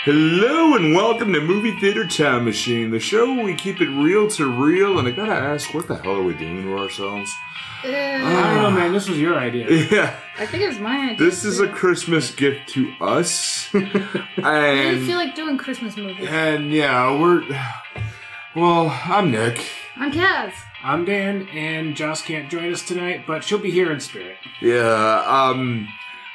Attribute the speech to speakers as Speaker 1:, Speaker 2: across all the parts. Speaker 1: Hello and welcome to Movie Theater Time Machine, the show where we keep it real to real. And I gotta ask, what the hell are we doing to ourselves?
Speaker 2: I don't know,
Speaker 1: Ah.
Speaker 2: man. This was your idea.
Speaker 1: Yeah,
Speaker 3: I think it was my idea.
Speaker 1: this is a
Speaker 3: too.
Speaker 1: Christmas gift to us,
Speaker 3: I didn't feel
Speaker 1: and
Speaker 3: like doing Christmas movies.
Speaker 1: and yeah, we're well. I'm Nick.
Speaker 3: I'm Kaz.
Speaker 2: I'm Dan, and Joss can't join us tonight, but she'll be here in spirit.
Speaker 1: Yeah, um,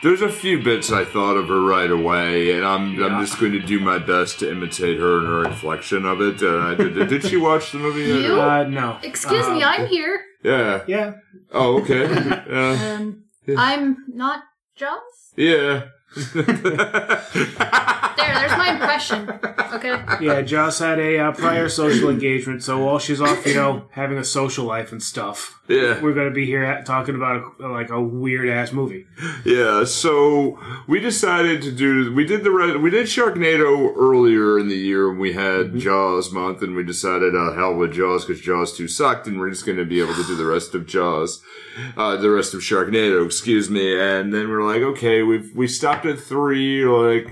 Speaker 1: there's a few bits I thought of her right away, and I'm
Speaker 2: Yeah.
Speaker 1: I'm just going to do my best to imitate her and her inflection of it. Uh, did, did she watch the movie?
Speaker 3: You?
Speaker 2: Uh, no.
Speaker 3: Excuse me,
Speaker 2: Uh,
Speaker 1: Ah,
Speaker 3: I'm here.
Speaker 1: Yeah.
Speaker 2: Yeah.
Speaker 1: Oh, okay. Yeah.
Speaker 3: Um,
Speaker 1: yeah.
Speaker 3: I'm not Jaws.
Speaker 1: Yeah. there,
Speaker 3: There,
Speaker 1: there's
Speaker 3: there's my impression. Okay.
Speaker 2: Yeah, Joss had a uh, prior social engagement, so while she's off, you know, having a social life and stuff,
Speaker 1: Yeah,
Speaker 2: we're going to be here at, talking about a, like a weird ass movie.
Speaker 1: yeah. So we decided to do. We did the re- we did Sharknado earlier in the year, and we had Jaws month, and we decided uh, hell with Jaws because Jaws two sucked, and we're just going to be able to do the rest of Jaws, uh, the rest of Sharknado, excuse me. And then we're like, okay, we've we stopped at three. Like,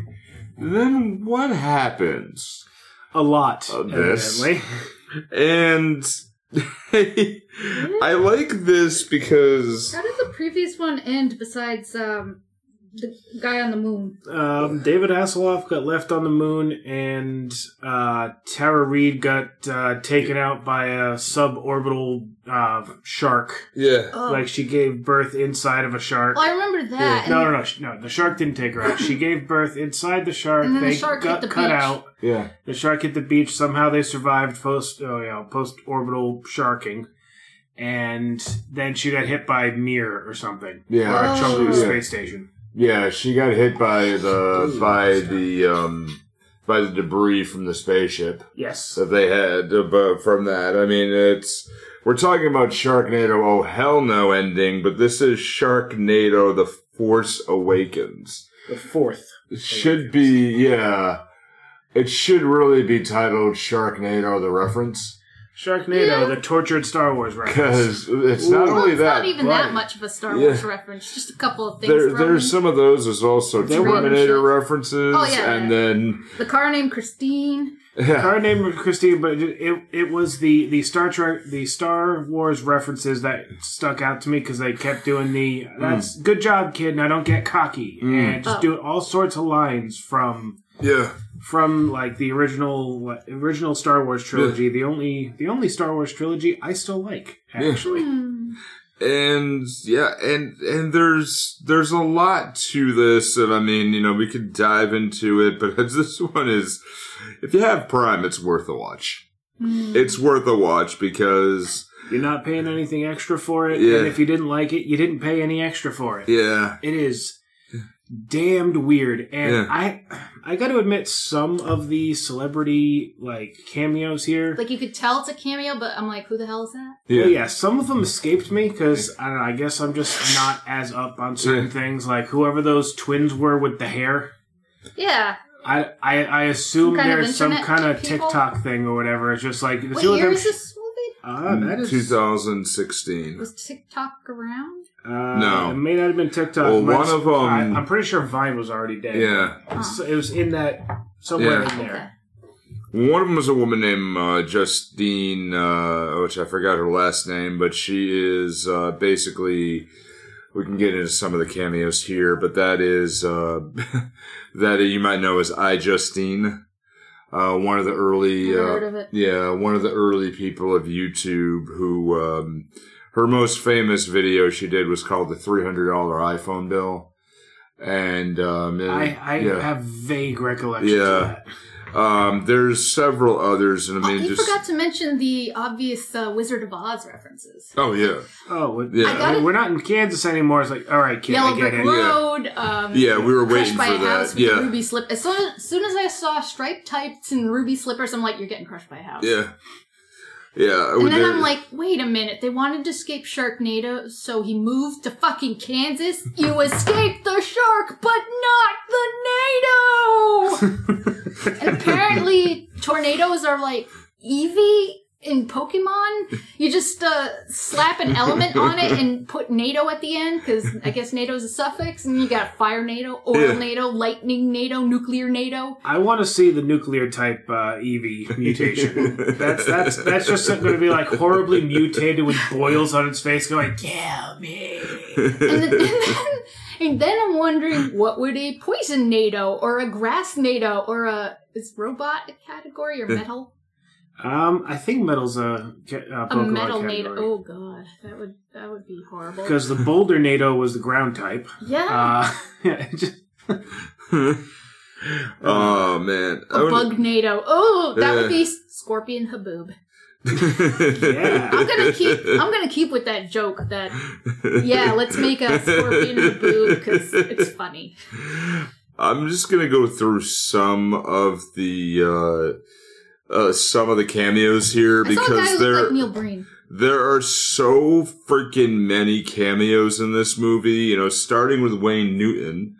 Speaker 1: then what happens?
Speaker 2: A lot,
Speaker 1: Uh, this.
Speaker 2: evidently.
Speaker 1: And I like this because.
Speaker 3: How did the previous one end? Besides um, the guy on the moon.
Speaker 2: Um, David Hasselhoff got left on the moon, and uh, Tara Reid got uh, taken out by a suborbital uh, shark.
Speaker 1: Yeah.
Speaker 3: Oh,
Speaker 2: Like she gave birth inside of a shark.
Speaker 3: oh I remember that.
Speaker 2: No, no, no, sh- no. The shark didn't take her out. She gave birth inside the shark.
Speaker 3: And then the
Speaker 2: they
Speaker 3: shark
Speaker 2: got
Speaker 3: hit the
Speaker 2: cut
Speaker 3: beach.
Speaker 2: out.
Speaker 1: Yeah.
Speaker 2: The shark hit the beach. Somehow they survived post, oh, you know, post orbital sharking, and then she got hit by Mir or something.
Speaker 1: Yeah,
Speaker 2: or
Speaker 3: Oh.
Speaker 2: a chunk of the
Speaker 1: yeah.
Speaker 2: space station.
Speaker 1: Yeah, she got hit by the by the um by the debris from the spaceship
Speaker 2: Yes.
Speaker 1: that they had uh, bu- from that. I mean, it's we're talking about Sharknado. Oh hell no ending, but this is Sharknado: The Force Awakens.
Speaker 2: The fourth.
Speaker 1: It should be yeah. It should really be titled Sharknado: The Reference
Speaker 2: Sharknado,
Speaker 3: Yeah.
Speaker 2: the tortured Star Wars reference.
Speaker 1: because it's not
Speaker 2: Ooh.
Speaker 3: Well,
Speaker 1: only
Speaker 3: it's
Speaker 1: that.
Speaker 3: not even
Speaker 2: right.
Speaker 3: that much of a Star Wars
Speaker 1: Yeah.
Speaker 3: reference. Just a couple of things.
Speaker 1: there,
Speaker 3: thrown
Speaker 1: there's
Speaker 3: in.
Speaker 1: some of those. There's also
Speaker 2: There were-
Speaker 1: Terminator references,
Speaker 3: Oh, yeah,
Speaker 1: and
Speaker 3: yeah.
Speaker 1: then
Speaker 3: The car named Christine.
Speaker 2: Her name was Christine, but it, it it was the the Star Trek, the Star Wars references that stuck out to me because they kept doing the "That's good job, kid." Now don't get cocky and just
Speaker 3: Oh.
Speaker 2: doing all sorts of lines from
Speaker 1: yeah,
Speaker 2: from like the original like, original Star Wars trilogy. The only the only Star Wars trilogy I still like actually.
Speaker 3: Hmm.
Speaker 1: and yeah and and there's there's a lot to this and i mean you know we could dive into it but this one is if you have prime it's worth a watch
Speaker 3: Hmm.
Speaker 1: it's worth a watch because
Speaker 2: You're not paying anything extra for it,
Speaker 1: Yeah.
Speaker 2: and if you didn't like it, you didn't pay any extra for it.
Speaker 1: yeah
Speaker 2: It is damned weird, and
Speaker 1: Yeah.
Speaker 2: I I got to admit some of the celebrity like cameos here.
Speaker 3: Like you could tell it's a cameo, but I'm like, who the hell is that?
Speaker 2: yeah. Oh, yeah, some of them escaped me because I don't know. I guess I'm just not as up on certain
Speaker 1: Yeah.
Speaker 2: things. Like whoever those twins were with the hair,
Speaker 3: Yeah.
Speaker 2: I I, I assume
Speaker 3: kind of
Speaker 2: there's some
Speaker 3: internet
Speaker 2: kind of
Speaker 3: people?
Speaker 2: TikTok thing or whatever. It's just like the
Speaker 3: What
Speaker 2: two of
Speaker 3: year
Speaker 2: them.
Speaker 3: is this movie?
Speaker 2: Ah, that is.
Speaker 1: 2016
Speaker 3: Was TikTok around?
Speaker 2: uh,
Speaker 1: No.
Speaker 2: it may not have been TikTok.
Speaker 1: Well,
Speaker 2: It might
Speaker 1: one of
Speaker 2: have-
Speaker 1: 'em-
Speaker 2: I, I'm pretty sure Vine was already dead.
Speaker 1: yeah
Speaker 2: It's- it was in that somewhere
Speaker 1: Yeah.
Speaker 2: in there.
Speaker 1: One of them is a woman named uh, Justine, uh, which I forgot her last name, but she is uh, basically. We can get into some of the cameos here, but that is uh, that you might know as I Justine, uh, one of the early,
Speaker 3: Never
Speaker 1: uh,
Speaker 3: heard of it.
Speaker 1: yeah, one of the early people of YouTube. Who um, her most famous video she did was called the three hundred dollar iPhone bill, and um,
Speaker 2: I, I
Speaker 1: yeah.
Speaker 2: have vague recollections
Speaker 1: Yeah.
Speaker 2: of that.
Speaker 1: Um, there's several others, and I
Speaker 3: Oh,
Speaker 1: mean,
Speaker 3: you
Speaker 1: just
Speaker 3: forgot to mention the obvious uh, Wizard of Oz references.
Speaker 1: oh yeah,
Speaker 2: Oh, with,
Speaker 1: Yeah. I
Speaker 3: got it.
Speaker 2: we're not in Kansas anymore. It's like, all right, kid,
Speaker 3: Yellow
Speaker 2: I get
Speaker 3: Brick
Speaker 2: it.
Speaker 1: Road.
Speaker 3: Road. Um,
Speaker 1: yeah, we were
Speaker 3: Crushed
Speaker 1: waiting
Speaker 3: by
Speaker 1: for
Speaker 3: a house
Speaker 1: that.
Speaker 3: with a
Speaker 1: Yeah,
Speaker 3: ruby slip. As soon, as soon as I saw striped tights and ruby slippers, I'm like, "You're getting crushed by a house."
Speaker 1: yeah, yeah.
Speaker 3: And then
Speaker 1: there-
Speaker 3: I'm like, "Wait a minute! They wanted to escape Sharknado, so he moved to fucking Kansas. You escaped the shark, but not the NATO." and apparently, tornadoes are like Evie in Pokemon, you just uh, slap an element on it and put NATO at the end because I guess NATO's a suffix, and you got fire NATO, oil
Speaker 1: Yeah.
Speaker 3: NATO, lightning NATO, nuclear NATO.
Speaker 2: I want to see the nuclear type uh, EV mutation. that's that's that's just going to be like horribly mutated with boils on its face, going kill me.
Speaker 3: and, then, and then and then I'm wondering what would a poison NATO or a grass NATO or a is robot a category or metal
Speaker 2: Um, I think metal's a, ca- uh
Speaker 3: a
Speaker 2: Pokemon
Speaker 3: metal NATO?
Speaker 2: category.
Speaker 3: Oh god, that would that would be horrible.
Speaker 2: Because the Boulder NATO was the ground type.
Speaker 3: Yeah,
Speaker 2: Uh, yeah, it just-
Speaker 1: oh man,
Speaker 3: a bug NATO. Oh, that would
Speaker 1: Yeah.
Speaker 3: be Scorpion Haboob.
Speaker 1: yeah,
Speaker 3: I'm gonna keep. I'm gonna keep with that joke. That yeah, let's make a Scorpion Haboob because it's funny.
Speaker 1: I'm just gonna go through some of the uh, uh, some of the cameos here
Speaker 3: I saw a guy
Speaker 1: because
Speaker 3: who looked
Speaker 1: they're
Speaker 3: like Neil Breen.
Speaker 1: There are so freaking many cameos in this movie, you know, starting with Wayne Newton,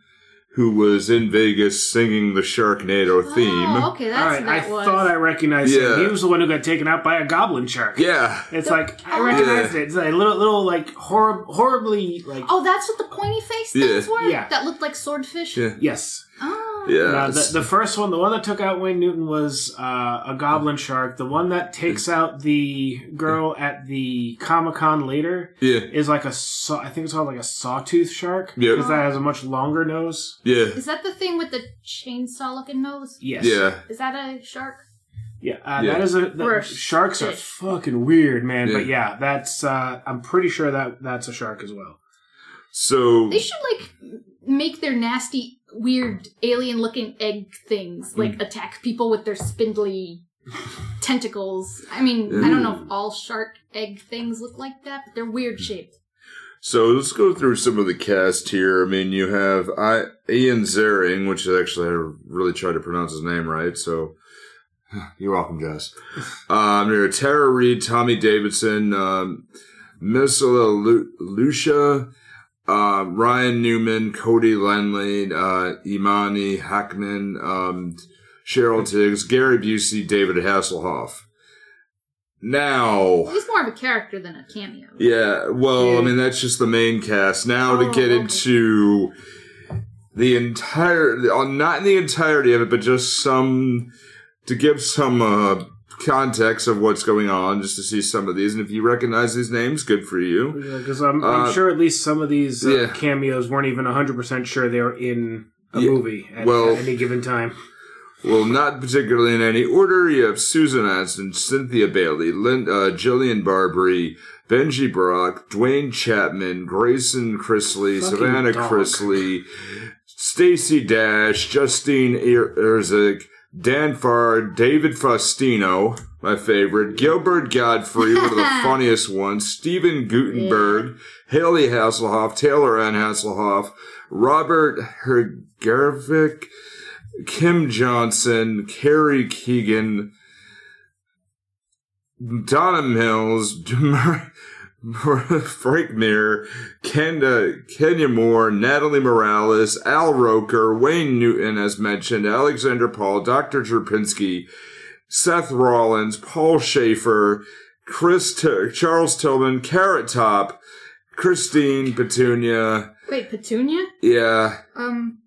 Speaker 1: who was in Vegas singing the Sharknado theme.
Speaker 3: Oh, okay,
Speaker 2: all
Speaker 3: that's
Speaker 2: right,
Speaker 3: what
Speaker 2: I
Speaker 3: that was.
Speaker 2: thought I recognized
Speaker 1: Yeah.
Speaker 2: him. He was the one who got taken out by a goblin shark.
Speaker 1: Yeah.
Speaker 2: It's like I recognized
Speaker 1: Yeah.
Speaker 2: it. It's like a little, little like horrib- horribly like
Speaker 3: Oh, that's what the pointy face
Speaker 1: Yeah.
Speaker 3: things were.
Speaker 2: Yeah.
Speaker 3: That looked like swordfish.
Speaker 1: Yeah.
Speaker 2: yes.
Speaker 3: Oh.
Speaker 1: Yeah.
Speaker 2: Uh, the, the first one, the one that took out Wayne Newton was uh, a goblin shark. The one that takes out the girl at the Comic Con later
Speaker 1: yeah.
Speaker 2: is like a saw. I think it's called like a sawtooth shark
Speaker 1: Yeah.
Speaker 2: because that has a much longer nose.
Speaker 1: Yeah.
Speaker 3: Is that the thing with the chainsaw looking nose?
Speaker 2: Yes.
Speaker 1: Yeah.
Speaker 3: Is that a shark?
Speaker 2: Yeah, uh,
Speaker 1: Yeah.
Speaker 2: that is a. that-
Speaker 3: Or a
Speaker 2: sharks are
Speaker 3: fish.
Speaker 2: fucking weird, man.
Speaker 1: Yeah.
Speaker 2: But yeah, that's. Uh, I'm pretty sure that that's a shark as well.
Speaker 1: So,
Speaker 3: They should like make their nasty, weird alien looking egg things like
Speaker 1: Mm.
Speaker 3: attack people with their spindly tentacles. I mean, I don't know if all shark egg things look like that, but they're weird shaped.
Speaker 1: so let's go through some of the cast here. I mean, you have I, Ian Zering, which is actually, I really tried to pronounce his name right. So, you're welcome, Jess. Um, there are Tara Reid, Tommy Davidson, um, Missila Lu- Lucia, uh, Ryan Newman, Cody Lenley, uh, Imani Hackman, um, Cheryl Tiggs, Gary Busey, David Hasselhoff. Now,
Speaker 3: He's more of a character than a cameo.
Speaker 1: Oh. yeah, well, I
Speaker 2: Yeah.
Speaker 1: mean, that's just the main cast. Now to
Speaker 3: Oh,
Speaker 1: get
Speaker 3: okay.
Speaker 1: into the entire, uh, not the entirety of it, but just some, to give some uh, context of what's going on, just to see some of these. And if you recognize these names, good for you.
Speaker 2: Because I'm,
Speaker 1: Uh,
Speaker 2: I'm sure at least some of these uh,
Speaker 1: yeah.
Speaker 2: cameos weren't even 100 percent sure they were in a
Speaker 1: Yeah,
Speaker 2: movie at,
Speaker 1: well-
Speaker 2: at any given time.
Speaker 1: Well, not particularly in any order. You have Susan Anson, Cynthia Bailey, Lynn, uh, Jillian Barbary, Benji Brock, Dwayne Chapman, Grayson Chrisley,
Speaker 2: Fucking
Speaker 1: Savannah
Speaker 2: dog.
Speaker 1: Chrisley, Stacy Dash, Justine Er- Erzik, Dan Farr, David Faustino, my favorite, Gilbert Godfrey, one of the funniest ones, Stephen Gutenberg, Haley Hasselhoff, Taylor Ann Hasselhoff, Robert Hergervik, Kim Johnson, Carrie Keegan, Donna Mills, Mer- Mer- Frank Mir, Kenda, Kenya Moore, Natalie Morales, Al Roker, Wayne Newton, as mentioned, Alexander Paul, Dr. Drapinski, Seth Rollins, Paul Schaefer, Chris T- Charles Tillman, Carrot Top, Christine Petunia.
Speaker 3: Wait, Petunia?
Speaker 1: Yeah,
Speaker 3: Um,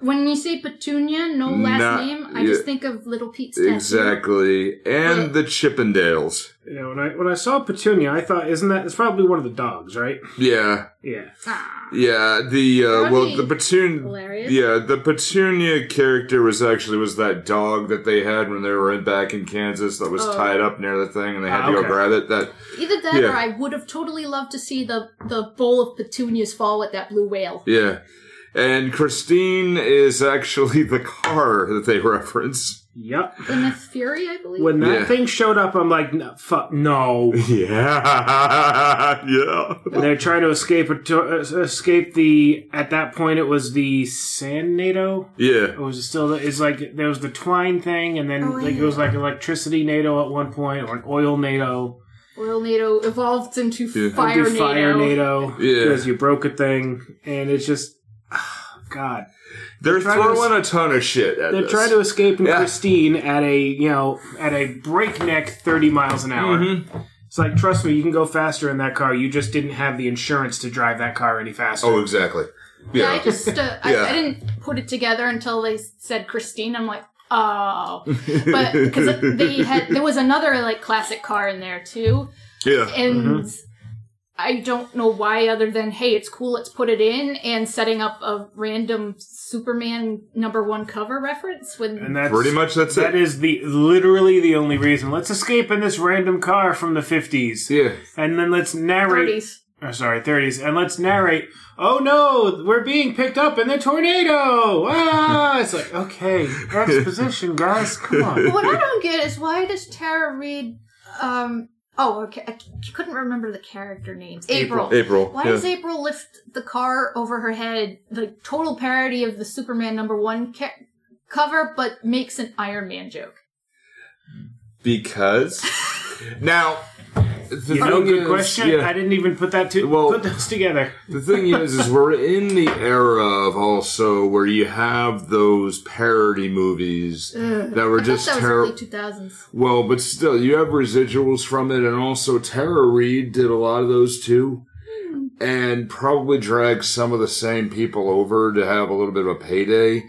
Speaker 3: when you say Petunia, no last
Speaker 1: Not-
Speaker 3: name, I
Speaker 1: yeah.
Speaker 3: just think of Little Pete's tattoo.
Speaker 1: exactly. And the Chippendales.
Speaker 2: Yeah, when I when I saw Petunia, I thought, isn't that? It's probably one of the dogs, right?
Speaker 1: Yeah.
Speaker 2: Yeah.
Speaker 3: Ah,
Speaker 1: Yeah, the uh,
Speaker 3: That'd
Speaker 1: well,
Speaker 3: be
Speaker 1: the petunia.
Speaker 3: hilarious.
Speaker 1: Yeah, the petunia character was actually was that dog that they had when they were in, back in Kansas that was
Speaker 3: Oh.
Speaker 1: tied up near the thing, and they had
Speaker 2: Ah,
Speaker 1: to go
Speaker 2: okay.
Speaker 1: grab it. That
Speaker 3: Either that,
Speaker 1: Yeah.
Speaker 3: or I would have totally loved to see the the bowl of petunias fall at that blue whale.
Speaker 1: yeah, and Christine is actually the car that they reference.
Speaker 2: Yep.
Speaker 3: The Myth Fury, I believe.
Speaker 2: When that
Speaker 1: Yeah.
Speaker 2: thing showed up, I'm like, no, fuck, no.
Speaker 1: Yeah, yeah.
Speaker 2: And they're trying to escape a- to- uh, escape the. At that point, it was the Sand NATO.
Speaker 1: Yeah,
Speaker 2: It was still. It's like there was the twine thing, and then
Speaker 3: Oh,
Speaker 2: like
Speaker 3: yeah.
Speaker 2: it was like electricity NATO at one point, or like oil NATO,
Speaker 3: Oil NATO evolved into
Speaker 1: Yeah.
Speaker 3: Fire
Speaker 2: Into
Speaker 3: NATO.
Speaker 2: fire NATO
Speaker 1: Yeah.
Speaker 2: because you broke a thing, and it's just God,
Speaker 1: They're
Speaker 2: trying to
Speaker 1: throwing a ton of shit at
Speaker 2: they're
Speaker 1: this.
Speaker 2: trying to escape in
Speaker 1: Yeah.
Speaker 2: Christine at a you know at a breakneck thirty miles an hour.
Speaker 1: Mm-hmm.
Speaker 2: It's like trust me, you can go faster in that car. You just didn't have the insurance to drive that car any faster.
Speaker 1: Oh, exactly.
Speaker 3: Yeah,
Speaker 1: Yeah.
Speaker 3: I just uh, I,
Speaker 1: Yeah.
Speaker 3: I didn't put it together until they said Christine. I'm like, oh, but because they had there was another like classic car in there too,
Speaker 1: yeah.
Speaker 3: and
Speaker 1: Mm-hmm.
Speaker 3: I don't know why other than hey, it's cool, let's put it in, and setting up a random Superman number one cover reference when
Speaker 2: and that's
Speaker 1: Pretty much that's
Speaker 2: That
Speaker 1: it.
Speaker 2: is the literally the only reason. Let's escape in this random car from the fifties,
Speaker 1: Yeah.
Speaker 2: and then let's narrate.
Speaker 3: 30s.
Speaker 2: Or Oh, sorry, thirties, and let's narrate. Oh no, we're being picked up in the tornado! Ah, it's like okay, exposition, guys, come on.
Speaker 3: what I don't get is why does Tara read? Um, oh, okay, I c- couldn't remember the character names. April.
Speaker 1: April.
Speaker 3: Why
Speaker 1: yeah.
Speaker 3: does April lift the car over her head? The total parody of the Superman number one ca- cover, but makes an Iron Man joke.
Speaker 1: Because now the
Speaker 2: You know,
Speaker 1: thing
Speaker 2: good
Speaker 1: is-
Speaker 2: question.
Speaker 1: yeah.
Speaker 2: I didn't even put that to
Speaker 1: Well-
Speaker 2: put those together.
Speaker 1: The thing is, is we're in the era of also where you have those parody movies that were
Speaker 3: I
Speaker 1: just
Speaker 3: thought that
Speaker 1: terrible.
Speaker 3: was early 2000s.
Speaker 1: well, but still, you have residuals from it, and also Tara Reid did a lot of those too, and probably dragged some of the same people over to have a little bit of a payday.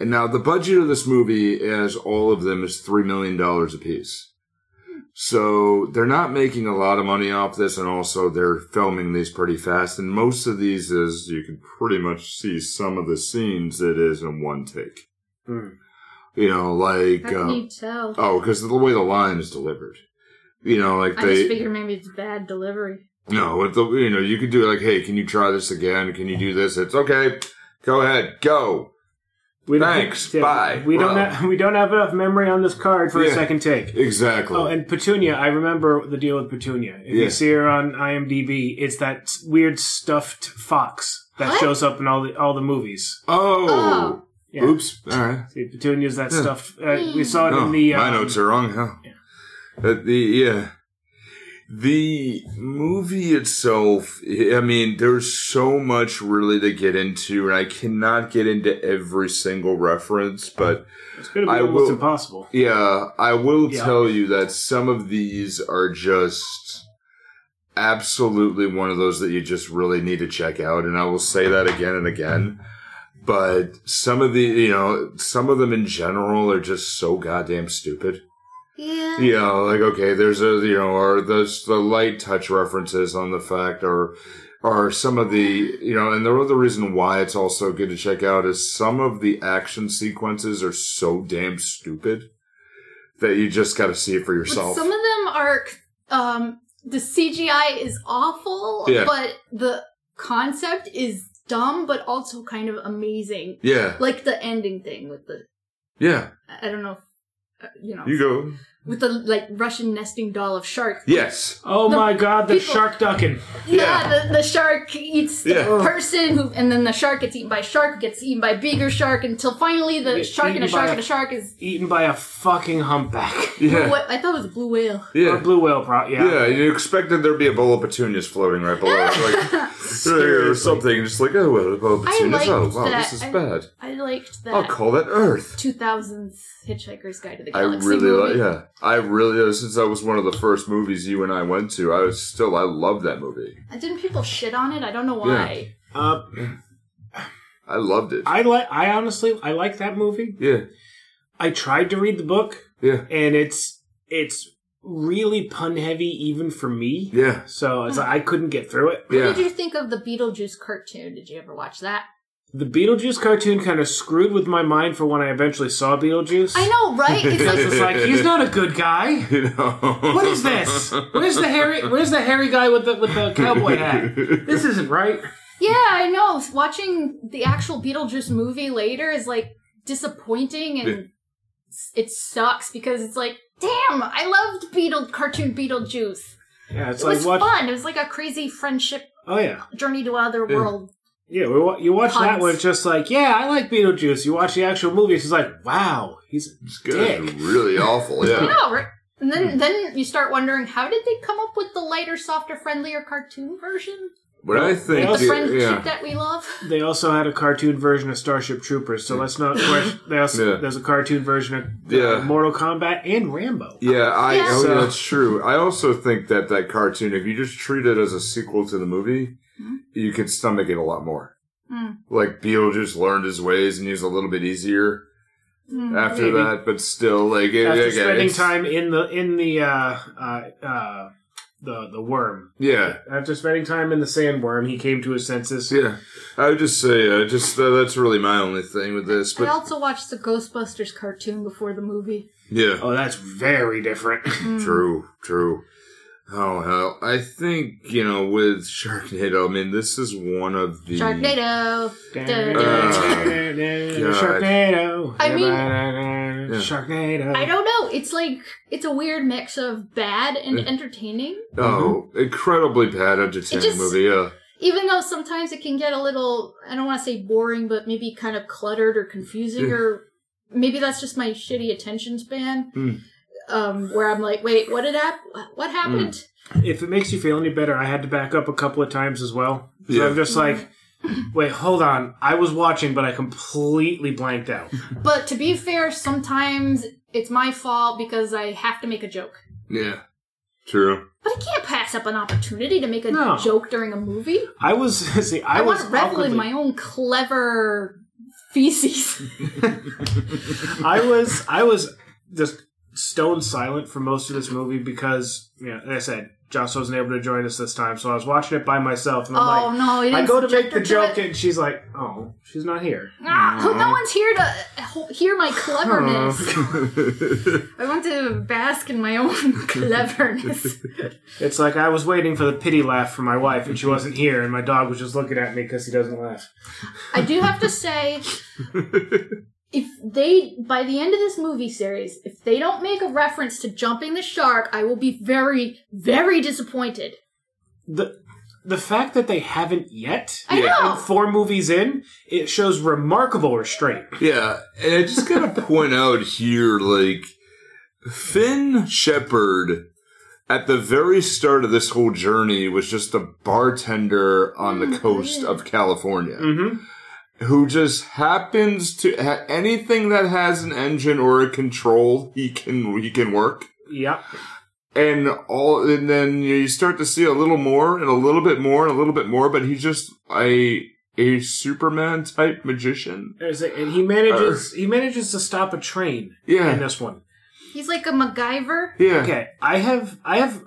Speaker 1: And now the budget of this movie, as all of them, is three million dollars a piece. So they're not making a lot of money off this, and also they're filming these pretty fast. And most of these is you can pretty much see some of the scenes it is in one take.
Speaker 2: Hmm.
Speaker 1: You know, like
Speaker 3: How can
Speaker 1: uh,
Speaker 3: you tell?
Speaker 1: oh, because of the way the line is delivered. You know, like
Speaker 3: I just
Speaker 1: they
Speaker 3: figure maybe it's bad delivery.
Speaker 1: no, with the you know you could do like, hey, can you try this again? Can you do this? It's okay. Go ahead, go.
Speaker 2: We don't-
Speaker 1: Thanks,
Speaker 2: yeah,
Speaker 1: bye.
Speaker 2: We don't
Speaker 1: Well.
Speaker 2: have, we don't have enough memory on this card for a
Speaker 1: Yeah.
Speaker 2: second take.
Speaker 1: Exactly.
Speaker 2: Oh, and Petunia, I remember the deal with Petunia. If
Speaker 1: Yeah.
Speaker 2: you see her on IMDb, it's that s- weird stuffed fox that
Speaker 3: What?
Speaker 2: shows up in all the all the movies.
Speaker 1: oh.
Speaker 2: Yeah.
Speaker 1: Oops. All right.
Speaker 2: See, Petunia's that
Speaker 1: Yeah.
Speaker 2: stuffed. Uh, we saw it in the. Um,
Speaker 1: my notes are wrong. Huh? Uh, the yeah, the movie itself. I mean, there's so much really to get into, and I cannot get into every single reference. But
Speaker 2: It's going to be
Speaker 1: I
Speaker 2: almost
Speaker 1: will-
Speaker 2: impossible.
Speaker 1: yeah, I will
Speaker 2: Yeah.
Speaker 1: tell you that some of these are just absolutely one of those that you just really need to check out, and I will say that again and again. But some of the, you know, some of them in general are just so goddamn stupid.
Speaker 3: Yeah.
Speaker 1: Yeah, like okay, there's a you know, or there's the light touch references on the fact, or or some of the you know, and the other reason why it's also good to check out is some of the action sequences are so damn stupid that you just got to see it for
Speaker 3: But
Speaker 1: yourself.
Speaker 3: some of them are. Um, the CGI is awful,
Speaker 1: Yeah.
Speaker 3: but the concept is dumb, but also kind of amazing.
Speaker 1: yeah,
Speaker 3: Like the ending thing with the.
Speaker 1: yeah,
Speaker 3: I I don't know. If, uh, you know.
Speaker 1: you go.
Speaker 3: with the like Russian nesting doll of sharks.
Speaker 1: Yes,
Speaker 2: Oh
Speaker 3: No,
Speaker 2: my god, the
Speaker 3: people-
Speaker 2: shark ducking.
Speaker 3: Yeah, the, the shark eats the
Speaker 1: Yeah.
Speaker 3: person who, and then the shark gets eaten by a shark, gets eaten by a bigger shark, until finally the
Speaker 2: Gets
Speaker 3: shark and a
Speaker 2: eaten by
Speaker 3: shark
Speaker 2: a-
Speaker 3: and a shark is.
Speaker 2: Eaten by a fucking humpback.
Speaker 1: yeah,
Speaker 3: What, I thought it was a blue whale.
Speaker 2: Or a
Speaker 1: yeah.
Speaker 2: blue whale, pro- yeah.
Speaker 1: Yeah, you expected there'd be a bowl of petunias floating right below it, like or something. Just like oh, well, a bowl of
Speaker 3: I
Speaker 1: petunias.
Speaker 3: liked
Speaker 1: Oh, wow,
Speaker 3: that.
Speaker 1: this is
Speaker 3: I-
Speaker 1: bad.
Speaker 3: I liked
Speaker 1: I'll
Speaker 3: that
Speaker 1: call that Earth.
Speaker 3: 2000s Hitchhiker's Guide to the
Speaker 1: Oh, I
Speaker 3: Galaxy.
Speaker 1: really like,
Speaker 3: movie.
Speaker 1: yeah. I really, uh, since that was one of the first movies you and I went to, I was still, I love that movie.
Speaker 3: And Didn't people shit on it? I don't know why.
Speaker 2: Uh,
Speaker 1: I loved it.
Speaker 2: I like. I honestly, I like that movie.
Speaker 1: yeah,
Speaker 2: I tried to read the book,
Speaker 1: yeah,
Speaker 2: and it's it's really pun heavy, even for me.
Speaker 1: yeah,
Speaker 2: So it's like I couldn't get through it.
Speaker 3: What did
Speaker 1: yeah.
Speaker 3: you think of the Beetlejuice cartoon? Did you ever watch that?
Speaker 2: The Beetlejuice cartoon kind of screwed with my mind for when I eventually saw Beetlejuice.
Speaker 3: I know, right? It's
Speaker 2: Because
Speaker 3: like
Speaker 2: it's like he's not a good guy.
Speaker 1: You know,
Speaker 2: What is this? Where's the hairy? Where's the hairy guy with the with the cowboy hat? This isn't right.
Speaker 3: Yeah, I know. Watching the actual Beetlejuice movie later is like disappointing and
Speaker 1: Yeah.
Speaker 3: s- it sucks because it's like, damn, I loved Beetle cartoon Beetlejuice.
Speaker 2: Yeah, it's
Speaker 3: It
Speaker 2: like
Speaker 3: was
Speaker 2: watch.
Speaker 3: fun. It was like a crazy friendship
Speaker 2: Oh yeah,
Speaker 3: journey to other
Speaker 1: Yeah.
Speaker 3: world.
Speaker 2: yeah. We, wa- you watch that
Speaker 3: Puns.
Speaker 2: one, it's just like yeah, I like Beetlejuice. You watch the actual movie, it's just like wow, he's
Speaker 1: This guy's
Speaker 2: Dick.
Speaker 1: really awful.
Speaker 3: You
Speaker 1: Yeah,
Speaker 3: know, right? And then, then you start wondering how did they come up with the lighter, softer, friendlier cartoon version?
Speaker 1: What I think,
Speaker 3: the
Speaker 2: Yeah.
Speaker 3: friendship
Speaker 1: yeah,
Speaker 3: that we love.
Speaker 2: They also had a cartoon version of Starship Troopers, so let's not question. They also,
Speaker 1: Yeah.
Speaker 2: There's a cartoon version of uh,
Speaker 1: Yeah.
Speaker 2: Mortal Kombat and Rambo.
Speaker 1: yeah, I,
Speaker 3: Yeah.
Speaker 1: oh,
Speaker 2: So-
Speaker 1: yeah, that's true. I also think that that cartoon, if you just treat it as a sequel to the movie,
Speaker 3: Hmm?
Speaker 1: you can stomach it a lot more.
Speaker 3: Mm.
Speaker 1: Like Beetlejuice learned his ways, and he was a little bit easier
Speaker 3: Mm.
Speaker 1: after
Speaker 2: Maybe.
Speaker 1: that. But still, like it,
Speaker 2: After
Speaker 1: again,
Speaker 2: spending
Speaker 1: it's-
Speaker 2: time in the in the uh, uh, uh, the the worm,
Speaker 1: yeah,
Speaker 2: after spending time in the sandworm, he came to his senses.
Speaker 1: yeah. I would just say, uh, just uh, that's really my only thing with this.
Speaker 3: I
Speaker 1: But
Speaker 3: also watched the Ghostbusters cartoon before the movie.
Speaker 1: yeah,
Speaker 2: Oh, that's very different.
Speaker 1: Hmm.
Speaker 3: Mm.
Speaker 1: True, true. Oh hell, I think you know with Sharknado. I mean, this is one of the
Speaker 3: Sharknado.
Speaker 2: Sharknado.
Speaker 3: I mean-
Speaker 2: Sharknado.
Speaker 3: I don't know. It's like it's a weird mix of bad and
Speaker 1: Yeah.
Speaker 3: entertaining.
Speaker 1: oh incredibly bad entertaining
Speaker 3: It just-
Speaker 1: movie. Yeah,
Speaker 3: Even though sometimes it can get a little I don't want to say boring, but maybe kind of cluttered or confusing
Speaker 1: Yeah.
Speaker 3: or maybe that's just my shitty attention span.
Speaker 1: Mm.
Speaker 3: Um, where I'm like, wait, what did hap-
Speaker 1: Hmm.
Speaker 3: What happened?
Speaker 2: If it makes you feel any better, I had to back up a couple of times as well. So
Speaker 1: Yeah.
Speaker 2: I'm just like, wait, hold on. I was watching, but I completely blanked out.
Speaker 3: But to be fair, sometimes it's my fault because I have to make a joke.
Speaker 1: yeah, true.
Speaker 3: But I can't pass up an opportunity to make a
Speaker 2: No.
Speaker 3: joke during a movie.
Speaker 2: I was see, I,
Speaker 3: I, want
Speaker 2: was
Speaker 3: to revel in
Speaker 2: awkwardly-
Speaker 3: my own clever feces.
Speaker 2: I was I was just stone silent for most of this movie because you know, like I said, Joss wasn't able to join us this time, so I was watching it by myself and I'm like
Speaker 3: oh no! You
Speaker 2: I
Speaker 3: didn't
Speaker 2: go to
Speaker 3: subject
Speaker 2: make
Speaker 3: her
Speaker 2: the joke,
Speaker 3: it.
Speaker 2: and she's like, "Oh, she's not here."
Speaker 3: Ah, who- no one's here to ho- hear my cleverness. I want to bask in my own cleverness.
Speaker 2: It's like I was waiting for the pity laugh from my wife, and she wasn't here, and my dog was just looking at me because he doesn't laugh.
Speaker 3: I do have to say, if they by the end of this movie series, if they don't make a reference to jumping the shark, I will be very, very disappointed.
Speaker 2: the The fact that they haven't yet,
Speaker 3: I
Speaker 1: Yeah.
Speaker 3: know.
Speaker 2: four movies in, it shows remarkable restraint.
Speaker 1: yeah, and I just gotta point out here, like Finn Shepard. At the very start of this whole journey was just a bartender on the
Speaker 3: Mm,
Speaker 1: coast
Speaker 3: yeah.
Speaker 1: of California.
Speaker 2: Mm-hmm.
Speaker 1: who just happens to ha- anything that has an engine or a control, he can he can work.
Speaker 2: Yep.
Speaker 1: And all, and then you start to see a little more and a little bit more and a little bit more, but he's just a a Superman type magician.
Speaker 2: There's a, and he manages he manages to stop a train in
Speaker 1: Yeah,
Speaker 2: this one.
Speaker 3: He's like a MacGyver.
Speaker 1: yeah.
Speaker 2: Okay, I have I have. Have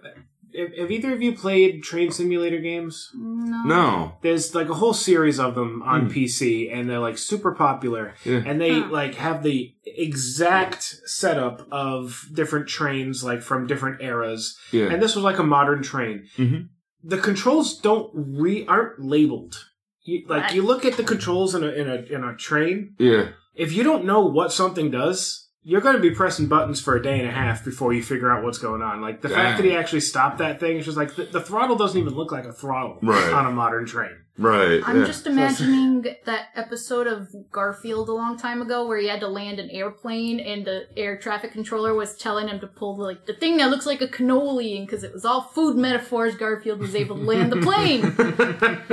Speaker 2: have either of you played train simulator games?
Speaker 3: No.
Speaker 1: No,
Speaker 2: there's like a whole series of them on
Speaker 1: Hmm.
Speaker 2: PC, and they're like super popular.
Speaker 1: Yeah.
Speaker 2: And they
Speaker 3: Huh.
Speaker 2: like have the exact setup of different trains, like from different eras.
Speaker 1: yeah,
Speaker 2: And this was like a modern train.
Speaker 1: Mhm.
Speaker 2: The controls don't re aren't labeled. You, like
Speaker 3: Right.
Speaker 2: you look at the controls in a in a in a train.
Speaker 1: yeah,
Speaker 2: If you don't know what something does, you're going to be pressing buttons for a day and a half before you figure out what's going on. Like the fact that
Speaker 1: Dang.
Speaker 2: he actually stopped that thing, it's just like the, the throttle doesn't even look like a throttle
Speaker 1: Right.
Speaker 2: on a modern train.
Speaker 1: right.
Speaker 3: I'm
Speaker 1: yeah.
Speaker 3: just imagining that episode of Garfield a long time ago where he had to land an airplane and the air traffic controller was telling him to pull the, like the thing that looks like a cannoli and because it was all food metaphors, Garfield was able to land the plane.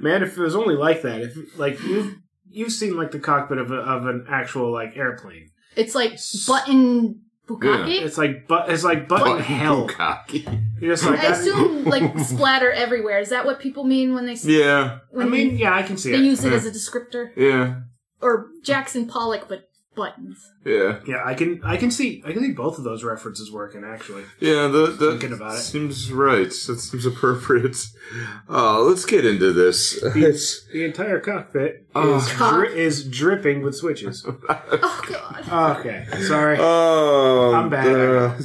Speaker 2: Man, if it was only like that, if like you've you've seen like the cockpit of, a, of an actual like airplane,
Speaker 3: It's like button bukkake.
Speaker 2: it's like but it's like button
Speaker 1: Button
Speaker 2: hell.
Speaker 1: cocky.
Speaker 2: You're just like
Speaker 3: I
Speaker 2: that-
Speaker 3: assume like splatter everywhere. Is that what people mean when they s-
Speaker 1: Yeah,
Speaker 2: I
Speaker 3: when
Speaker 2: mean,
Speaker 3: they-
Speaker 2: yeah, I can see
Speaker 3: they
Speaker 2: it.
Speaker 3: use it as a descriptor
Speaker 1: yeah,
Speaker 3: or Jackson Pollock but buttons?
Speaker 1: yeah,
Speaker 2: Yeah, I can I can see I can see both of those references working actually.
Speaker 1: yeah. The, the
Speaker 2: Thinking about it.
Speaker 1: seems right. That seems appropriate. Uh, let's get into this. It's-
Speaker 2: The entire cockpit
Speaker 1: Oh.
Speaker 2: is, dri- is dripping with switches.
Speaker 3: Oh god.
Speaker 2: Okay, sorry.
Speaker 1: Oh,
Speaker 2: I'm bad.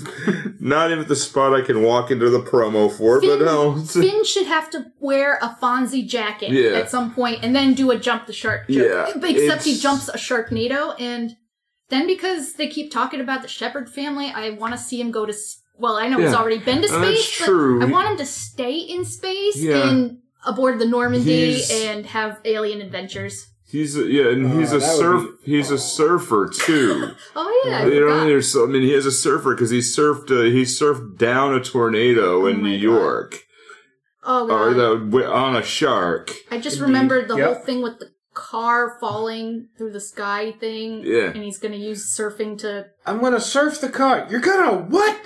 Speaker 1: not even the spot I can walk into the promo for,
Speaker 3: Finn,
Speaker 1: but hell,
Speaker 3: Finn should have to wear a Fonzie jacket
Speaker 1: Yeah.
Speaker 3: at some point and then do a jump the shark joke.
Speaker 1: Yeah,
Speaker 3: Except he
Speaker 1: it's-
Speaker 3: jumps a Sharknado and then because they keep talking about the Shepherd family, I want to see him go to. s- Well, I know he's
Speaker 1: Yeah.
Speaker 3: already been to
Speaker 1: Uh, that's
Speaker 3: space, but
Speaker 1: true.
Speaker 3: I want him to stay in space
Speaker 1: Yeah.
Speaker 3: and aboard the Normandy
Speaker 1: He's-
Speaker 3: and have alien adventures.
Speaker 1: he's a, yeah, and he's
Speaker 2: Oh,
Speaker 1: a
Speaker 2: that would
Speaker 1: surf. He's a surfer too.
Speaker 3: Oh yeah, I
Speaker 1: you know,
Speaker 3: forgot.
Speaker 1: there's so- I mean, he is a surfer because he surfed. Uh, he surfed down a tornado in
Speaker 3: Oh my
Speaker 1: New
Speaker 3: God.
Speaker 1: York.
Speaker 3: Oh god.
Speaker 1: or the wi- on a shark.
Speaker 3: I just
Speaker 2: Indeed.
Speaker 3: remembered the whole
Speaker 2: Yep.
Speaker 3: thing with the car falling through the sky thing.
Speaker 1: Yeah.
Speaker 3: And he's gonna use surfing to
Speaker 2: I'm gonna surf the car. You're gonna what?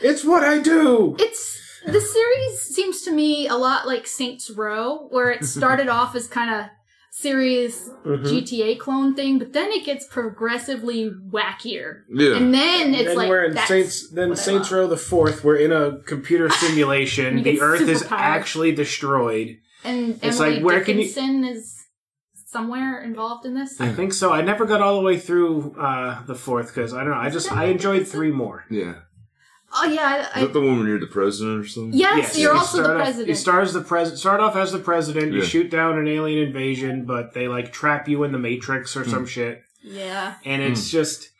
Speaker 2: it's what I do.
Speaker 3: it's the series seems to me a lot like Saints Row, where it started off as kind of serious
Speaker 2: Mm-hmm.
Speaker 1: Mm-hmm.
Speaker 3: GTA clone thing, but then it gets progressively wackier.
Speaker 1: Yeah.
Speaker 3: And then it's
Speaker 2: then
Speaker 3: like
Speaker 2: we're in
Speaker 3: that's-
Speaker 2: Saints. Then
Speaker 3: what I
Speaker 2: Saints
Speaker 3: love.
Speaker 2: Row the Fourth. We're in a computer simulation.
Speaker 3: You
Speaker 2: the
Speaker 3: get
Speaker 2: Earth is
Speaker 3: superpowers.
Speaker 2: actually destroyed.
Speaker 3: And
Speaker 2: It's
Speaker 3: Emily
Speaker 2: like, where can you-
Speaker 3: Dickinson is somewhere involved in this.
Speaker 2: I think so. I never got all the way through uh, the fourth because I don't know. I just I enjoyed three more.
Speaker 1: yeah.
Speaker 3: Oh yeah, I,
Speaker 1: Is
Speaker 3: I,
Speaker 1: that the one when you're the president or something?
Speaker 3: yes, you're
Speaker 2: you
Speaker 3: also the
Speaker 2: start off- you
Speaker 3: president.
Speaker 2: stars the pres- start off as the president. You
Speaker 1: Yeah.
Speaker 2: shoot down an alien invasion, but they like trap you in the Matrix or some shit.
Speaker 3: yeah,
Speaker 2: and it's just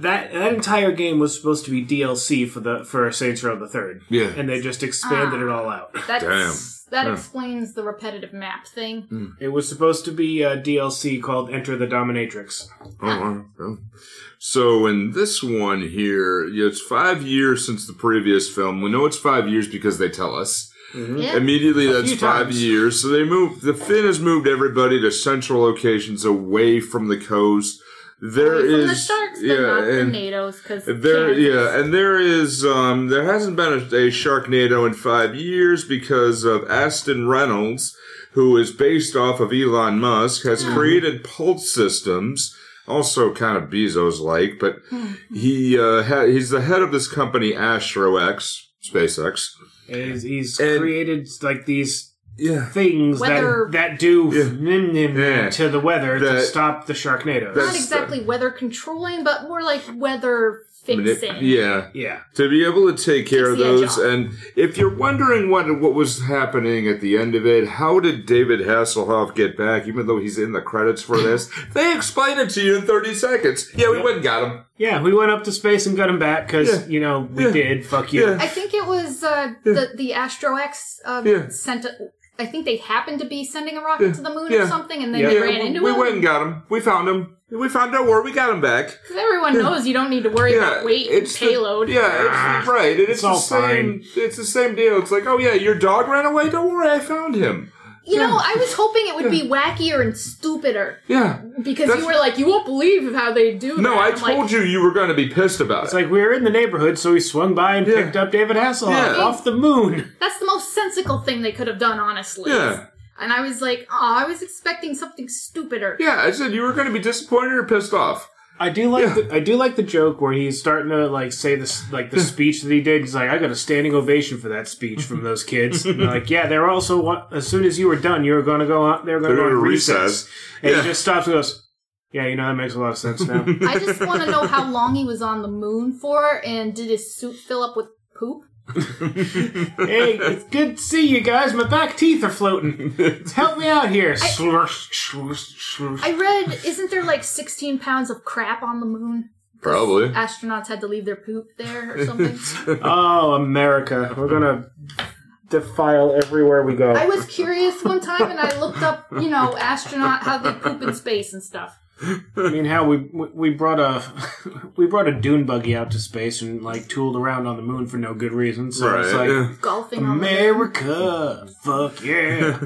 Speaker 2: that that entire game was supposed to be DLC for the for Saints Row the Third,
Speaker 1: Yeah.
Speaker 2: and they just
Speaker 3: Ah.
Speaker 2: expanded it all out.
Speaker 3: that's that
Speaker 1: Yeah.
Speaker 3: explains the repetitive map thing.
Speaker 2: It was supposed to be a DLC called Enter the Dominatrix.
Speaker 1: Oh, wow. Well, So in this one here, yeah, it's five years since the previous film. We know it's five years because they tell us.
Speaker 3: Yeah.
Speaker 1: Immediately, that's
Speaker 2: few
Speaker 1: five
Speaker 2: times.
Speaker 1: years. So they moved. The Finn has moved everybody to central locations away from the coast. There
Speaker 3: Away
Speaker 1: is
Speaker 3: from the sharks, yeah, not
Speaker 1: and-
Speaker 3: the NATO's because
Speaker 1: There, yeah, and there is, um, there hasn't been a, a Sharknado in five years because of Aston Reynolds, who is based off of Elon Musk, has
Speaker 3: Hmm.
Speaker 1: created pulse systems, also kind of Bezos-like, but
Speaker 3: Hmm.
Speaker 1: he uh, ha- he's the head of this company, AstroX, SpaceX.
Speaker 2: And he's, he's
Speaker 1: And-
Speaker 2: created like these
Speaker 1: Yeah,
Speaker 2: things
Speaker 3: Weather-
Speaker 2: that that do
Speaker 1: Yeah.
Speaker 2: nim- nim-
Speaker 1: Yeah.
Speaker 2: to the weather to
Speaker 1: That-
Speaker 2: stop the Sharknadoes.
Speaker 3: not
Speaker 1: that's-
Speaker 3: exactly weather controlling, but more like weather fixing.
Speaker 1: yeah.
Speaker 2: yeah,
Speaker 1: to be able to take care of
Speaker 3: Takes the edge
Speaker 1: those.
Speaker 3: off.
Speaker 1: And if you're wondering what what was happening at the end of it, how did David Hasselhoff get back? Even though he's in the credits for this, they explain it to you in 30 seconds. Yeah, we went and got him.
Speaker 2: yeah. We went up to space and got him back because
Speaker 1: Yeah.
Speaker 2: you know we
Speaker 1: Yeah.
Speaker 2: did. Fuck you.
Speaker 1: Yeah.
Speaker 3: I think it was uh, the the Astro X uh,
Speaker 1: Yeah.
Speaker 3: sent. A, I think they happened to be sending a rocket
Speaker 1: Yeah.
Speaker 3: to the moon
Speaker 1: Yeah.
Speaker 3: or something, and then
Speaker 2: Yeah.
Speaker 3: they
Speaker 1: Yeah,
Speaker 3: ran
Speaker 1: we-
Speaker 3: into
Speaker 1: we
Speaker 3: him.
Speaker 1: went and got him. We found him. We found out where we got him back.
Speaker 3: Because everyone knows you don't need to worry
Speaker 1: Yeah,
Speaker 3: about weight and
Speaker 1: the-
Speaker 3: payload. Ah,
Speaker 1: yeah, it's, right. And it's,
Speaker 2: all
Speaker 1: the same.
Speaker 2: fine.
Speaker 1: It's the same deal. It's like, oh yeah, your dog ran away. Don't worry, I found him.
Speaker 3: you
Speaker 1: yeah.
Speaker 3: know, I was hoping it would be wackier and stupider
Speaker 1: Yeah.
Speaker 3: because
Speaker 1: That's-
Speaker 3: you were like, you won't believe how they do.
Speaker 1: No,
Speaker 3: that.
Speaker 1: I
Speaker 3: I'm like,
Speaker 1: told you you were going to be pissed about
Speaker 2: It's
Speaker 1: it.
Speaker 2: like we were in the neighborhood, so we swung by and
Speaker 1: Yeah.
Speaker 2: picked up David
Speaker 1: Yeah.
Speaker 2: Hasselhoff off the moon.
Speaker 3: That's the most sensical thing they could have done, honestly.
Speaker 1: Yeah.
Speaker 3: And I was like, oh, I was expecting something stupider.
Speaker 1: Yeah, I said you were going to be disappointed or pissed off.
Speaker 2: I do like
Speaker 1: Yeah.
Speaker 2: the, I do like the joke where he's starting to like say this like the speech that he did. He's like, I got a standing ovation for that speech from those kids. And they're like, yeah, they're also wa- as soon as you were done, you were going to go on. They were going to
Speaker 1: They're
Speaker 2: go on
Speaker 1: gonna
Speaker 2: recess.
Speaker 1: recess.
Speaker 2: And
Speaker 1: Yeah.
Speaker 2: he just stops and goes, Yeah, you know that makes a lot of sense now.
Speaker 3: I just want to know how long he was on the moon for, and did his suit fill up with poop?
Speaker 2: hey, it's good to see you guys. My back teeth are floating. Help me out here. Slursh, slursh, slursh.
Speaker 3: I read, isn't there like 16 pounds of crap on the moon?
Speaker 1: Probably.
Speaker 3: Astronauts had to leave their poop there or something.
Speaker 2: oh, America, we're gonna defile everywhere we go.
Speaker 3: I was curious one time, and I looked up, you know, astronaut how they poop in space and stuff.
Speaker 2: I mean, how we we we brought a we brought a dune buggy out to space and like tooled around on the moon for no good reason. So it's like
Speaker 1: yeah.
Speaker 3: Golfing on the moon.
Speaker 2: America, fuck yeah!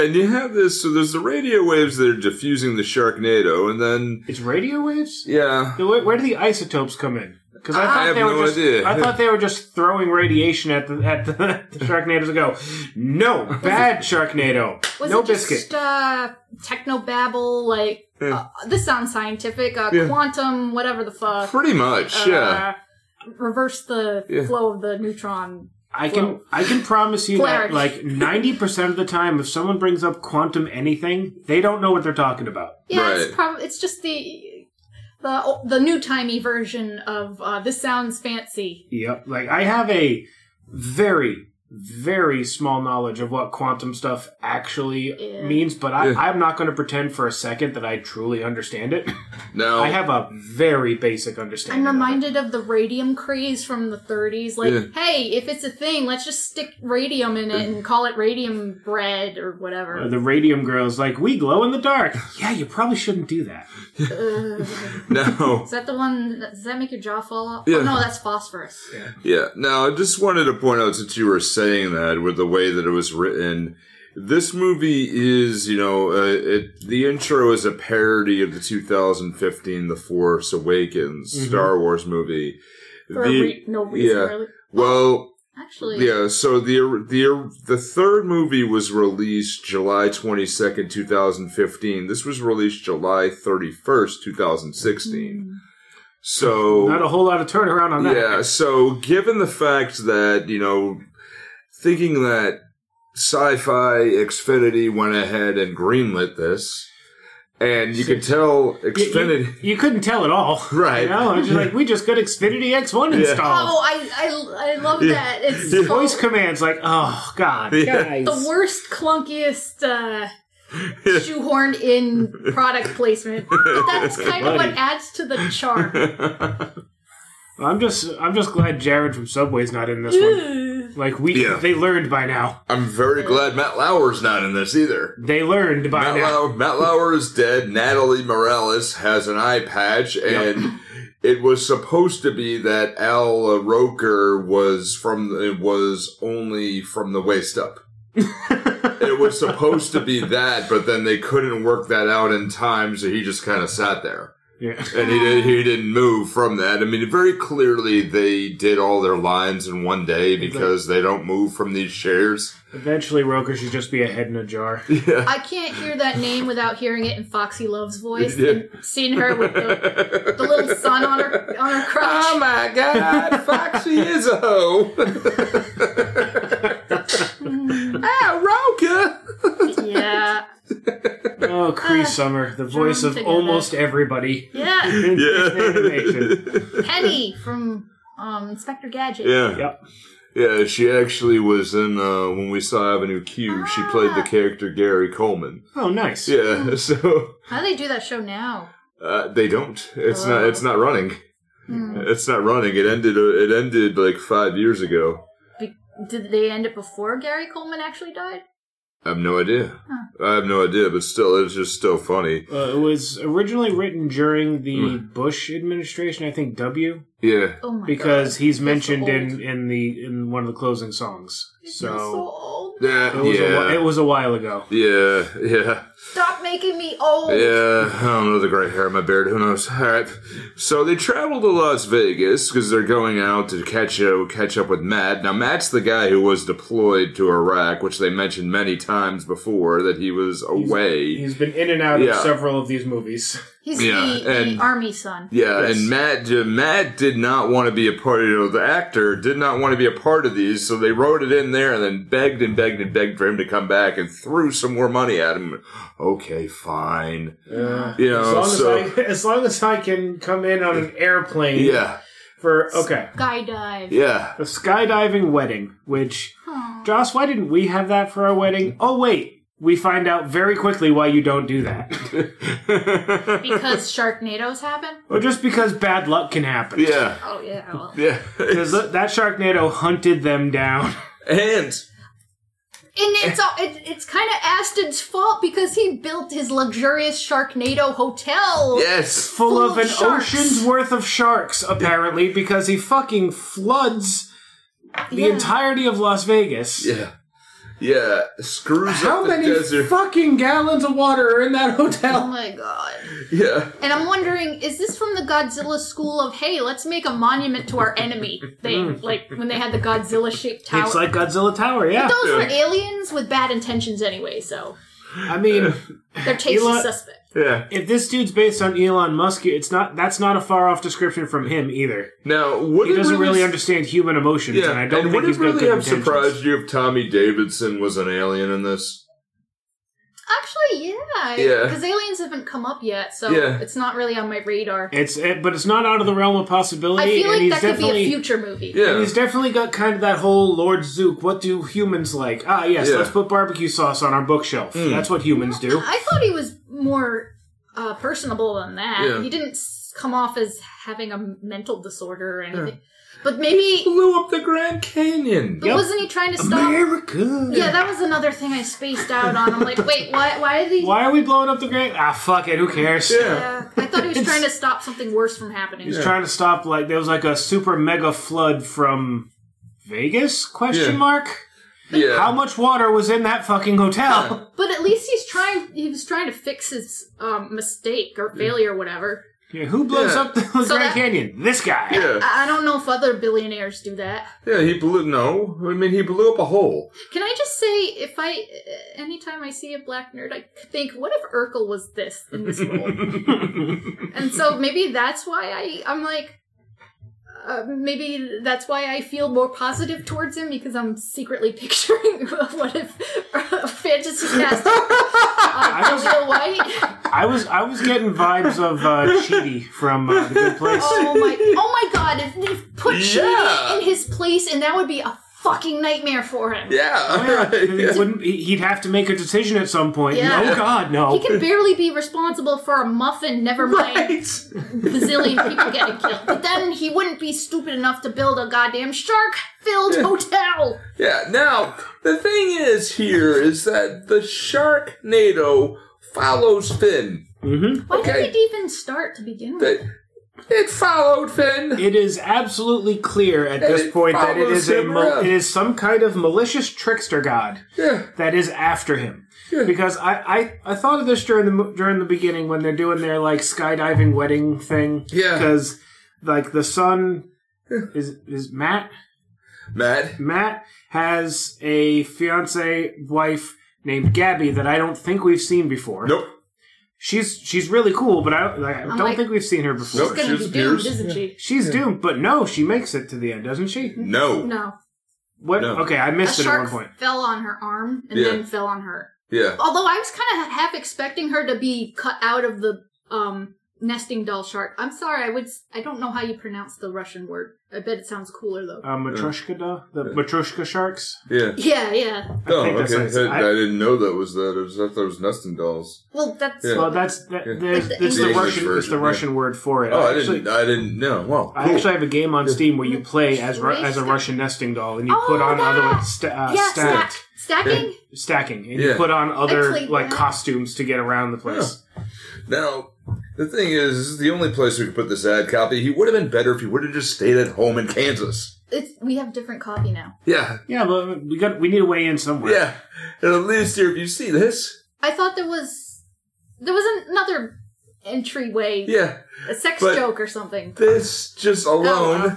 Speaker 1: And you have this, so there's the radio waves that are diffusing the Sharknado, and then,
Speaker 2: it's radio waves.
Speaker 1: yeah.
Speaker 2: Where, where do the isotopes come in? Because I thought
Speaker 1: have
Speaker 2: they were
Speaker 1: no
Speaker 2: just
Speaker 1: idea.
Speaker 2: I thought they were just throwing radiation at the at the, at the Sharknadoes and go, no bad Sharknado,
Speaker 3: Was
Speaker 2: no
Speaker 3: it just
Speaker 2: biscuit.
Speaker 3: uh, techno babble? Like uh, this sounds scientific. Uh,
Speaker 1: Yeah.
Speaker 3: Quantum, whatever the fuck.
Speaker 1: Pretty much, yeah.
Speaker 3: Uh, reverse the
Speaker 1: Yeah.
Speaker 3: flow of the neutron.
Speaker 2: I can I can promise you
Speaker 3: Flarage.
Speaker 2: that like ninety percent of the time, if someone brings up quantum anything, they don't know what they're talking about.
Speaker 3: Yeah,
Speaker 1: Right.
Speaker 3: it's probably it's just the the the new timey version of uh, this sounds fancy.
Speaker 2: Yep. Like I have a very, very small knowledge of what quantum stuff actually
Speaker 3: Yeah.
Speaker 2: means, but I,
Speaker 1: Yeah.
Speaker 2: I'm not going to pretend for a second that I truly understand it.
Speaker 1: Now,
Speaker 2: I have a very basic
Speaker 3: I'm
Speaker 2: understanding. of it.
Speaker 3: reminded of the radium craze from the 30s. Like,
Speaker 1: Yeah.
Speaker 3: hey, if it's a thing, let's just stick radium in it and call it radium bread or whatever.
Speaker 2: Uh, The radium girl's like, we glow in the dark. Yeah, you probably shouldn't do that.
Speaker 1: now,
Speaker 3: Is that the one? Does that make your jaw fall off?
Speaker 1: Yeah.
Speaker 3: Oh, no, that's phosphorus.
Speaker 1: yeah. Now, I just wanted to point out since you were saying that with the way that it was written. This movie is, you know, uh, it, the intro is a parody of the 2015 The Force Awakens
Speaker 2: Mhm.
Speaker 1: Star Wars movie.
Speaker 3: Mm-hmm. For
Speaker 1: The-
Speaker 3: a re- no reason,
Speaker 1: yeah.
Speaker 3: really.
Speaker 1: well,
Speaker 3: Actually,
Speaker 1: yeah. So the the the third movie was released July twenty second, two thousand fifteen. This was released July thirty first, two thousand sixteen.
Speaker 3: Mm.
Speaker 1: So
Speaker 2: Not a whole lot of turnaround on that.
Speaker 1: Oh. yeah. So given the fact that you know, thinking that sci-fi Xfinity went ahead and greenlit this, and you could tell
Speaker 2: You- you-
Speaker 1: Xfinity.
Speaker 2: You, couldn't tell at all.
Speaker 1: Right.
Speaker 2: You know, I was just like, we just got Xfinity X1
Speaker 1: Yeah.
Speaker 2: installed.
Speaker 3: Oh, I I, I love
Speaker 1: Yeah.
Speaker 3: that. It's
Speaker 1: Yeah.
Speaker 3: so-
Speaker 2: Voice commands, like, oh, God.
Speaker 1: Yeah.
Speaker 4: Guys.
Speaker 3: the worst, clunkiest, uh, shoehorned in product placement. But that's kind of what
Speaker 4: Buddy.
Speaker 3: adds to the charm.
Speaker 2: I'm just I'm just glad Jared from Subway's not in this one.
Speaker 3: Ugh.
Speaker 2: Like, we,
Speaker 1: Yeah.
Speaker 2: they learned by now.
Speaker 1: I'm very glad Matt Lauer's not in this either.
Speaker 2: They learned by
Speaker 1: Matt,
Speaker 2: now.
Speaker 1: Lauer, Matt Lauer is dead. Natalie Morales has an eye patch, and it was supposed to be that Al Roker was from it was only from the waist up. it was supposed to be that, but then they couldn't work that out in time, so he just kind of sat there
Speaker 2: Yeah.
Speaker 1: and he did, he didn't move from that. I mean, very clearly they did all their lines in one day because they don't move from these chairs.
Speaker 2: Eventually, Roker should just be a head in a jar.
Speaker 3: I can't hear that name without hearing it in Foxy Love's voice.
Speaker 1: Yeah.
Speaker 3: And seeing her with the, the little sun on her on her crotch.
Speaker 1: Oh my god, Foxy is a hoe. Um. ah, Roka!
Speaker 3: yeah,
Speaker 2: Oh, Cree Summer, the voice of
Speaker 3: Uh, together.
Speaker 2: almost everybody.
Speaker 3: yeah.
Speaker 2: in animation.
Speaker 1: Yeah.
Speaker 3: Penny from um, Inspector Gadget.
Speaker 1: yeah.
Speaker 2: Yep.
Speaker 1: Yeah, she actually was in, uh, when we saw Avenue Q, she played the character Gary Coleman.
Speaker 2: Oh, nice.
Speaker 1: Yeah, so,
Speaker 3: How do they do that show now?
Speaker 1: uh, they don't. It's not, it's not running.
Speaker 3: Hmm.
Speaker 1: It's not running. It ended, uh, it ended like five years ago.
Speaker 3: Be- did they end it before Gary Coleman actually died?
Speaker 1: I have no idea. I have no idea, but still, it's just still funny.
Speaker 2: Uh, it was originally written during the
Speaker 1: Hmm.
Speaker 2: Bush administration, I think W,
Speaker 1: Yeah.
Speaker 3: Oh my
Speaker 2: because
Speaker 3: God.
Speaker 2: he's
Speaker 3: so
Speaker 2: mentioned in,
Speaker 3: old.
Speaker 2: in the in one of the closing songs. So
Speaker 3: old.
Speaker 1: Yeah.
Speaker 2: it was, a, whi-
Speaker 1: yeah.
Speaker 2: it was a while ago.
Speaker 1: yeah. Yeah.
Speaker 3: Stop making me old.
Speaker 1: Yeah, I don't know the gray hair in my beard. Who knows? All right. So they travel to Las Vegas because they're going out to catch uh, catch up with Matt. Now Matt's the guy who was deployed to Iraq, which they mentioned many times before that he was away.
Speaker 2: He's been in and out
Speaker 1: Yeah.
Speaker 2: of several of these movies.
Speaker 3: He's
Speaker 1: Yeah,
Speaker 3: the,
Speaker 1: and-
Speaker 3: the army son.
Speaker 1: yeah,
Speaker 2: Yes.
Speaker 1: and Matt uh, Matt did not want to be a part of you know, the actor did not want to be a part of these, so they wrote it in there and then begged and begged and begged for him to come back and threw some more money at him. Okay, fine.
Speaker 2: Uh,
Speaker 1: You know,
Speaker 2: as, long
Speaker 1: so
Speaker 2: as, I, as long as I can come in on an airplane
Speaker 1: yeah,
Speaker 2: for okay,
Speaker 3: Skydive.
Speaker 1: yeah.
Speaker 2: a skydiving wedding. Which, Joss, why didn't we have that for our wedding?
Speaker 1: Mm-hmm.
Speaker 2: Oh wait, we find out very quickly why you don't do that.
Speaker 3: Because Sharknadoes happen?
Speaker 2: Or just because bad luck can happen.
Speaker 1: Yeah.
Speaker 3: Oh, yeah. Well.
Speaker 1: Yeah.
Speaker 2: Because that Sharknado hunted them down.
Speaker 1: and
Speaker 3: And it's all, it, it's kind of Aston's fault because he built his luxurious Sharknado hotel.
Speaker 1: yes.
Speaker 2: Full,
Speaker 3: Full
Speaker 2: of
Speaker 3: of
Speaker 2: an
Speaker 3: sharks.
Speaker 2: ocean's worth of sharks, apparently, because he fucking floods the
Speaker 3: Yeah.
Speaker 2: entirety of Las Vegas.
Speaker 1: Yeah. Yeah. Screws
Speaker 2: How
Speaker 1: up the
Speaker 2: many
Speaker 1: desert.
Speaker 2: fucking gallons of water are in that
Speaker 3: Oh
Speaker 2: hotel?
Speaker 3: my god.
Speaker 1: yeah.
Speaker 3: And I'm wondering, is this from the Godzilla school of, hey, let's make a monument to our enemy thing? like when they had the Godzilla shaped tower.
Speaker 2: It's like Godzilla Tower, yeah.
Speaker 3: Those were aliens with bad intentions anyway, so
Speaker 2: I mean,
Speaker 3: their taste
Speaker 2: Elon-
Speaker 3: is suspect.
Speaker 1: Yeah.
Speaker 2: if this dude's based on Elon Musk, it's not that's not a far off description from him either.
Speaker 1: Now, would
Speaker 2: He doesn't really
Speaker 1: understand.
Speaker 2: understand human emotions,
Speaker 1: Yeah.
Speaker 2: and I don't
Speaker 1: and
Speaker 2: think
Speaker 1: would
Speaker 2: he's
Speaker 1: it
Speaker 2: got
Speaker 1: really
Speaker 2: good
Speaker 1: have
Speaker 2: intentions.
Speaker 1: surprised you if Tommy Davidson was an alien in this?
Speaker 3: Actually, yeah.
Speaker 1: Yeah.
Speaker 3: Because aliens haven't come up yet, so
Speaker 1: Yeah.
Speaker 3: it's not really on my radar.
Speaker 2: It's it, but it's not out of the realm of possibility.
Speaker 3: I feel
Speaker 2: and
Speaker 3: like
Speaker 2: he's
Speaker 3: that could be
Speaker 2: definitely-
Speaker 3: a future movie.
Speaker 1: Yeah.
Speaker 2: He's definitely got kind of that whole Lord Zook. What do humans like? Ah, yes,
Speaker 1: Yeah. Hmm.
Speaker 2: let's put barbecue sauce on our bookshelf. That's what humans do.
Speaker 3: I thought he was more uh, personable than that.
Speaker 1: Yeah.
Speaker 3: He didn't s- come off as having a mental disorder or anything. But maybe
Speaker 1: Blew up the Grand Canyon.
Speaker 3: but wasn't he trying to stop?
Speaker 2: America.
Speaker 3: Yeah, that was another thing I spaced out on. I'm like, wait, why? Why did he?
Speaker 2: Why are we blowing up the Grand? Ah, fuck it. Who cares?
Speaker 1: Yeah.
Speaker 3: Yeah, I thought he was trying to stop something worse from happening.
Speaker 2: He's trying to stop like there was like a super mega flood from Vegas? Question
Speaker 1: Yeah.
Speaker 2: mark.
Speaker 1: Yeah.
Speaker 2: How much water was in that fucking hotel?
Speaker 3: But at least he's trying. He was trying to fix his um, mistake or failure, or whatever.
Speaker 2: Yeah, who blows
Speaker 1: Yeah.
Speaker 2: up the Grand
Speaker 3: that-
Speaker 2: Canyon? This guy.
Speaker 1: yeah.
Speaker 3: I I don't know if other billionaires do that.
Speaker 1: Yeah, he blew no. I mean he blew up a hole.
Speaker 3: Can I just say, if I, uh, anytime I see a black nerd, I think, what if Urkel was this in this role? and so maybe that's why I, I'm like, uh, maybe that's why I feel more positive towards him because I'm secretly picturing what if a fantasy cast uh,
Speaker 2: was-
Speaker 3: Leo White.
Speaker 2: I was I was getting vibes of uh, Chidi from uh, The Good Place.
Speaker 3: Oh my! Oh my God! If they put
Speaker 1: Yeah.
Speaker 3: Cheetah in his place, and that would be a fucking nightmare for him.
Speaker 1: Yeah.
Speaker 2: He wouldn't, he- he'd have to make a decision at some point.
Speaker 3: Yeah.
Speaker 2: Oh God, no!
Speaker 3: He can barely be responsible for a muffin, never mind bazillion people getting killed. But then he wouldn't be stupid enough to build a goddamn shark filled hotel.
Speaker 1: Yeah. Now the thing is here is that the Sharknado follows Finn.
Speaker 3: Why
Speaker 1: Okay.
Speaker 3: did it even start to begin with?
Speaker 1: That it followed Finn.
Speaker 2: It is absolutely clear at this
Speaker 1: it
Speaker 2: point that it
Speaker 1: follows
Speaker 2: is a
Speaker 1: him
Speaker 2: mal-
Speaker 1: around.
Speaker 2: it is some kind of malicious trickster god
Speaker 1: Yeah.
Speaker 2: that is after him. Because I, I, I thought of this during the mo- during the beginning when they're doing their like skydiving wedding thing.
Speaker 1: Yeah.
Speaker 2: Because like the son is is Matt
Speaker 1: Matt.
Speaker 2: Matt has a fiance wife named Gabby that I don't think we've seen before.
Speaker 1: Nope.
Speaker 2: She's she's really cool, but I don't, I don't
Speaker 3: like-
Speaker 2: think we've seen her before.
Speaker 1: Nope.
Speaker 3: She's gonna
Speaker 1: she
Speaker 3: be doomed,
Speaker 1: disappears.
Speaker 3: isn't she?
Speaker 2: She's doomed, but no, she makes it to the end, doesn't she?
Speaker 1: No.
Speaker 3: No.
Speaker 2: What?
Speaker 1: No.
Speaker 2: Okay, I
Speaker 3: A
Speaker 2: missed it at one
Speaker 3: shark
Speaker 2: point.
Speaker 3: fell on her arm and
Speaker 1: Yeah.
Speaker 3: then fell on her.
Speaker 1: Yeah.
Speaker 3: Although I was kind of half expecting her to be cut out of the um nesting doll shark. I'm sorry, I would s- I don't know how you pronounce the Russian word. I bet it sounds cooler though.
Speaker 2: Uh, Matryoshka, duh? the Matryoshka sharks.
Speaker 1: Yeah.
Speaker 3: yeah, yeah.
Speaker 2: I
Speaker 1: oh,
Speaker 2: think that's
Speaker 1: okay.
Speaker 2: what it's-
Speaker 1: I,
Speaker 2: I-
Speaker 1: I didn't know that was that. I was- I thought it was nesting dolls.
Speaker 3: Well, that's
Speaker 1: Yeah.
Speaker 2: Well, that's that,
Speaker 1: Yeah.
Speaker 2: there's,
Speaker 3: Like the
Speaker 2: it's the
Speaker 1: English
Speaker 2: Russian it's
Speaker 1: version,
Speaker 2: the
Speaker 1: yeah.
Speaker 2: Russian word for it.
Speaker 1: Oh,
Speaker 2: I
Speaker 1: I
Speaker 2: actually,
Speaker 1: didn't. I didn't know. Wow.
Speaker 2: I actually have a game on Steam where you play as Ru- as a
Speaker 3: Matryoshka.
Speaker 2: Russian nesting doll, and you
Speaker 3: Oh,
Speaker 2: put on
Speaker 3: that!
Speaker 2: other sta- uh,
Speaker 3: yeah,
Speaker 2: stack,
Speaker 3: stack, stacking.
Speaker 2: stacking, and you
Speaker 1: Yeah.
Speaker 2: put on other
Speaker 3: played
Speaker 2: like
Speaker 3: that.
Speaker 2: costumes to get around the place.
Speaker 1: Now, the thing is, this is the only place we could put this ad copy. He would have been better if he would have just stayed at home in Kansas.
Speaker 3: It's, we have different coffee now.
Speaker 1: Yeah,
Speaker 2: Yeah, but we got we need a way in somewhere.
Speaker 1: yeah. And at least here, if you see this,
Speaker 3: I thought there was there was another entryway,
Speaker 1: yeah,
Speaker 3: a sex
Speaker 1: but-
Speaker 3: joke or something.
Speaker 1: this just alone,
Speaker 3: wow.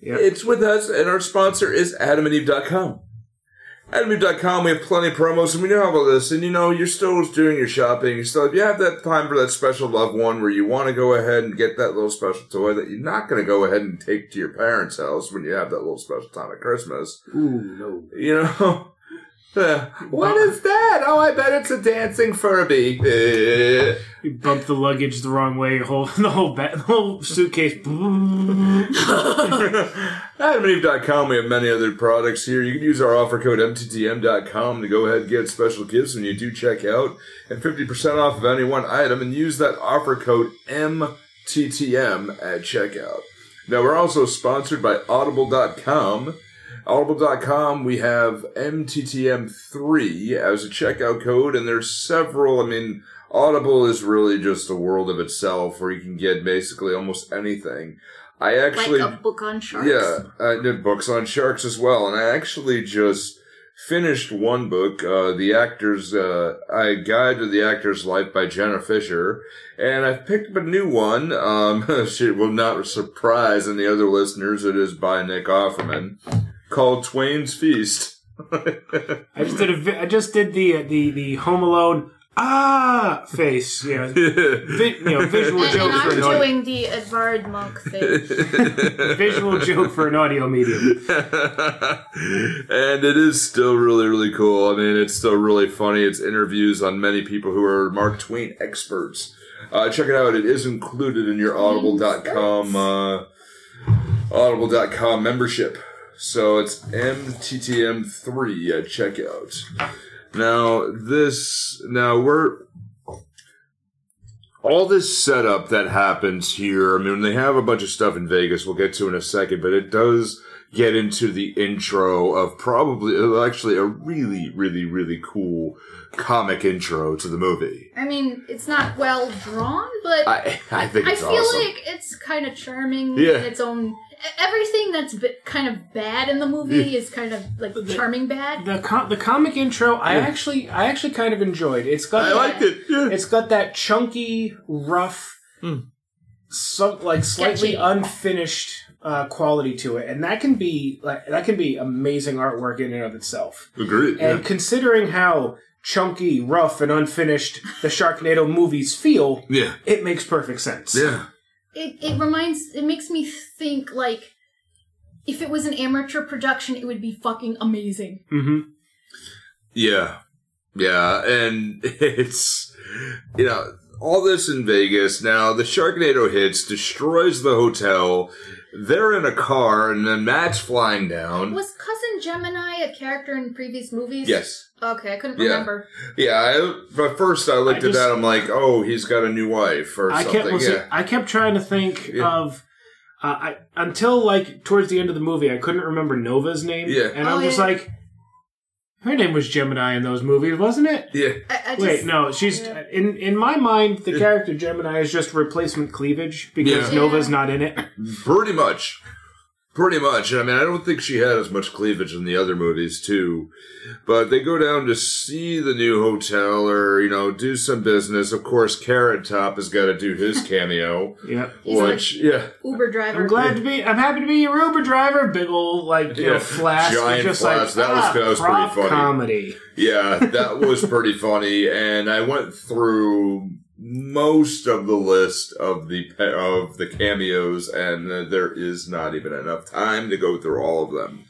Speaker 2: Yeah.
Speaker 1: it's with us, and our sponsor is AdamandEve.com. AdamandEve.com, we have plenty of promos, and we know how about this. And you know, you're still doing your shopping. You still, if you have that time for that special loved one where you want to go ahead and get that little special toy that you're not going to go ahead and take to your parents' house when you have that little special time at Christmas.
Speaker 2: Ooh no.
Speaker 1: You know? Uh, what is that? Oh, I bet it's a dancing Furby. Uh,
Speaker 2: You bump the luggage the wrong way, your whole the whole ba- the whole suitcase.
Speaker 1: AdamandEve.com, we have many other products here. You can use our offer code MTTM.com to go ahead and get special gifts when you do check out and 50% off of any one item and use that offer code MTTM at checkout. Now, we're also sponsored by Audible.com. Audible.com, we have MTTM3 as a checkout code, and there's several. I mean, Audible is really just a world of itself where you can get basically almost anything. I actually.
Speaker 3: like a book on sharks.
Speaker 1: Yeah, I did books on sharks as well, and I actually just finished one book, uh, the actors, uh, I guide to the actor's life by Jenna Fisher, and I've picked up a new one. Um, she will not surprise any other listeners. It is by Nick Offerman, called Twain's Feast.
Speaker 2: I just did a vi- I just did the uh, the the Home Alone ah face. You know, vi- you know visual
Speaker 3: And, and
Speaker 2: joke for
Speaker 3: I'm
Speaker 2: an audio,
Speaker 3: doing the Edvard Monk thing.
Speaker 2: visual joke for an audio medium.
Speaker 1: and it is still really, really cool. I mean, it's still really funny. It's interviews on many people who are Mark Twain experts. Uh, check it out. It is included in your audible.com, uh, audible.com membership. So it's MTTM3 at checkout. Now, this, now we're, all this setup that happens here, I mean, they have a bunch of stuff in Vegas we'll get to in a second, but it does get into the intro of probably, uh, actually, a really, really, really cool comic intro to the movie.
Speaker 3: I mean, it's not well drawn, but I,
Speaker 1: I, I think it's
Speaker 3: feel
Speaker 1: awesome.
Speaker 3: like it's kind of charming
Speaker 1: Yeah.
Speaker 3: in its own everything that's b- kind of bad in the movie is kind of like charming bad.
Speaker 2: The com- the comic intro, I actually I actually kind of enjoyed. It's got
Speaker 1: I liked it. Yeah.
Speaker 2: It's got that chunky, rough,
Speaker 1: Hmm.
Speaker 2: some like slightly
Speaker 3: Sketchy.
Speaker 2: unfinished uh, quality to it, and that can be like that can be amazing artwork in and of itself.
Speaker 1: Agreed.
Speaker 2: And
Speaker 1: yeah.
Speaker 2: considering how chunky, rough, and unfinished the Sharknado movies feel,
Speaker 1: yeah.
Speaker 2: it makes perfect sense.
Speaker 1: Yeah.
Speaker 3: It it reminds it makes me think like if it was an amateur production, it would be fucking amazing.
Speaker 2: hmm
Speaker 1: Yeah. Yeah. And it's, you know, all this in Vegas. Now, the Sharknado hits, destroys the hotel. They're in a car, and then Matt's flying down.
Speaker 3: Was cousin Gemini a character in previous movies?
Speaker 1: Yes.
Speaker 3: Okay, I couldn't
Speaker 1: Yeah.
Speaker 3: remember.
Speaker 1: Yeah. I, but first, I looked
Speaker 2: I
Speaker 1: at
Speaker 2: just-
Speaker 1: that. I'm like, oh, he's got a new wife or
Speaker 2: I
Speaker 1: something.
Speaker 2: kept listen-
Speaker 1: yeah.
Speaker 2: I kept trying to think
Speaker 1: Yeah.
Speaker 2: of uh, I until like towards the end of the movie I couldn't remember Nova's name.
Speaker 1: Yeah.
Speaker 2: And
Speaker 3: Oh,
Speaker 2: I was
Speaker 3: yeah.
Speaker 2: like her name was Gemini in those movies, wasn't it?
Speaker 1: Yeah.
Speaker 3: I, I just,
Speaker 2: Wait, no, she's
Speaker 3: Yeah.
Speaker 2: in in my mind the
Speaker 1: Yeah.
Speaker 2: character Gemini is just replacement cleavage because
Speaker 1: Yeah.
Speaker 2: Nova's
Speaker 3: Yeah.
Speaker 2: not in it.
Speaker 1: Pretty much. Pretty much. I mean, I don't think she had as much cleavage in the other movies, too. But they go down to see the new hotel or, you know, do some business. Of course, Carrot Top has got to do his cameo,
Speaker 2: Yep.
Speaker 3: He's like-
Speaker 1: which, yeah.
Speaker 3: Uber driver.
Speaker 2: I'm glad to be. I'm happy to be your Uber driver. Big old like you
Speaker 1: Yeah.
Speaker 2: know, flash,
Speaker 1: Giant
Speaker 2: just
Speaker 1: flash.
Speaker 2: like
Speaker 1: That was-
Speaker 2: ah,
Speaker 1: that was pretty
Speaker 2: prop
Speaker 1: funny.
Speaker 2: comedy.
Speaker 1: Yeah, that was pretty funny. And I went through most of the list of the pe- of the cameos, and uh, there is not even enough time to go through all of them.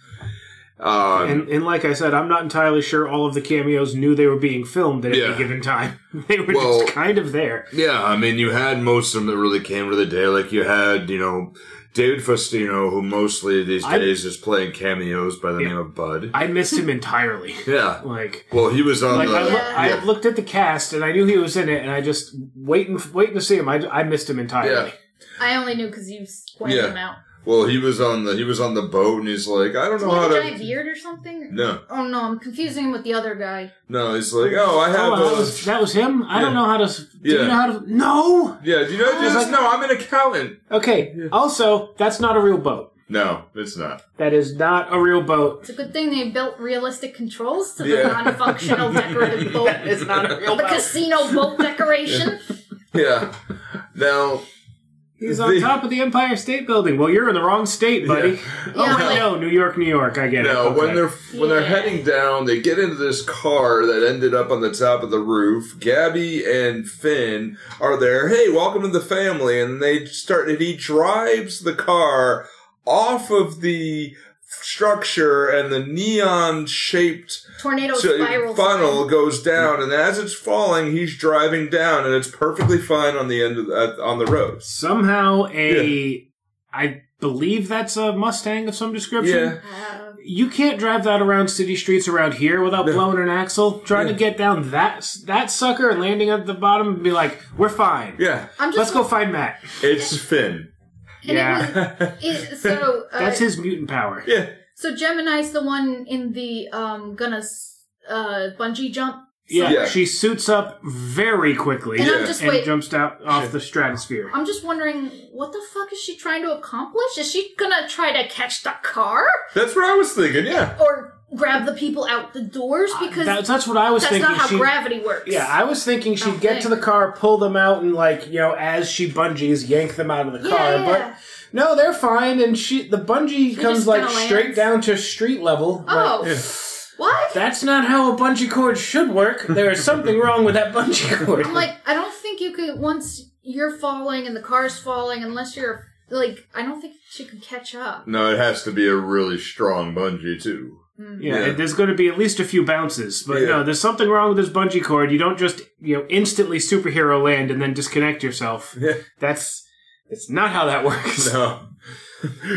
Speaker 1: Um,
Speaker 2: And, and like I said, I'm not entirely sure all of the cameos knew they were being filmed at
Speaker 1: Yeah.
Speaker 2: any given time. They were
Speaker 1: Well-
Speaker 2: just kind of there.
Speaker 1: Yeah, I mean, you had most of them that really came to the day. Like you had, you know, David Faustino, who mostly these
Speaker 2: I-
Speaker 1: days is playing cameos by the name of Bud.
Speaker 2: I missed him entirely.
Speaker 1: Yeah.
Speaker 2: Like,
Speaker 1: Well, he was on
Speaker 2: like
Speaker 1: the.
Speaker 2: I, loo-
Speaker 3: Yeah.
Speaker 2: I had looked at the cast and I knew he was in it, and I just waiting waiting to see him. I, I missed him entirely.
Speaker 1: Yeah.
Speaker 3: I only knew because you squinted
Speaker 1: Yeah.
Speaker 3: him out.
Speaker 1: Well, he was on the. He was on the boat, and he's like, I don't
Speaker 3: Does
Speaker 1: know
Speaker 3: he
Speaker 1: how
Speaker 3: have a giant
Speaker 1: to.
Speaker 3: beard or something?
Speaker 1: No,
Speaker 3: Oh no, I'm confusing him with the other guy.
Speaker 1: no. He's like, oh, I have.
Speaker 2: Oh, that
Speaker 1: a,
Speaker 2: was that was him. I don't
Speaker 1: Yeah.
Speaker 2: know how to. s- Do
Speaker 1: Yeah.
Speaker 2: you know how to? No.
Speaker 1: yeah. Do you know? Just,
Speaker 2: like-
Speaker 1: no, I'm an accountant.
Speaker 2: Okay. Also, that's not a real boat.
Speaker 1: No, it's not.
Speaker 2: That is not a real boat.
Speaker 3: It's a good thing they built realistic controls to the
Speaker 1: Yeah.
Speaker 3: non-functional decorative boat.
Speaker 2: It's not a real
Speaker 3: the
Speaker 2: boat.
Speaker 3: casino boat decoration.
Speaker 1: Yeah. Now,
Speaker 2: He's on
Speaker 1: The-
Speaker 2: top of the Empire State Building. Well, you're in the wrong state, buddy. Oh
Speaker 3: Yeah,
Speaker 2: wait,
Speaker 3: like-
Speaker 2: no, New York, New York. I get
Speaker 1: No,
Speaker 2: it. Okay.
Speaker 1: when they're when they're
Speaker 3: Yeah.
Speaker 1: heading down, they get into this car that ended up on the top of the roof. Gabby and Finn are there. Hey, welcome to the family, and they start. And he drives the car off of the structure, and the neon shaped
Speaker 3: Tornado
Speaker 1: funnel
Speaker 3: Oh, spiral.
Speaker 1: goes down. And as it's falling, he's driving down, and it's perfectly fine on the end of the, on the road.
Speaker 2: somehow a, I believe that's a Mustang of some description.
Speaker 1: Yeah.
Speaker 3: Uh,
Speaker 2: You can't drive that around city streets around here without
Speaker 1: No.
Speaker 2: blowing an axle. Trying
Speaker 1: Yeah.
Speaker 2: to get down that that sucker and landing at the bottom and be like, "We're fine.
Speaker 1: Yeah,
Speaker 3: I'm
Speaker 2: Let's
Speaker 3: just.
Speaker 2: go find Matt."
Speaker 1: it's Finn.
Speaker 3: and it
Speaker 2: yeah.
Speaker 3: was- it- so uh,
Speaker 2: That's his mutant power.
Speaker 1: Yeah,
Speaker 3: So Gemini's the one in the um gonna s- uh bungee jump.
Speaker 2: Yeah.
Speaker 1: Yeah.
Speaker 2: she suits up very quickly
Speaker 3: And
Speaker 1: Yeah.
Speaker 3: I'm just
Speaker 2: and
Speaker 3: wait. Um,
Speaker 2: jumps out off the stratosphere.
Speaker 3: I'm just wondering what the fuck is she trying to accomplish? Is she gonna try to catch the car
Speaker 1: that's what I was thinking. Yeah,
Speaker 3: or grab the people out the doors? Because
Speaker 2: Uh, That's, that's what I was
Speaker 3: that's
Speaker 2: thinking.
Speaker 3: not how
Speaker 2: she,
Speaker 3: gravity works. Oh,
Speaker 2: Yeah, I was thinking she'd
Speaker 3: Don't
Speaker 2: get
Speaker 3: think.
Speaker 2: to the car, pull them out, and like you know, as she bungees, yank them out of the
Speaker 3: Yeah,
Speaker 2: car.
Speaker 3: yeah.
Speaker 2: But no, they're fine, and she the bungee comes
Speaker 3: just
Speaker 2: like
Speaker 3: kinda
Speaker 2: straight
Speaker 3: lands.
Speaker 2: down to street level.
Speaker 3: Oh,
Speaker 2: Like,
Speaker 3: what?
Speaker 2: that's not how a bungee cord should work. There is something wrong with that bungee cord.
Speaker 3: I'm like, I don't think you could once you're falling and the car's falling unless you're like, I don't think she could catch up.
Speaker 1: no, it has to be a really strong bungee too.
Speaker 2: yeah,
Speaker 1: Yeah.
Speaker 2: there's going to be at least a few bounces, but
Speaker 1: Yeah.
Speaker 2: no, there's something wrong with this bungee cord. You don't just you know instantly superhero land and then disconnect yourself.
Speaker 1: Yeah.
Speaker 2: That's it's not how that works.
Speaker 1: No.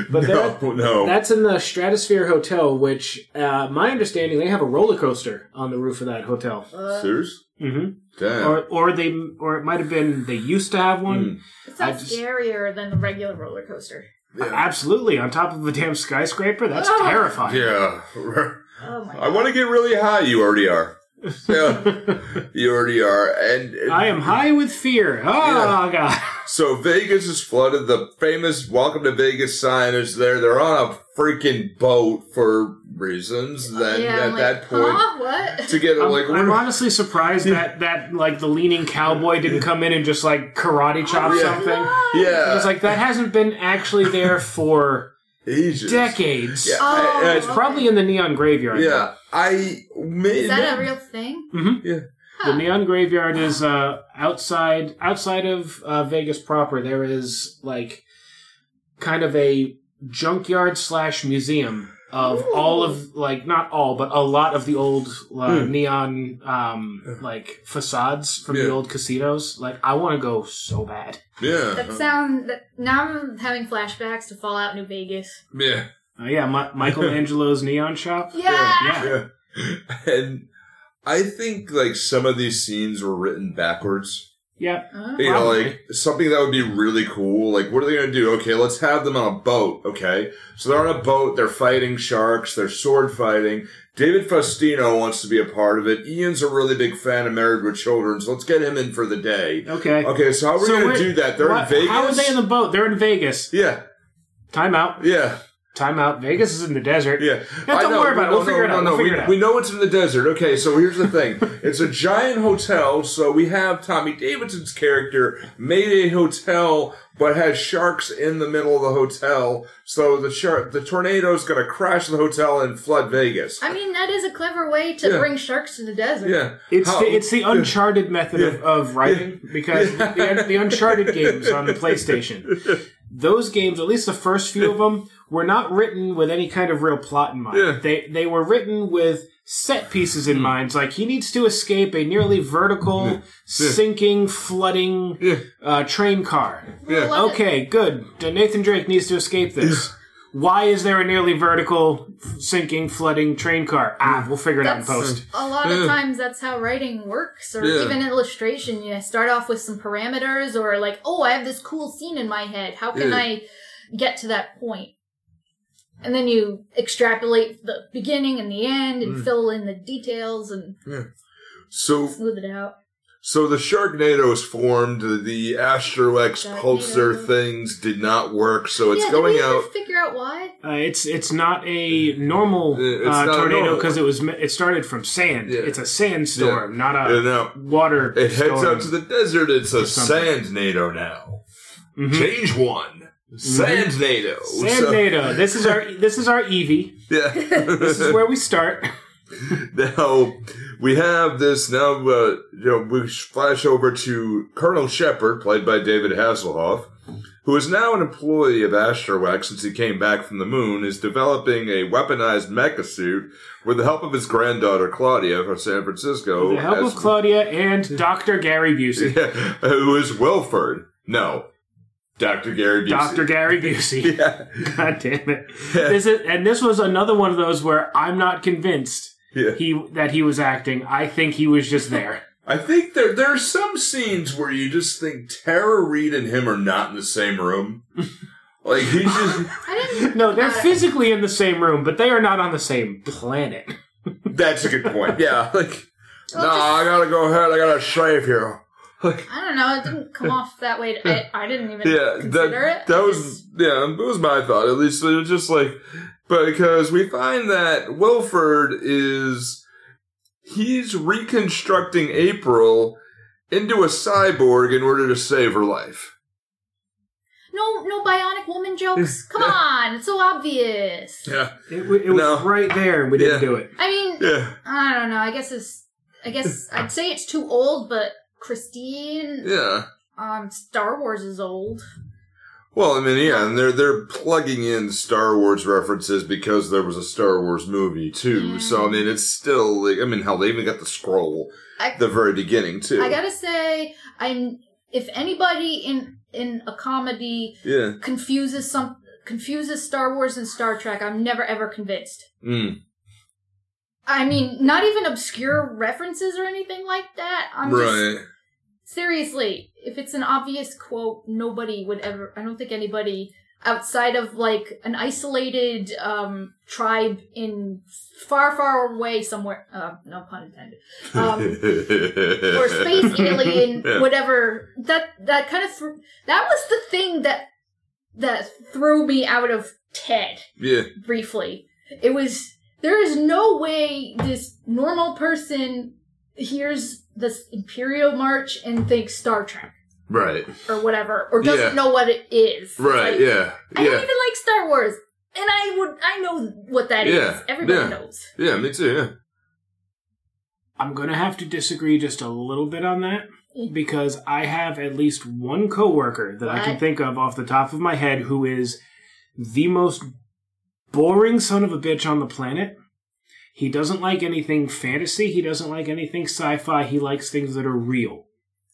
Speaker 2: But
Speaker 1: no, no.
Speaker 2: That's in the Stratosphere Hotel, which, uh, my understanding, they have a roller coaster on the roof of that hotel.
Speaker 3: Uh,
Speaker 1: Serious?
Speaker 2: Mm-hmm.
Speaker 1: Damn.
Speaker 2: Or, or they, or it might have been they used to have
Speaker 1: Mm.
Speaker 2: one.
Speaker 3: it
Speaker 2: I
Speaker 3: sounds
Speaker 2: just-
Speaker 3: scarier than the regular roller coaster.
Speaker 1: yeah. Ah.
Speaker 2: Absolutely, on top of a damn skyscraper. That's
Speaker 3: Oh.
Speaker 2: terrifying.
Speaker 1: Yeah.
Speaker 3: Oh my
Speaker 1: I
Speaker 3: god.
Speaker 1: want to get really high. You already are. Yeah. you already are. And
Speaker 2: I am high with fear. Oh
Speaker 1: Yeah.
Speaker 2: god.
Speaker 1: So Vegas is flooded. The famous "Welcome to Vegas" sign is there. They're on a freaking boat for reasons. Then
Speaker 3: yeah,
Speaker 1: at
Speaker 3: I'm
Speaker 1: that
Speaker 3: like,
Speaker 1: point,
Speaker 3: Huh? What?
Speaker 1: to get
Speaker 2: I'm,
Speaker 1: like
Speaker 2: I'm
Speaker 1: we're-
Speaker 2: honestly surprised that that like the leaning cowboy didn't come in and just like karate chop
Speaker 1: Yeah.
Speaker 2: something.
Speaker 1: yeah,
Speaker 2: It's like that hasn't been actually there for
Speaker 1: ages.
Speaker 2: decades.
Speaker 1: Yeah,
Speaker 3: Oh,
Speaker 1: I- I-
Speaker 2: uh, It's probably in the neon graveyard.
Speaker 1: yeah. I made
Speaker 3: Is that a real thing?
Speaker 2: The neon graveyard is uh, outside outside of uh, Vegas proper. There is like kind of a junkyard slash museum of
Speaker 3: Ooh.
Speaker 2: all of like not all but a lot of the old uh,
Speaker 1: Hmm.
Speaker 2: neon um, like facades from
Speaker 1: Yeah.
Speaker 2: the old casinos. Like I want to go so bad.
Speaker 1: yeah,
Speaker 3: That sound. That, now I'm having flashbacks to Fallout New Vegas.
Speaker 1: yeah,
Speaker 2: Uh, yeah, Mi- Michelangelo's neon shop.
Speaker 3: Yeah.
Speaker 2: Yeah.
Speaker 1: yeah. And I think like some of these scenes were written backwards.
Speaker 2: Yeah.
Speaker 3: Huh?
Speaker 1: You know,
Speaker 2: Probably.
Speaker 1: like something that would be really cool. Like, what are they going to do? Okay, let's have them on a boat. Okay, so they're on a boat. They're fighting sharks. They're sword fighting. David Faustino wants to be a part of it. Ian's a really big fan of Married with Children, so let's get him in for the day.
Speaker 2: Okay.
Speaker 1: Okay, so how are we
Speaker 2: So
Speaker 1: going
Speaker 2: wait,
Speaker 1: to do that? They're
Speaker 2: What-
Speaker 1: in Vegas.
Speaker 2: How are they in the boat? They're in Vegas.
Speaker 1: yeah,
Speaker 2: Time out.
Speaker 1: yeah,
Speaker 2: Time out. Vegas is in the desert.
Speaker 1: yeah.
Speaker 2: No,
Speaker 1: I
Speaker 2: don't
Speaker 1: know.
Speaker 2: worry about it.
Speaker 1: No,
Speaker 2: We'll
Speaker 1: no,
Speaker 2: figure it
Speaker 1: no,
Speaker 2: out.
Speaker 1: no.
Speaker 2: We'll
Speaker 1: we,
Speaker 2: figure it out.
Speaker 1: we know it's in the desert. Okay, so here's the thing: it's a giant hotel. So we have Tommy Davidson's character made a hotel, but has sharks in the middle of the hotel. So the shark, the tornado's going to crash the hotel and flood Vegas.
Speaker 3: I mean, that is a clever way to
Speaker 1: Yeah.
Speaker 3: bring sharks to the desert.
Speaker 1: yeah,
Speaker 2: It's
Speaker 1: How-
Speaker 2: the, it's the uncharted method of, of writing because
Speaker 1: Yeah.
Speaker 2: the, the uncharted games on the PlayStation, those games, at least the first few of them, were not written with any kind of real plot in mind.
Speaker 1: Yeah. Hmm.
Speaker 2: They they were written with set pieces in mind. Like he needs to escape a nearly vertical, sinking, flooding
Speaker 1: Yeah.
Speaker 2: uh, train car.
Speaker 3: We
Speaker 1: Yeah.
Speaker 3: love it.
Speaker 2: Okay, good. D- Nathan Drake needs to escape this. Why is there a nearly vertical, f- sinking, flooding train car? Ah, we'll figure it
Speaker 3: That's-
Speaker 2: out in post.
Speaker 3: A lot
Speaker 1: Yeah.
Speaker 3: of times that's how writing works, or
Speaker 1: Yeah.
Speaker 3: even illustration. You start off with some parameters, or like, oh, I have this cool scene in my head. How can
Speaker 1: Yeah.
Speaker 3: I get to that point? And then you extrapolate the beginning and the end
Speaker 1: Mm.
Speaker 3: and fill in the details and
Speaker 1: So
Speaker 3: smooth it out.
Speaker 1: So the Sharknado is formed. The Astro X
Speaker 3: Sharknado.
Speaker 1: pulsar things did not work, so it's
Speaker 3: yeah, did
Speaker 1: going
Speaker 3: we ever
Speaker 1: out.
Speaker 3: figure out why?
Speaker 2: Uh, it's it's not a normal
Speaker 1: Uh, it's
Speaker 2: uh,
Speaker 1: not a
Speaker 2: tornado
Speaker 1: normal
Speaker 2: because it was me- it started from sand.
Speaker 1: Yeah.
Speaker 2: It's a sandstorm, not a
Speaker 1: and now
Speaker 2: water.
Speaker 1: it heads
Speaker 2: storm.
Speaker 1: out to the desert. It's a
Speaker 2: something.
Speaker 1: sand NATO now.
Speaker 2: Mhm.
Speaker 1: Change one. Sand NATO.
Speaker 2: Sand NATO. This is our this is our Eevee. This is
Speaker 1: yeah.
Speaker 2: where we start.
Speaker 1: now we have this. Now uh, you know we flash over to Colonel Shepard, played by David Hasselhoff. Who is now an employee of Astrowex since he came back from the moon, is developing a weaponized mecha suit with the help of his granddaughter Claudia from San Francisco.
Speaker 2: the help
Speaker 1: as-
Speaker 2: of Claudia and Doctor Gary Busey.
Speaker 1: Yeah, who is Wilford. No. Dr. Gary Busey.
Speaker 2: Doctor Gary Busey.
Speaker 1: Yeah.
Speaker 2: God damn it! This is and this was another one of those where I'm not convinced
Speaker 1: Yeah.
Speaker 2: he that he was acting. I think he was just there.
Speaker 1: I think there there are some scenes where you just think Tara Reed and him are not in the same room. like he's just
Speaker 3: I didn't.
Speaker 2: No, they're
Speaker 3: Uh,
Speaker 2: physically in the same room, but they are not on the same planet.
Speaker 1: that's a good point. Yeah, like
Speaker 3: Well,
Speaker 1: nah,
Speaker 3: just-
Speaker 1: I gotta go ahead. I gotta shave here. Like
Speaker 3: I don't know. It didn't come off that way. I, I didn't even
Speaker 1: yeah,
Speaker 3: consider
Speaker 1: that
Speaker 3: it.
Speaker 1: that
Speaker 3: I
Speaker 1: was yeah, it was my thought. At least it was just like because we find that Wilford is he's reconstructing April into a cyborg in order to save her life.
Speaker 3: No, no bionic woman jokes. Come on, it's so obvious.
Speaker 1: Yeah,
Speaker 2: It, w- it was
Speaker 1: No.
Speaker 2: right there, and we didn't
Speaker 1: Yeah.
Speaker 2: do it.
Speaker 3: I mean,
Speaker 1: yeah.
Speaker 3: I don't know. I guess it's. I guess I'd say it's too old, but Christine,
Speaker 1: Yeah.
Speaker 3: um, Star Wars is old.
Speaker 1: Well, I mean, yeah, and they're they're plugging in Star Wars references because there was a Star Wars movie too.
Speaker 3: Yeah.
Speaker 1: So I mean, it's still like, I mean, hell, they even got the scroll
Speaker 3: I-
Speaker 1: at the very beginning too.
Speaker 3: I gotta say, I'm. If anybody in in a comedy
Speaker 1: yeah.
Speaker 3: confuses some confuses Star Wars and Star Trek, I'm never ever convinced.
Speaker 1: Mm.
Speaker 3: I mean, not even obscure references or anything like that. I'm just
Speaker 1: Right.
Speaker 3: seriously, if it's an obvious quote, nobody would ever. I don't think anybody outside of like an isolated um, tribe in far, far away somewhere. Uh, no pun intended. Um, or space alien,
Speaker 1: Yeah.
Speaker 3: whatever. That that kind of thr- that was the thing that that threw me out of Ted
Speaker 1: Yeah.
Speaker 3: briefly. It was there is no way this normal person hears this Imperial March and thinks Star Trek
Speaker 1: Right.
Speaker 3: or whatever or doesn't
Speaker 1: Yeah.
Speaker 3: know what it is. It's
Speaker 1: Right.
Speaker 3: like,
Speaker 1: Yeah.
Speaker 3: I don't
Speaker 1: Yeah.
Speaker 3: even like Star Wars. And I would I know what that is.
Speaker 1: Yeah,
Speaker 3: Everybody
Speaker 1: yeah.
Speaker 3: knows.
Speaker 1: Yeah. Me too. Yeah.
Speaker 2: I'm going to have to disagree just a little bit on that because I have at least one coworker that I can
Speaker 3: What?
Speaker 2: think of off the top of my head who is the most boring son of a bitch on the planet. He doesn't like anything fantasy, he doesn't like anything sci-fi, he likes things that are real,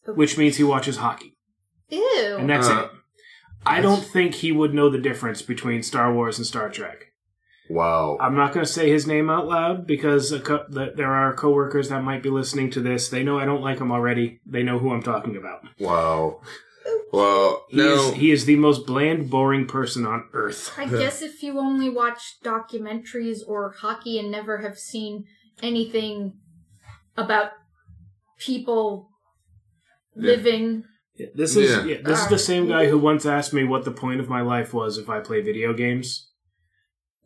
Speaker 2: which means he watches hockey.
Speaker 3: Ew.
Speaker 2: And that's
Speaker 1: Uh,
Speaker 2: it. I don't think he would know the difference between Star Wars and Star Trek.
Speaker 1: Wow.
Speaker 2: I'm not going to say his name out loud because a co- th- there are coworkers that might be listening to this. They know I don't like him already. They know who I'm talking about.
Speaker 1: Wow. Well,
Speaker 2: He,
Speaker 1: no.
Speaker 2: is, he is the most bland, boring person on earth.
Speaker 3: I guess if you only watch documentaries or hockey and never have seen anything about people living,
Speaker 2: This is
Speaker 1: Yeah.
Speaker 2: yeah, this is the same guy who once asked me what the point of my life was if I play video games.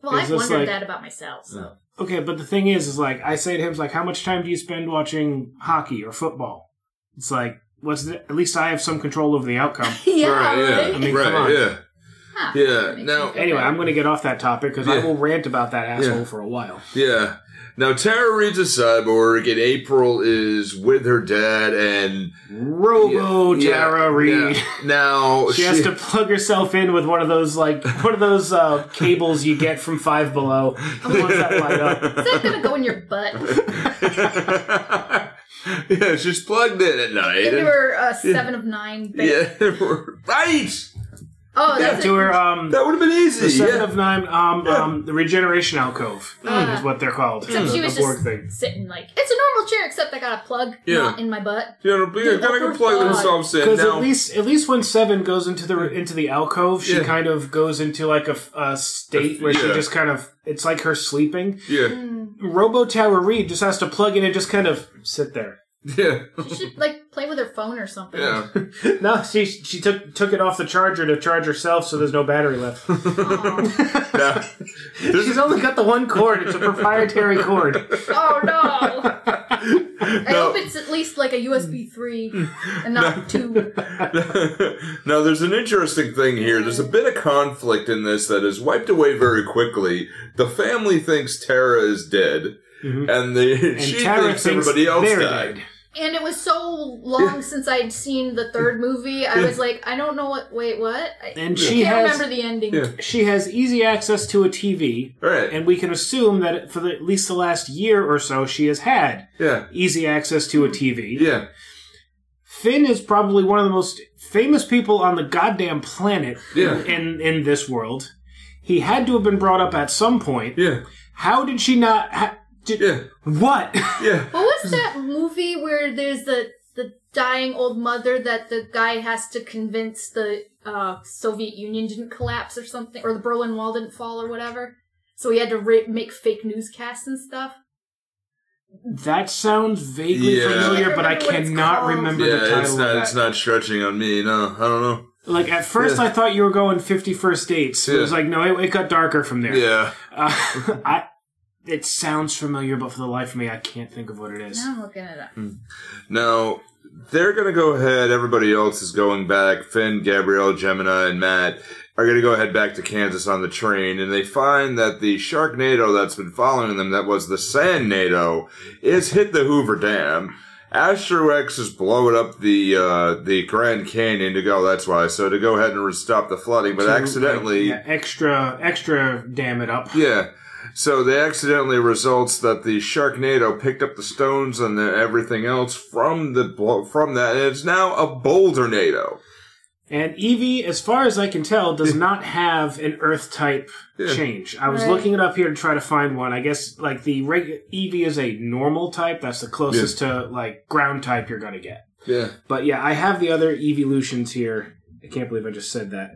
Speaker 3: well, I've
Speaker 2: Is this
Speaker 3: wondered
Speaker 2: like-
Speaker 3: that about myself. So.
Speaker 2: Okay, but the thing is, is like I say to him, it's like, how much time do you spend watching hockey or football? It's like, what's the, at least I have some control over the outcome.
Speaker 3: yeah,
Speaker 1: right. Yeah.
Speaker 3: right?
Speaker 2: I mean,
Speaker 1: right.
Speaker 2: come on.
Speaker 1: Yeah.
Speaker 3: Huh,
Speaker 1: yeah,
Speaker 3: that makes
Speaker 1: now-
Speaker 3: me feel
Speaker 2: Anyway,
Speaker 3: better.
Speaker 2: I'm going to get off that topic because I
Speaker 1: Yeah.
Speaker 2: will rant about that asshole
Speaker 1: Yeah.
Speaker 2: for a while.
Speaker 1: Yeah. Now Tara reads a cyborg, and April is with her dad, and
Speaker 2: Robo
Speaker 1: Yeah,
Speaker 2: Tara Reed.
Speaker 1: yeah. Now
Speaker 2: She has to plug herself in with one of those like one of those uh, cables you get from Five Below. The ones that light up.
Speaker 3: Is that gonna go in your butt?
Speaker 1: yeah, she's plugged in at night.
Speaker 3: Into
Speaker 1: and-
Speaker 3: her uh, seven of nine. Bag.
Speaker 1: yeah, right.
Speaker 3: Oh, that's
Speaker 2: To
Speaker 3: it.
Speaker 2: her, um,
Speaker 1: That would have been
Speaker 2: the
Speaker 1: easy.
Speaker 2: Seven
Speaker 1: Yeah.
Speaker 2: of Nine, um, um, the Regeneration Alcove
Speaker 3: Ah.
Speaker 2: is what they're called.
Speaker 3: Except
Speaker 1: Mm.
Speaker 2: the,
Speaker 3: she was
Speaker 2: the Borg
Speaker 3: just
Speaker 2: thing.
Speaker 3: sitting like it's a normal chair, except I got a plug
Speaker 1: Yeah.
Speaker 3: not in my butt.
Speaker 1: you know, yeah, kind of plug themselves in
Speaker 2: Because
Speaker 1: now.
Speaker 2: at least at least when Seven goes into the into the alcove, she
Speaker 1: Yeah.
Speaker 2: kind of goes into like a, f- a state where she
Speaker 1: Yeah.
Speaker 2: just kind of it's like her sleeping.
Speaker 1: yeah,
Speaker 2: Robo Tower Reed just has to plug in and just kind of sit there.
Speaker 1: yeah,
Speaker 3: She should like play with her phone or something.
Speaker 1: yeah.
Speaker 2: No, she she took took it off the charger to charge herself, so there's no battery left.
Speaker 3: Aw.
Speaker 1: Now-
Speaker 2: She's only got the one cord. It's a proprietary cord.
Speaker 3: oh no. I
Speaker 1: now-
Speaker 3: hope it's at least like a USB 3
Speaker 1: Mm.
Speaker 3: and not 2.
Speaker 1: now there's an interesting thing here. There's a bit of conflict in this that is wiped away very quickly. The family thinks Tara is dead, and the
Speaker 2: Mm-hmm. And
Speaker 1: she
Speaker 2: Tara
Speaker 1: thinks, everybody else
Speaker 2: they're
Speaker 1: died.
Speaker 2: dead.
Speaker 3: And it was so long since I'd seen the third movie, I was like, I don't know what. Wait, what? I
Speaker 2: And she
Speaker 3: can't
Speaker 2: has
Speaker 3: remember the ending.
Speaker 1: Yeah.
Speaker 2: she has easy access to a TV,
Speaker 1: All right.
Speaker 2: and we can assume that for the, at least the last year or so, she has had
Speaker 1: yeah.
Speaker 2: easy access to a TV.
Speaker 1: Yeah.
Speaker 2: Finn is probably one of the most famous people on the goddamn planet
Speaker 1: Yeah.
Speaker 2: in in this world. He had to have been brought up at some point.
Speaker 1: Yeah.
Speaker 2: How did she not? Ha- did,
Speaker 1: Yeah.
Speaker 2: What?
Speaker 1: Yeah.
Speaker 3: What was that movie where there's the, the dying old mother that the guy has to convince the uh, Soviet Union didn't collapse or something, or the Berlin Wall didn't fall or whatever? So he had to ri make fake newscasts and stuff.
Speaker 2: That sounds vaguely
Speaker 1: Yeah.
Speaker 2: familiar, but I
Speaker 3: I don't remember what it's
Speaker 2: cannot
Speaker 3: called.
Speaker 2: remember the
Speaker 1: Yeah,
Speaker 2: title
Speaker 1: it's
Speaker 2: of
Speaker 1: not
Speaker 2: that.
Speaker 1: it's not stretching on me, no. I don't know.
Speaker 2: Like at first,
Speaker 1: Yeah.
Speaker 2: I thought you were going Fifty First Dates. It was
Speaker 1: Yeah.
Speaker 2: like no, it, it got darker from there.
Speaker 1: Yeah.
Speaker 2: Uh, I, it sounds familiar, but for the life of me, I can't think of what it is.
Speaker 3: Now I'm looking it up.
Speaker 1: Now they're gonna go ahead. Everybody else is going back. Finn, Gabrielle, Gemini, and Matt are gonna go ahead back to Kansas on the train, and they find that the Sharknado that's been following them, that was the Sand Nado, is hit the Hoover Dam. Astro X is blowing up the uh, the Grand Canyon to go. That's why. So to go ahead and stop the flooding, but
Speaker 2: To, like,
Speaker 1: accidentally,
Speaker 2: yeah, extra, extra, damn it up.
Speaker 1: yeah. So they accidentally results that the Sharknado picked up the stones and the, everything else from the blo- from that, and it's now a boulder nado.
Speaker 2: And Evie, as far as I can tell, does not have an Earth type
Speaker 1: Yeah.
Speaker 2: change. I was
Speaker 3: Right.
Speaker 2: looking it up here to try to find one. I guess like the reg- Evie is a normal type. That's the closest to like ground type you're gonna get.
Speaker 1: Yeah.
Speaker 2: But yeah, I have the other evolutions here. I can't believe I just said that.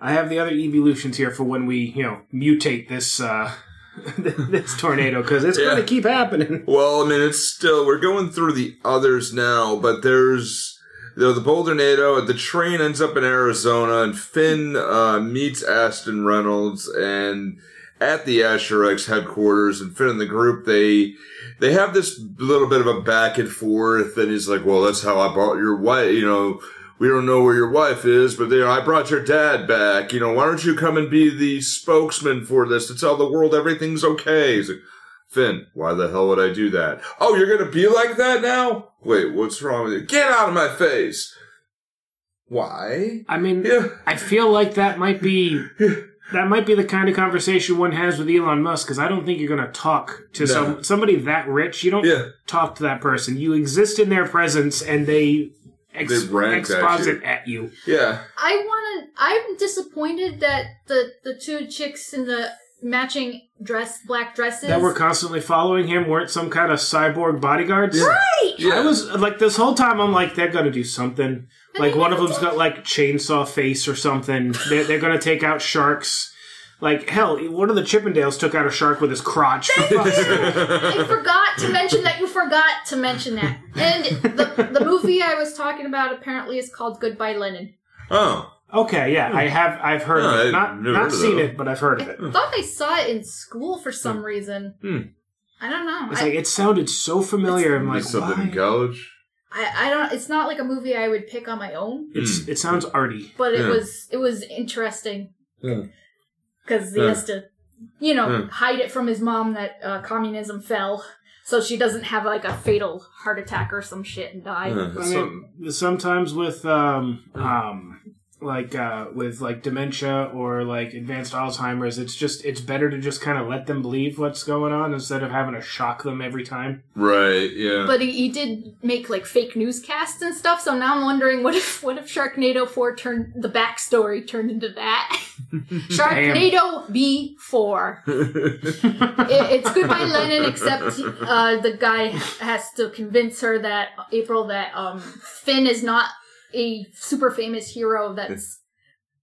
Speaker 2: I have the other evolutions here for when we, you know, mutate this uh, this tornado because it's going
Speaker 1: Yeah.
Speaker 2: to keep happening.
Speaker 1: Well, I mean, it's still we're going through the others now, but there's you know, the Boulder Tornado. The train ends up in Arizona, and Finn uh, meets Aston Reynolds and at the Asher X headquarters. And Finn and the group they they have this little bit of a back and forth, and he's like, "Well, that's how I bought your wife," you know. We don't know where your wife is, but you know, I brought your dad back. You know, why don't you come and be the spokesman for this to tell the world everything's okay? He's like, Finn, why the hell would I do that? Oh, you're gonna be like that now? Wait, what's wrong with you? Get out of my face! Why?
Speaker 2: I mean,
Speaker 1: Yeah.
Speaker 2: I feel like that might be that might be the kind of conversation one has with Elon Musk because I don't think you're going to talk to
Speaker 1: No.
Speaker 2: some somebody that rich. You don't
Speaker 1: Yeah.
Speaker 2: talk to that person. You exist in their presence, and they. Ex-
Speaker 1: They rant at you.
Speaker 2: exposit at you.
Speaker 1: Yeah.
Speaker 3: I want to. I'm disappointed that the the two chicks in the matching dress, black dresses.
Speaker 2: that were constantly following him weren't some kind of cyborg bodyguards.
Speaker 3: right.
Speaker 1: Yeah.
Speaker 2: I was like this whole time. I'm like they're gonna do something. Like
Speaker 3: they
Speaker 2: one of
Speaker 3: never
Speaker 2: them's got like chainsaw face or something. They're, they're gonna take out sharks. Like hell, one of the Chippendales took out a shark with his crotch.
Speaker 3: I forgot to mention that you forgot to mention that. And the the movie I was talking about apparently is called Goodbye Lenin.
Speaker 1: Oh.
Speaker 2: okay, yeah, I have I've heard
Speaker 1: Yeah,
Speaker 2: of it.
Speaker 1: I've
Speaker 2: Not
Speaker 1: never
Speaker 2: not
Speaker 1: heard of
Speaker 2: seen
Speaker 1: that.
Speaker 2: it, but I've heard of
Speaker 3: I
Speaker 2: it.
Speaker 3: thought I saw it in school for some reason.
Speaker 1: Hmm.
Speaker 3: I don't know.
Speaker 2: It's
Speaker 3: I,
Speaker 2: like it sounded so familiar. I'm
Speaker 1: Like
Speaker 2: like
Speaker 1: something in
Speaker 2: why?
Speaker 1: college?
Speaker 3: I, I don't. It's not like a movie I would pick on my own,
Speaker 1: Hmm.
Speaker 2: It's, it sounds arty.
Speaker 3: but it
Speaker 1: Yeah.
Speaker 3: was it was interesting
Speaker 2: Hmm.
Speaker 1: Yeah.
Speaker 3: because he
Speaker 1: Yeah.
Speaker 3: has to, you know,
Speaker 1: Yeah.
Speaker 3: hide it from his mom that uh, communism fell, so she doesn't have like a fatal heart attack or some shit and die.
Speaker 1: Yeah,
Speaker 2: I
Speaker 1: it's something.
Speaker 2: mean, sometimes with um um like uh with like dementia or like advanced Alzheimer's, it's just it's better to just kind of let them believe what's going on instead of having to shock them every time.
Speaker 1: Right, yeah.
Speaker 3: But he, he did make like fake newscasts and stuff, so now I'm wondering what if what if Sharknado four turned the backstory turned into that Sharknado B four. it, it's goodbye Lennon, except uh, the guy has to convince her that April that um, Finn is not a super famous hero that's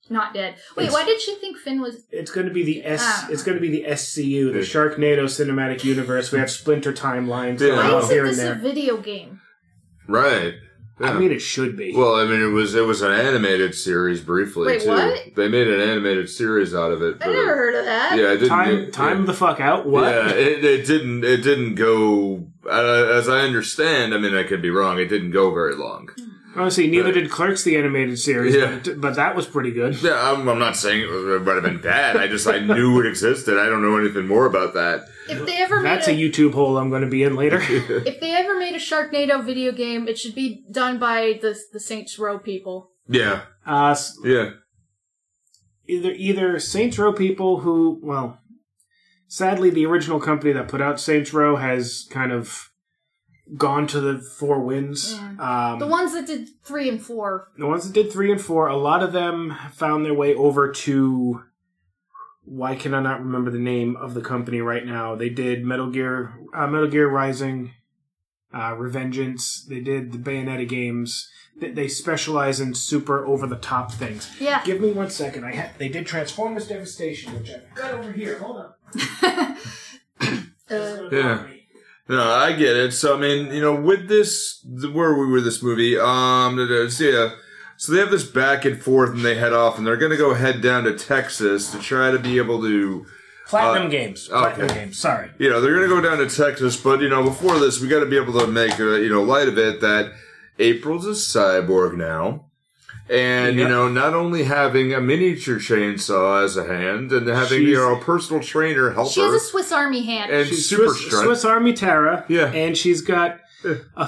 Speaker 3: not dead. Wait, why did she think Finn was?
Speaker 2: It's going to be the S.
Speaker 3: Ah.
Speaker 2: It's going to be the SCU, the Sharknado Cinematic Universe. We have splinter timelines
Speaker 1: Yeah.
Speaker 2: going
Speaker 3: Why
Speaker 1: Oh,
Speaker 2: on
Speaker 3: isn't
Speaker 2: here and
Speaker 3: this a
Speaker 2: there.
Speaker 3: video game?
Speaker 1: right.
Speaker 2: I
Speaker 1: Yeah.
Speaker 2: mean, it should be.
Speaker 1: well, I mean, it was it was an animated series briefly
Speaker 3: Wait,
Speaker 1: too.
Speaker 3: what?
Speaker 1: They made an animated series out of it.
Speaker 3: I
Speaker 1: but-
Speaker 3: never heard of that.
Speaker 1: Yeah, it didn't.
Speaker 2: time,
Speaker 1: it-
Speaker 2: time the fuck out. What?
Speaker 1: Yeah, it, it didn't. It didn't go uh, as I understand. I mean, I could be wrong. It didn't go very long.
Speaker 2: Honestly, neither did Clerks, the animated series,
Speaker 1: Yeah.
Speaker 2: but, it- but that was pretty good.
Speaker 1: Yeah, I'm, I'm not saying it, was, it might have been bad. I just I knew it existed. I don't know anything more about that.
Speaker 3: If they ever made
Speaker 2: That's a
Speaker 3: a,
Speaker 2: YouTube hole I'm going to be in later.
Speaker 3: if they ever made a Sharknado video game, it should be done by the the Saints Row people.
Speaker 1: Yeah,
Speaker 2: Uh, s-
Speaker 1: yeah,
Speaker 2: either either Saints Row people who, well, sadly, the original company that put out Saints Row has kind of gone to the four winds. Um,
Speaker 3: The ones that did three and four.
Speaker 2: the ones that did three and four, a lot of them found their way over to. Why can I not remember the name of the company right now? They did Metal Gear, uh, Metal Gear Rising, uh, Revengeance. They did the Bayonetta games. They, they specialize in super over the top things.
Speaker 3: Yeah.
Speaker 2: Give me one second. I ha- they did Transformers Devastation, which I've got over here. Hold on.
Speaker 3: Uh,
Speaker 1: yeah. No, I get it. So I mean, you know, with this, the- where we were with this movie, um, da- da- so yeah, so they have this back and forth, and they head off, and they're gonna go head down to Texas to try to be able to.
Speaker 2: Platinum Games. Platinum
Speaker 1: Uh, okay.
Speaker 2: Games. Sorry.
Speaker 1: you know they're going to go down to Texas, but you know before this we got to be able to make uh, you know light of it that April's a cyborg now, and
Speaker 2: Yeah.
Speaker 1: you know not only having a miniature chainsaw as a hand and having
Speaker 2: She's-
Speaker 1: you know a personal trainer help
Speaker 3: she
Speaker 1: her
Speaker 3: has a Swiss Army hand.
Speaker 1: and
Speaker 2: She's
Speaker 1: super
Speaker 2: Swiss,
Speaker 1: strength.
Speaker 2: Swiss Army Tara.
Speaker 1: Yeah.
Speaker 2: And she's got a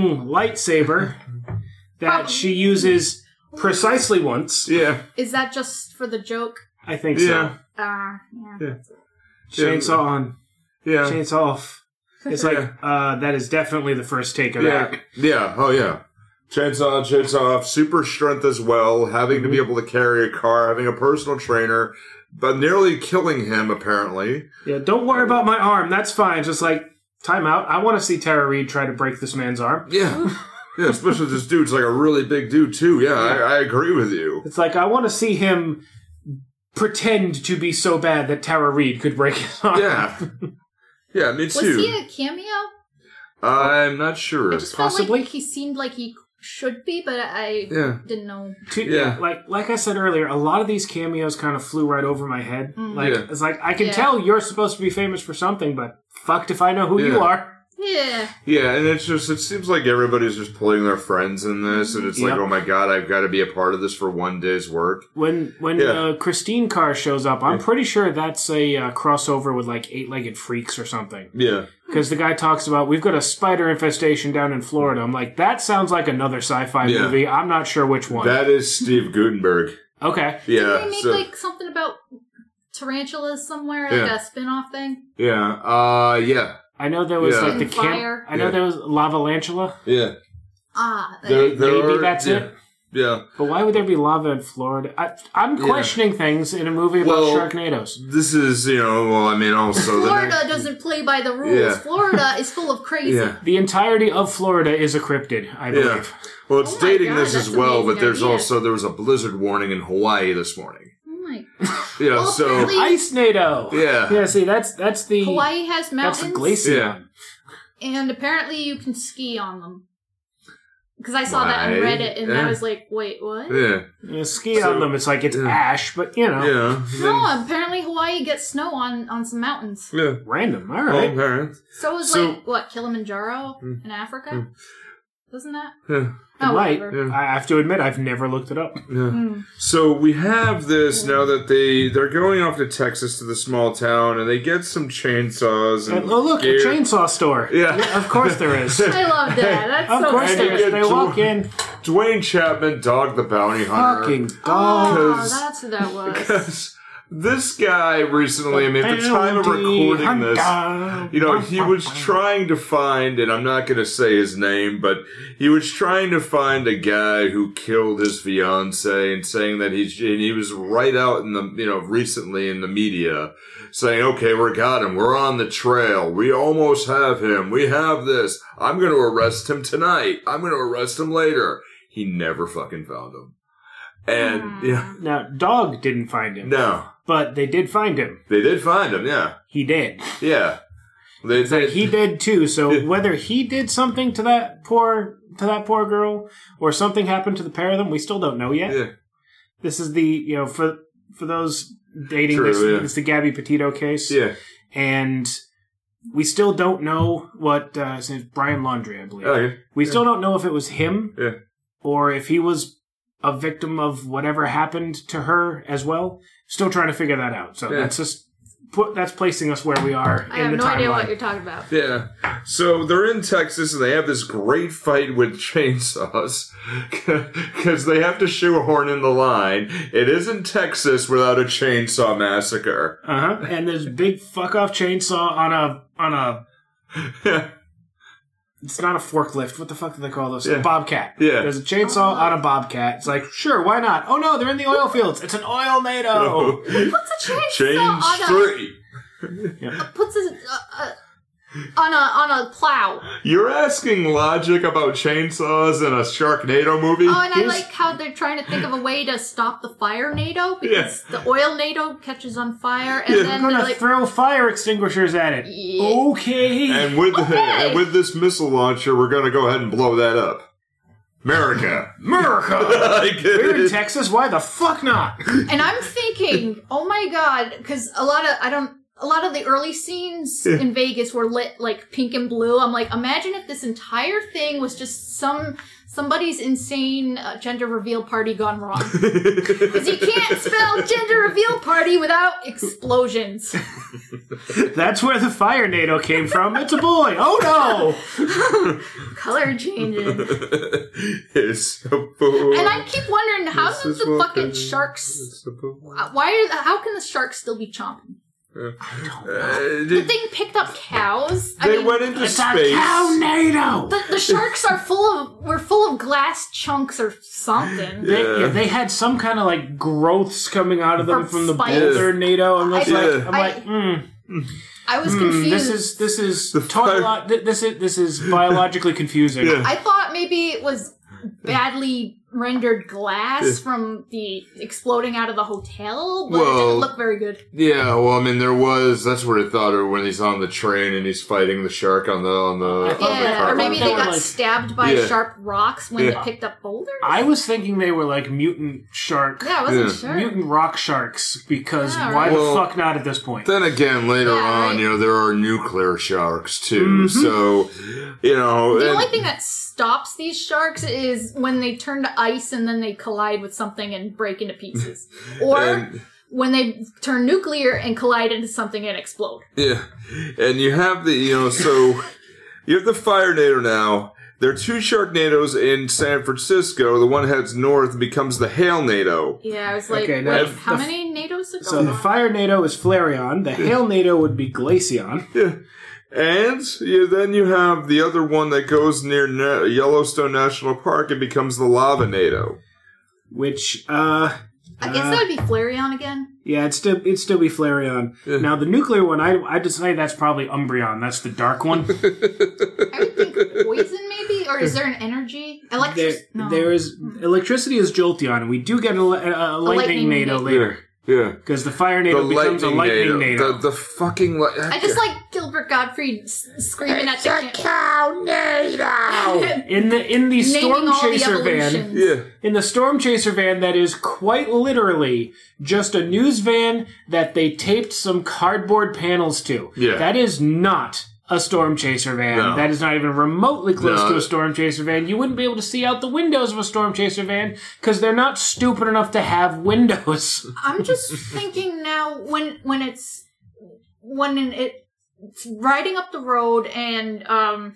Speaker 2: lightsaber that she uses precisely once.
Speaker 1: yeah,
Speaker 3: Is that just for the joke?
Speaker 2: I think
Speaker 1: Yeah.
Speaker 3: Ah, yeah.
Speaker 1: Yeah.
Speaker 2: so. Chainsaw on.
Speaker 1: yeah,
Speaker 2: Chainsaw off. It's like
Speaker 1: Yeah.
Speaker 2: uh, that is definitely the first take of
Speaker 1: yeah,
Speaker 2: that.
Speaker 1: yeah. Oh yeah. Chainsaw, on, chainsaw off, super strength as well, having to be
Speaker 2: Mm-hmm.
Speaker 1: able to carry a car, having a personal trainer, but nearly killing him apparently.
Speaker 2: Yeah, don't worry about my arm. That's fine. Just like time out. I want to see Tara Reid try to break this man's arm.
Speaker 1: Yeah. Yeah, especially this dude's like a really big dude too. Yeah, I, I agree with you.
Speaker 2: It's like I want to see him pretend to be so bad that Tara Reid could break his arm.
Speaker 1: Yeah. Yeah, me
Speaker 3: Was
Speaker 1: too.
Speaker 3: he a cameo?
Speaker 1: I'm not sure.
Speaker 3: I just felt
Speaker 2: Possibly.
Speaker 3: like he seemed like he should be, but I
Speaker 1: yeah.
Speaker 3: didn't know.
Speaker 2: To-
Speaker 1: Yeah.
Speaker 2: Like like I said earlier, a lot of these cameos kind of flew right over my head.
Speaker 3: Mm.
Speaker 2: Like
Speaker 1: Yeah.
Speaker 2: it's like I can
Speaker 3: Yeah.
Speaker 2: tell you're supposed to be famous for something, but fucked if I know who
Speaker 1: Yeah.
Speaker 2: you are.
Speaker 3: Yeah,
Speaker 1: Yeah, and it's just it seems like everybody's just pulling their friends in this and it's like,
Speaker 2: Yeah.
Speaker 1: "Oh my god, I've got to be a part of this for one day's work."
Speaker 2: When when
Speaker 1: Yeah.
Speaker 2: uh, Christine Carr shows up, I'm pretty sure that's a uh, crossover with like eight legged freaks or something.
Speaker 1: Yeah.
Speaker 2: Because the guy talks about we've got a spider infestation down in Florida. I'm like, that sounds like another sci-fi
Speaker 1: Yeah.
Speaker 2: movie. I'm not sure which one.
Speaker 1: That is Steve Gutenberg.
Speaker 2: okay,
Speaker 1: Yeah.
Speaker 3: did they make
Speaker 1: so-
Speaker 3: like something about tarantulas somewhere,
Speaker 1: Yeah.
Speaker 3: like a spin-off thing?
Speaker 1: yeah. Uh yeah.
Speaker 2: I know there was
Speaker 1: Yeah.
Speaker 2: like the camp.
Speaker 3: Fire.
Speaker 2: I know
Speaker 1: Yeah.
Speaker 2: there was Lavalantula.
Speaker 1: Yeah.
Speaker 3: Ah,
Speaker 1: There, there
Speaker 2: Maybe
Speaker 1: are-
Speaker 2: that's
Speaker 1: yeah.
Speaker 2: it.
Speaker 1: Yeah.
Speaker 2: But why would there be lava in Florida? I, I'm
Speaker 1: Yeah.
Speaker 2: questioning things in a movie about
Speaker 1: Well-
Speaker 2: Sharknadoes.
Speaker 1: This is, you know, well, I mean, also the
Speaker 3: Florida
Speaker 1: next-
Speaker 3: doesn't play by the rules.
Speaker 1: Yeah.
Speaker 3: Florida is full of crazy.
Speaker 1: yeah.
Speaker 2: The entirety of Florida is a cryptid, I
Speaker 1: Yeah.
Speaker 2: believe.
Speaker 1: Well, it's
Speaker 3: Oh my
Speaker 1: dating
Speaker 3: God,
Speaker 1: this as
Speaker 3: that's
Speaker 1: well,
Speaker 3: amazing
Speaker 1: but there's
Speaker 3: idea.
Speaker 1: also there was a blizzard warning in Hawaii this morning.
Speaker 3: Oh my!
Speaker 1: Yeah,
Speaker 3: Well,
Speaker 1: so
Speaker 3: apparently-
Speaker 2: Ice NATO.
Speaker 1: Yeah.
Speaker 2: Yeah. See, that's that's the
Speaker 3: Hawaii has
Speaker 2: that's the
Speaker 3: mountains,
Speaker 2: glacier.
Speaker 1: yeah,
Speaker 3: and apparently you can ski on them. Because I saw that on
Speaker 1: Why?
Speaker 3: Reddit, and
Speaker 1: Yeah.
Speaker 3: I was like, "Wait, what?"
Speaker 1: yeah,
Speaker 2: You ski
Speaker 1: So-
Speaker 2: on them. It's like it's
Speaker 1: yeah.
Speaker 2: ash, but you know,
Speaker 1: yeah. Then-
Speaker 3: No, apparently Hawaii gets snow on on some mountains.
Speaker 1: yeah.
Speaker 2: random. All
Speaker 1: Well,
Speaker 2: right.
Speaker 1: apparent.
Speaker 3: So is
Speaker 1: So-
Speaker 3: like what Kilimanjaro
Speaker 1: Hmm.
Speaker 3: in Africa,
Speaker 1: Hmm.
Speaker 3: isn't that?
Speaker 1: Yeah,
Speaker 3: Oh,
Speaker 2: right.
Speaker 3: whatever.
Speaker 1: yeah, Mm.
Speaker 2: I have to admit, I've never looked it up.
Speaker 1: yeah.
Speaker 3: Hmm.
Speaker 1: So we have this now that they they're going off to Texas to the small town, and they get some chainsaws and,
Speaker 2: And, oh, look,
Speaker 1: gear.
Speaker 2: a chainsaw store.
Speaker 1: Yeah.
Speaker 2: of course there is. of
Speaker 3: I love that. That's so
Speaker 2: course
Speaker 1: And
Speaker 3: sick.
Speaker 1: you
Speaker 2: there is.
Speaker 1: get
Speaker 2: They walk
Speaker 1: to-
Speaker 2: in,
Speaker 1: Dwayne Chapman, Dog the Bounty Hunter.
Speaker 2: fucking dog.
Speaker 3: Oh,
Speaker 1: Because-
Speaker 3: that's who that was.
Speaker 1: Because this guy recently, I mean, at the time of
Speaker 2: Bounty
Speaker 1: recording this,
Speaker 2: hunter.
Speaker 1: you know, he was trying to find, and I'm not going to say his name, but he was trying to find a guy who killed his fiance and saying that he's, and he was right out in the, you know, recently in the media saying, okay, we got him. We're on the trail. We almost have him. We have this. I'm going to arrest him tonight. I'm going to arrest him later. He never fucking found him. And,
Speaker 3: Hmm.
Speaker 1: yeah,
Speaker 2: Now, dog didn't find him,
Speaker 1: no.
Speaker 2: but they did find him.
Speaker 1: They did find him, yeah.
Speaker 2: He did.
Speaker 1: Yeah. They,
Speaker 2: It's like
Speaker 1: they,
Speaker 2: he did too. So whether he did something to that poor to that poor girl, or something happened to the pair of them, we still don't know yet.
Speaker 1: yeah.
Speaker 2: This is the you know for for those dating
Speaker 1: True,
Speaker 2: this,
Speaker 1: yeah.
Speaker 2: it's the Gabby Petito case,
Speaker 1: Yeah.
Speaker 2: and we still don't know what uh, his name's Brian Laundry, I believe.
Speaker 1: Okay.
Speaker 2: We still don't know if it was him,
Speaker 1: Yeah.
Speaker 2: or if he was a victim of whatever happened to her as well. Still trying to figure that out. So
Speaker 1: Yeah.
Speaker 2: that's just put, that's placing us where we are.
Speaker 3: I
Speaker 2: in
Speaker 3: have
Speaker 2: the
Speaker 3: no
Speaker 2: timeline.
Speaker 3: idea what you're talking about.
Speaker 1: Yeah. So they're in Texas and they have this great fight with chainsaws because they have to shoehorn in the line. It isn't Texas without a chainsaw massacre.
Speaker 2: Uh huh. And there's big fuck off chainsaw on a on a.
Speaker 1: yeah.
Speaker 2: It's not a forklift. What the fuck do they call those?
Speaker 1: Yeah.
Speaker 2: Bobcat.
Speaker 1: Yeah.
Speaker 2: There's a chainsaw
Speaker 3: Oh.
Speaker 2: on a bobcat. It's like sure, why not? Oh no, they're in the oil fields. It's an oil NATO.
Speaker 3: What's a chainsaw
Speaker 1: Change
Speaker 3: on
Speaker 1: three.
Speaker 3: a puts a, a, a on a on a plow?
Speaker 1: You're asking logic about chainsaws in a Sharknado movie?
Speaker 3: Oh, and I
Speaker 2: Here's-
Speaker 3: like how they're trying to think of a way to stop the fire NATO because the oil NATO catches on fire, and
Speaker 1: Yeah.
Speaker 2: I'm
Speaker 3: then they're
Speaker 2: gonna
Speaker 3: like,
Speaker 2: throw fire extinguishers at it.
Speaker 3: Yeah.
Speaker 2: Okay.
Speaker 1: And with
Speaker 3: Okay.
Speaker 1: and with this missile launcher, we're gonna go ahead and blow that up. America.
Speaker 2: America.
Speaker 1: I get
Speaker 2: We're in
Speaker 1: it.
Speaker 2: Texas. Why the fuck not?
Speaker 3: and I'm thinking, oh my god, because a lot of I don't. A lot of the early scenes in Vegas were lit like pink and blue. I'm like, imagine if this entire thing was just some somebody's insane uh, gender reveal party gone wrong. Because you can't spell gender reveal party without explosions.
Speaker 2: That's where the fire NATO came from. It's a boy. Oh no.
Speaker 3: Color changes.
Speaker 1: it's a boy.
Speaker 3: And I keep wondering how
Speaker 1: This
Speaker 3: did
Speaker 1: is
Speaker 3: the
Speaker 1: what
Speaker 3: fucking
Speaker 1: the-
Speaker 3: sharks
Speaker 1: It's a boy.
Speaker 3: Uh, Why are the, how can the sharks still be chomping?
Speaker 1: Uh,
Speaker 3: The
Speaker 1: they
Speaker 3: thing picked up cows. I
Speaker 1: they
Speaker 3: mean,
Speaker 1: went into
Speaker 2: It's a cow
Speaker 1: space.
Speaker 2: NATO.
Speaker 3: the, the sharks are full of were full of glass chunks or something.
Speaker 2: They,
Speaker 1: Yeah.
Speaker 2: yeah, they had some kind of like growths coming out of them
Speaker 3: Or
Speaker 2: from the
Speaker 3: spikes.
Speaker 2: boulder NATO, and it's
Speaker 3: I-
Speaker 2: like, I'm
Speaker 3: I-
Speaker 2: like, mm,
Speaker 3: I was
Speaker 2: mm,
Speaker 3: confused.
Speaker 2: this is this is
Speaker 1: The fire-
Speaker 2: tautolo- th- this is this is biologically confusing.
Speaker 1: Yeah.
Speaker 3: I thought maybe it was badly rendered glass from the exploding out of the hotel, but it
Speaker 1: Well-
Speaker 3: didn't look very good.
Speaker 1: Yeah, well, I mean, there was. That's what I thought of when he's on the train and he's fighting the shark on the on the.
Speaker 2: I
Speaker 1: On
Speaker 2: thought
Speaker 1: the
Speaker 2: they
Speaker 3: Yeah,
Speaker 1: car.
Speaker 3: or maybe they
Speaker 2: They were
Speaker 3: got
Speaker 2: like-
Speaker 3: stabbed by
Speaker 1: Yeah.
Speaker 3: sharp rocks when
Speaker 1: Yeah.
Speaker 3: they picked up boulders.
Speaker 2: I was thinking they were like mutant shark,
Speaker 3: yeah, I wasn't
Speaker 1: Yeah.
Speaker 3: sure.
Speaker 2: mutant rock sharks, because
Speaker 3: Yeah,
Speaker 2: why
Speaker 3: right.
Speaker 1: Well-
Speaker 2: the fuck not at this point?
Speaker 1: Then again, later
Speaker 3: Yeah,
Speaker 1: on,
Speaker 3: right.
Speaker 1: you know, there are nuclear sharks too. So, you know,
Speaker 3: The
Speaker 1: and-
Speaker 3: only thing that stops these sharks is when they turn to ice and then they collide with something and break into pieces. Or
Speaker 1: and-
Speaker 3: when they turn nuclear and collide into something and explode.
Speaker 1: yeah, and you have the you know, so you have the fire nader now. There are two Sharknadoes in San Francisco. The one heads north and becomes the Hail Nado.
Speaker 3: Yeah, I was like,
Speaker 2: Okay, now
Speaker 3: wait,
Speaker 2: if
Speaker 3: how
Speaker 2: the-
Speaker 3: many NATOs are
Speaker 2: So
Speaker 3: going
Speaker 2: the
Speaker 3: on?
Speaker 2: fire NATO is Flareon, the hail NATO would be Glaceon.
Speaker 1: And you, then you have the other one that goes near Na- Yellowstone National Park and becomes the Lava Nado.
Speaker 2: Which, uh,
Speaker 3: I guess
Speaker 2: uh,
Speaker 3: that'd be Flareon again.
Speaker 2: yeah, it'd still it'd still be Flareon.
Speaker 1: Yeah.
Speaker 2: Now the nuclear one, I I decided that's probably Umbreon. That's the dark one.
Speaker 3: I would think poison maybe, or is there an energy?
Speaker 2: there,
Speaker 3: Electric? no.
Speaker 2: there is electricity is Jolteon, and we do get a, li- a, a
Speaker 3: lightning
Speaker 2: lightning NATO
Speaker 3: nado.
Speaker 2: later
Speaker 1: Yeah.
Speaker 2: because the fire NATO becomes a lightning NATO.
Speaker 1: The, the fucking li-
Speaker 3: I just like Gilbert Gottfried s- screaming at the camera.
Speaker 1: cow NATO.
Speaker 2: in the in the storm
Speaker 3: Naming all the
Speaker 2: chaser van,
Speaker 3: evolutions.
Speaker 1: yeah,
Speaker 2: in the storm chaser van that is quite literally just a news van that they taped some cardboard panels to.
Speaker 1: Yeah.
Speaker 2: That is not a storm chaser van.
Speaker 1: No.
Speaker 2: That is not even remotely close
Speaker 1: No.
Speaker 2: to a storm chaser van. You wouldn't be able to see out the windows of a storm chaser van because they're not stupid enough to have windows.
Speaker 3: I'm just thinking now when when it's when it, it's riding up the road and um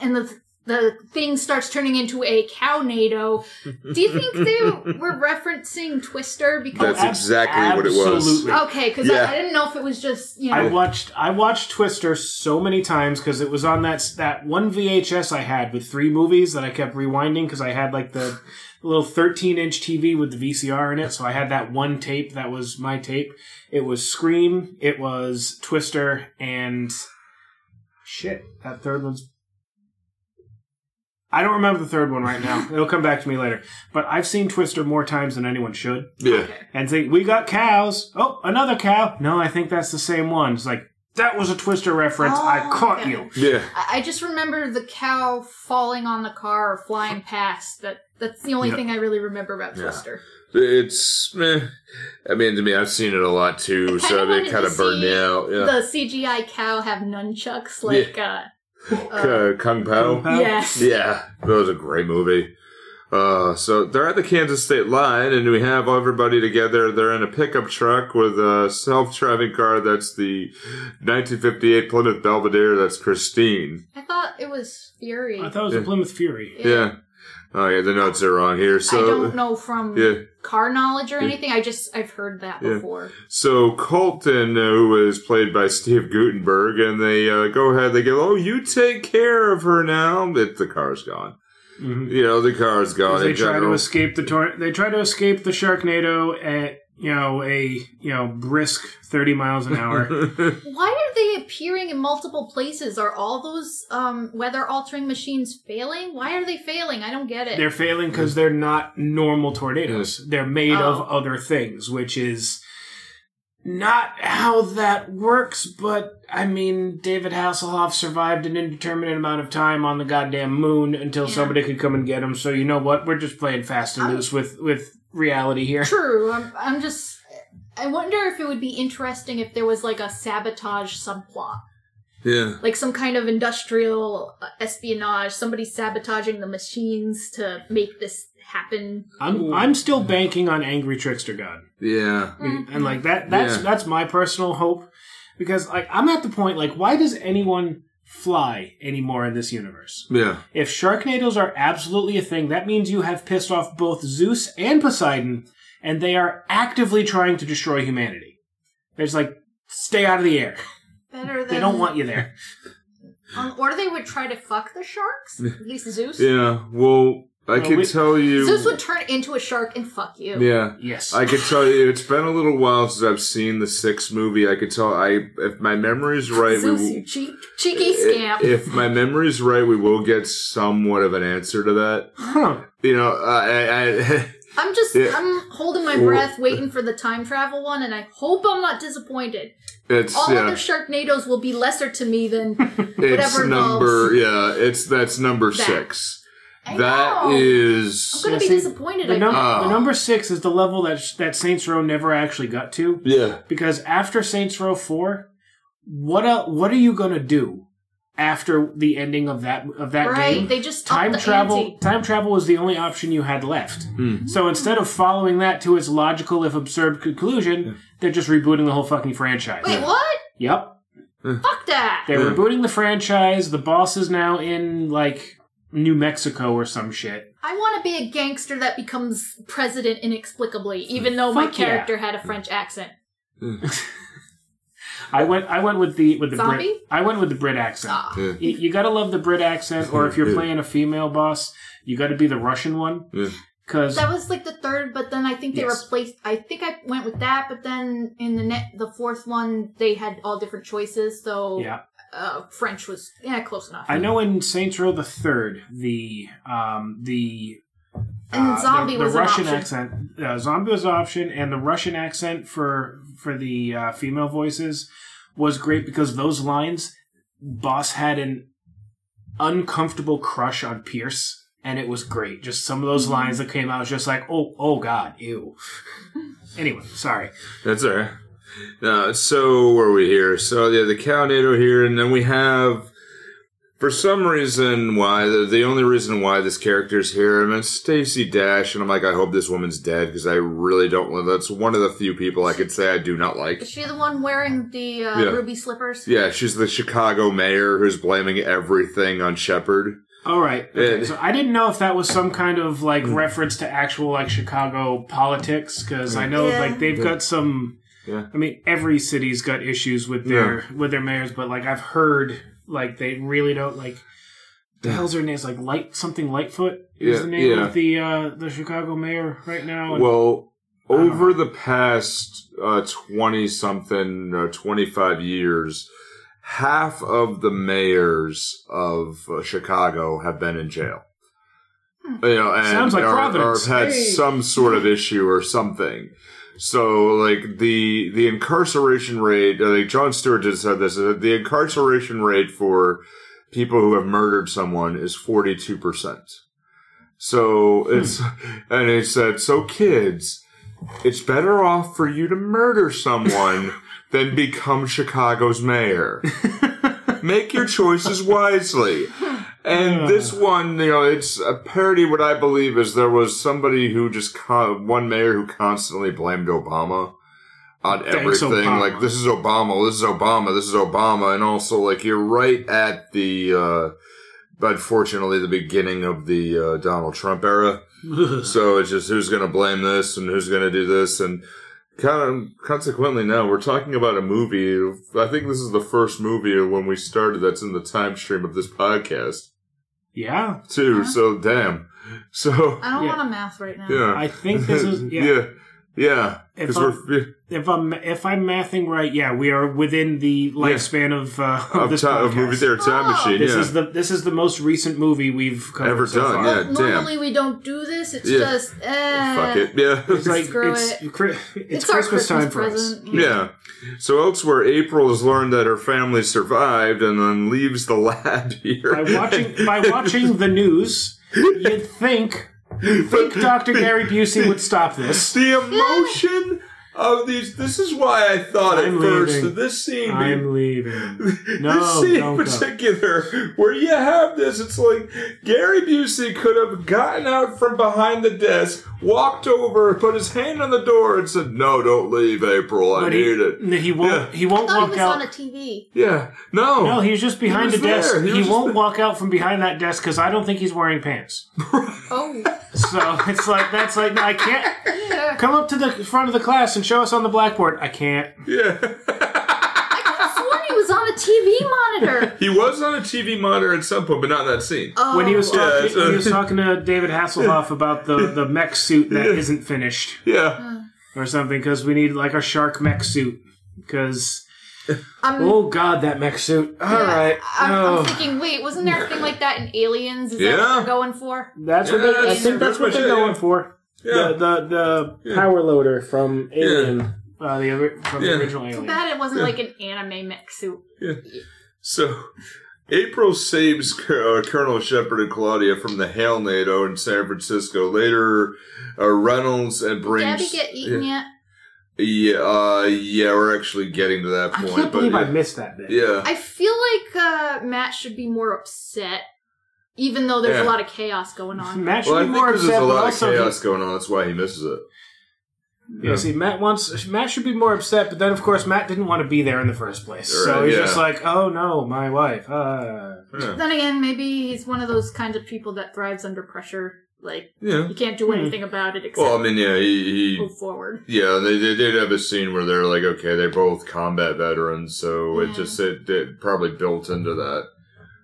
Speaker 3: and the the thing starts turning into a cow NATO. Do you think they were referencing Twister? Because
Speaker 1: That's exactly what it was.
Speaker 2: Oh, Absolutely.
Speaker 3: okay, because
Speaker 1: Yeah.
Speaker 3: I, I didn't know if it was just you
Speaker 2: I
Speaker 3: know.
Speaker 2: watched I watched Twister so many times because it was on that that one VHS I had with three movies that I kept rewinding because I had like the little 13 inch TV with the VCR in it, so I had that one tape that was my tape. It was Scream, it was Twister, and shit, that third one's. I don't remember the third one right now. It'll come back to me later. But I've seen Twister more times than anyone should
Speaker 1: yeah.
Speaker 2: and think we got cows. Oh, another cow. No, I think that's the same one. It's like that was a Twister reference.
Speaker 3: Oh,
Speaker 2: I caught
Speaker 3: okay.
Speaker 2: you.
Speaker 1: Yeah,
Speaker 3: I I just remember the cow falling on the car or flying past. That that's the only
Speaker 2: Yep.
Speaker 3: thing I really remember about
Speaker 1: Yeah.
Speaker 3: Twister.
Speaker 1: it's. Meh. I mean, to me, I've seen it a lot too,
Speaker 3: I kinda
Speaker 1: so
Speaker 3: wanted
Speaker 1: they kind
Speaker 3: to
Speaker 1: of burned me
Speaker 3: see
Speaker 1: out. Yeah,
Speaker 3: The CGI cow have nunchucks like uh, uh,
Speaker 1: K- Kung Pao.
Speaker 2: Pao.
Speaker 3: Yes.
Speaker 1: Yeah, that was a great movie. Uh, so they're at the Kansas state line, and we have everybody together. They're in a pickup truck with a self-driving car. That's the 1958 Plymouth Belvedere. That's Christine.
Speaker 3: I thought it was Fury.
Speaker 2: I thought it was a Plymouth Fury.
Speaker 1: Yeah. Oh yeah, the notes are wrong here. So
Speaker 3: I don't know from
Speaker 1: yeah.
Speaker 3: car knowledge or anything. I just I've heard that
Speaker 1: Yeah.
Speaker 3: before.
Speaker 1: So Colton, uh, who was played by Steve Gutenberg, and they uh, go ahead. They go, "Oh, you take care of her now." That the car's gone.
Speaker 2: Mhm.
Speaker 1: You know, the car's gone.
Speaker 2: They
Speaker 1: in
Speaker 2: try to
Speaker 1: general.
Speaker 2: escape the tor- They try to escape the Sharknado at you know a you know brisk thirty miles an hour.
Speaker 3: Why are they appearing in multiple places? Are all those um, weather altering machines failing? Why are they failing? I don't get it.
Speaker 2: they're failing because they're not normal tornadoes. They're made
Speaker 3: Oh.
Speaker 2: of other things, which is not how that works. But I mean, David Hasselhoff survived an indeterminate amount of time on the goddamn moon until
Speaker 3: Yeah.
Speaker 2: somebody could come and get him. So you know what? We're just playing fast and
Speaker 3: I'm-
Speaker 2: loose with with reality here.
Speaker 3: True. I'm, I'm just. I wonder if it would be interesting if there was like a sabotage subplot,
Speaker 1: yeah.
Speaker 3: like some kind of industrial uh, espionage, somebody sabotaging the machines to make this happen.
Speaker 2: I'm I'm still banking on Angry Trickster God.
Speaker 1: Yeah.
Speaker 3: Mm-hmm.
Speaker 2: and like that that's
Speaker 1: Yeah.
Speaker 2: that's my personal hope because like i'm at the point like why does anyone fly anymore in this universe
Speaker 1: Yeah.
Speaker 2: if sharknadoes are absolutely a thing that means you have pissed off both zeus and poseidon and they are actively trying to destroy humanity they're just like stay out of the air
Speaker 3: Better than
Speaker 2: they don't want you there
Speaker 3: Um, or they would try to fuck the sharks. At least Zeus.
Speaker 1: Yeah. Well, I
Speaker 2: No,
Speaker 1: can
Speaker 2: we-
Speaker 1: tell you.
Speaker 3: Zeus would turn into a shark and fuck you.
Speaker 1: yeah.
Speaker 2: Yes.
Speaker 1: I could tell you it's been a little while since I've seen the sixth movie. I could tell I if my memory's right
Speaker 3: Zeus,
Speaker 1: we
Speaker 3: you cheek, cheeky
Speaker 1: i-
Speaker 3: scamp.
Speaker 1: if my memory's right we will get somewhat of an answer to that.
Speaker 2: huh.
Speaker 1: You know, I, I,
Speaker 3: I'm just,
Speaker 1: Yeah.
Speaker 3: I'm holding my
Speaker 1: Well-
Speaker 3: breath, waiting for the time travel one, and I hope I'm not disappointed.
Speaker 1: it's
Speaker 3: All
Speaker 1: yeah,
Speaker 3: other Sharknadoes will be lesser to me than
Speaker 1: it's
Speaker 3: whatever
Speaker 1: number yeah, it's that's number
Speaker 3: That.
Speaker 1: six.
Speaker 3: I
Speaker 1: That
Speaker 3: know. I'm
Speaker 1: is
Speaker 3: gonna
Speaker 2: Yeah,
Speaker 3: be
Speaker 2: see,
Speaker 3: disappointed.
Speaker 2: The,
Speaker 3: I
Speaker 2: num-
Speaker 3: think.
Speaker 1: Ah.
Speaker 2: the number six is the level that sh- that Saints Row never actually got to
Speaker 1: yeah.
Speaker 2: because after Saints Row four, what el- what are you gonna do after the ending of that of that
Speaker 3: right?
Speaker 2: game?
Speaker 3: They just upped
Speaker 2: time
Speaker 3: Oh, the
Speaker 2: travel
Speaker 3: ante.
Speaker 2: time travel was the only option you had left.
Speaker 1: Hmm.
Speaker 2: So instead of following that to its logical if absurd conclusion, they're just rebooting the whole fucking franchise.
Speaker 3: Wait, what?
Speaker 2: Yep.
Speaker 3: Fuck that.
Speaker 2: They're
Speaker 1: Yeah.
Speaker 2: rebooting the franchise. The boss is now in like New Mexico or some shit.
Speaker 3: I want to be a gangster that becomes president inexplicably, even though my
Speaker 2: Fuck yeah.
Speaker 3: character had a French accent.
Speaker 2: I went I went with the with the Brit
Speaker 3: Zombie?
Speaker 2: I went with the Brit accent.
Speaker 3: Ah.
Speaker 1: Yeah.
Speaker 2: Y- You gotta love the Brit accent, or if you're playing a female boss, you gotta be the Russian one.
Speaker 1: Yeah.
Speaker 2: Cause
Speaker 3: That was like the third, but then I think they
Speaker 2: Yes.
Speaker 3: replaced. I think I went with that, but then in the net, the fourth one, they had all different choices. So
Speaker 2: yeah,
Speaker 3: uh, French was yeah close enough.
Speaker 2: I know in Saints Row the Third, the um the
Speaker 3: And
Speaker 2: uh, the-
Speaker 3: zombie
Speaker 2: the,
Speaker 3: was an
Speaker 2: Russian
Speaker 3: option.
Speaker 2: accent. Uh, zombie was an option, and the Russian accent for for the uh, female voices was great because those lines, Boss had an uncomfortable crush on Pierce, and it was great. Just some of those
Speaker 3: Mm-hmm.
Speaker 2: lines that came out was just like, oh, oh God, ew. anyway, sorry.
Speaker 1: That's all right. Uh, so were we here? So yeah, the cow NATO here, and then we have, for some reason, why the, the only reason why this character's here. I mean, it's Stacy Dash, and I'm like, I hope this woman's dead because I really don't. want- That's one of the few people I could say I do not like.
Speaker 3: Is she the one wearing the uh,
Speaker 1: Yeah.
Speaker 3: ruby slippers?
Speaker 1: Yeah, she's the Chicago mayor who's blaming everything on Shepard.
Speaker 2: All right. Okay,
Speaker 1: Yeah. Hmm.
Speaker 2: so I didn't know if that was some kind of like reference to actual like Chicago politics because I know
Speaker 3: Yeah.
Speaker 2: like they've got some.
Speaker 1: Hmm. Yeah.
Speaker 2: I mean, every city's got issues with their with their mayors, but like I've heard like they really don't like. The hell's her name? It's like Light something Lightfoot is
Speaker 1: Yeah,
Speaker 2: the name
Speaker 1: yeah.
Speaker 2: of the uh, the Chicago mayor right now. and-
Speaker 1: Well, over the past twenty something, uh, twenty five years, half of the mayors of uh, Chicago have been in jail. You know, and
Speaker 2: Hmm. Sounds like
Speaker 1: or, or
Speaker 2: Providence.
Speaker 1: have had
Speaker 2: Hey.
Speaker 1: some sort of issue or something. So, like the the incarceration rate, uh, like John Stewart just said this, uh, the incarceration rate for people who have murdered someone is forty two percent. So it's
Speaker 2: Hmm.
Speaker 1: and it said so kids, it's better off for you to murder someone than become Chicago's mayor. Make your choices wisely. And this one, you know, it's a parody. What I believe is there was somebody who just con- one mayor who constantly blamed Obama on
Speaker 2: Thanks,
Speaker 1: everything.
Speaker 2: Obama.
Speaker 1: Like this is Obama, this is Obama, this is Obama, and also like you're right at the. uh unfortunately the beginning of the uh, Donald Trump era. so it's just who's going to blame this and who's going to do this and kind of consequently now we're talking about a movie. I think this is the first movie when we started that's in the time stream of this podcast
Speaker 2: yeah,
Speaker 1: too.
Speaker 3: Huh?
Speaker 1: So damn. So
Speaker 3: I don't
Speaker 2: Yeah.
Speaker 3: want to math right now.
Speaker 1: yeah.
Speaker 2: I think this is yeah.
Speaker 1: yeah. Yeah.
Speaker 2: If
Speaker 1: 'Cause
Speaker 2: I'm-
Speaker 1: we're
Speaker 2: If I'm if I'm mathing right, yeah, we are within the lifespan of uh, of,
Speaker 1: of,
Speaker 2: this
Speaker 1: time, of
Speaker 2: podcast.
Speaker 1: movie theater time
Speaker 3: Oh.
Speaker 1: machine.
Speaker 2: This
Speaker 1: yeah.
Speaker 2: is the this is the most recent movie we've covered
Speaker 1: Ever
Speaker 2: so
Speaker 1: done,
Speaker 2: far.
Speaker 1: yeah.
Speaker 3: Well,
Speaker 1: Uh, damn.
Speaker 3: normally we don't do this. It's
Speaker 1: Yeah.
Speaker 3: just eh,
Speaker 1: Fuck it. Yeah.
Speaker 2: It's like
Speaker 3: Screw
Speaker 2: it's,
Speaker 3: it.
Speaker 2: Chri- it's,
Speaker 3: It's, our
Speaker 2: Christmas,
Speaker 3: Christmas,
Speaker 2: time for us.
Speaker 3: present.
Speaker 1: Yeah. So elsewhere, April has learned that her family survived and then leaves the lab here.
Speaker 2: By watching by watching the news, you'd think you'd think Dr. Gary Busey would stop this.
Speaker 1: the emotion of these. This is why I thought
Speaker 2: I'm
Speaker 1: at first
Speaker 2: leaving.
Speaker 1: that this scene.
Speaker 2: I'm leaving.
Speaker 1: this
Speaker 2: No,
Speaker 1: scene
Speaker 2: don't
Speaker 1: in
Speaker 2: go.
Speaker 1: particular, where you have this, it's like Gary Busey could have gotten out from behind the desk, walked over, put his hand on the door, and said, "No, don't leave, April. I
Speaker 2: But
Speaker 1: need
Speaker 2: he,
Speaker 1: it."
Speaker 2: he won't
Speaker 1: Yeah.
Speaker 2: he
Speaker 3: I
Speaker 2: won't
Speaker 3: thought it
Speaker 2: walk
Speaker 3: was on a
Speaker 2: out.
Speaker 3: TV.
Speaker 1: Yeah, no,
Speaker 2: No, he's just behind
Speaker 1: was
Speaker 2: the desk.
Speaker 1: there. He
Speaker 2: He,
Speaker 1: was just
Speaker 2: won't
Speaker 1: there.
Speaker 2: walk out from behind that desk because I don't think he's wearing pants.
Speaker 3: Oh,
Speaker 2: So it's like that's like no, I can't
Speaker 3: yeah.
Speaker 2: come up to the front of the class and show us on the blackboard. I can't.
Speaker 1: yeah.
Speaker 3: I sworn he was on a TV monitor.
Speaker 1: He was on a TV monitor at some point, but not in that scene.
Speaker 3: Oh,
Speaker 2: When he was
Speaker 1: Yeah,
Speaker 2: talking,
Speaker 1: so-
Speaker 2: he was talking to David Hasselhoff about the, the mech suit that isn't finished
Speaker 1: yeah.
Speaker 2: or something because we need like a shark mech suit because
Speaker 3: I'm,
Speaker 2: oh god that mech suit All
Speaker 3: yeah,
Speaker 2: right,
Speaker 3: I'm,
Speaker 2: oh
Speaker 3: I'm thinking, wait, wasn't there a thing like that in Aliens? Is that what
Speaker 1: Yeah.
Speaker 3: they're going for?
Speaker 2: that's what
Speaker 1: Yeah,
Speaker 2: they, I
Speaker 1: that's-
Speaker 2: think
Speaker 1: that's
Speaker 2: that's what
Speaker 1: much
Speaker 2: they're
Speaker 1: it, yeah.
Speaker 2: going for
Speaker 1: Yeah.
Speaker 2: the the, the power loader from Alien uh, the ori- from
Speaker 1: Yeah.
Speaker 2: the original
Speaker 3: Too
Speaker 2: Alien
Speaker 3: bad it wasn't like an anime mech suit.
Speaker 1: So April saves C- uh, Colonel Shepard and Claudia from the hail NATO in San Francisco. Later, uh, Reynolds and brings
Speaker 3: Gabby get eaten yet?
Speaker 1: yeah, uh, yeah, we're actually getting to that
Speaker 2: I
Speaker 1: point.
Speaker 2: can't
Speaker 1: but
Speaker 2: believe I
Speaker 1: yeah,
Speaker 2: missed that bit
Speaker 1: yeah.
Speaker 3: I feel like uh, Matt should be more upset, even though there's a
Speaker 1: Yeah.
Speaker 3: lot of chaos going on.
Speaker 2: Matt should
Speaker 1: Well, I
Speaker 2: be
Speaker 1: think
Speaker 2: more
Speaker 1: 'cause
Speaker 2: upset
Speaker 1: there's a
Speaker 2: but
Speaker 1: lot of
Speaker 2: also he-
Speaker 1: chaos going on. That's why he misses it.
Speaker 2: yeah, see Matt wants Matt should be more upset but then of course Matt didn't want to be there in the first place so
Speaker 1: Right,
Speaker 2: he's
Speaker 1: yeah.
Speaker 2: just like oh no my wife uh.
Speaker 1: Yeah.
Speaker 3: Then again, maybe he's one of those kinds of people that thrives under pressure. Like
Speaker 1: yeah.
Speaker 3: you can't do anything about it except
Speaker 1: Well, I mean, yeah, he, he
Speaker 3: move forward.
Speaker 1: Yeah, they, they did have a scene where they're like, okay, they're both combat veterans, so
Speaker 3: Yeah.
Speaker 1: it just it, it probably built into that.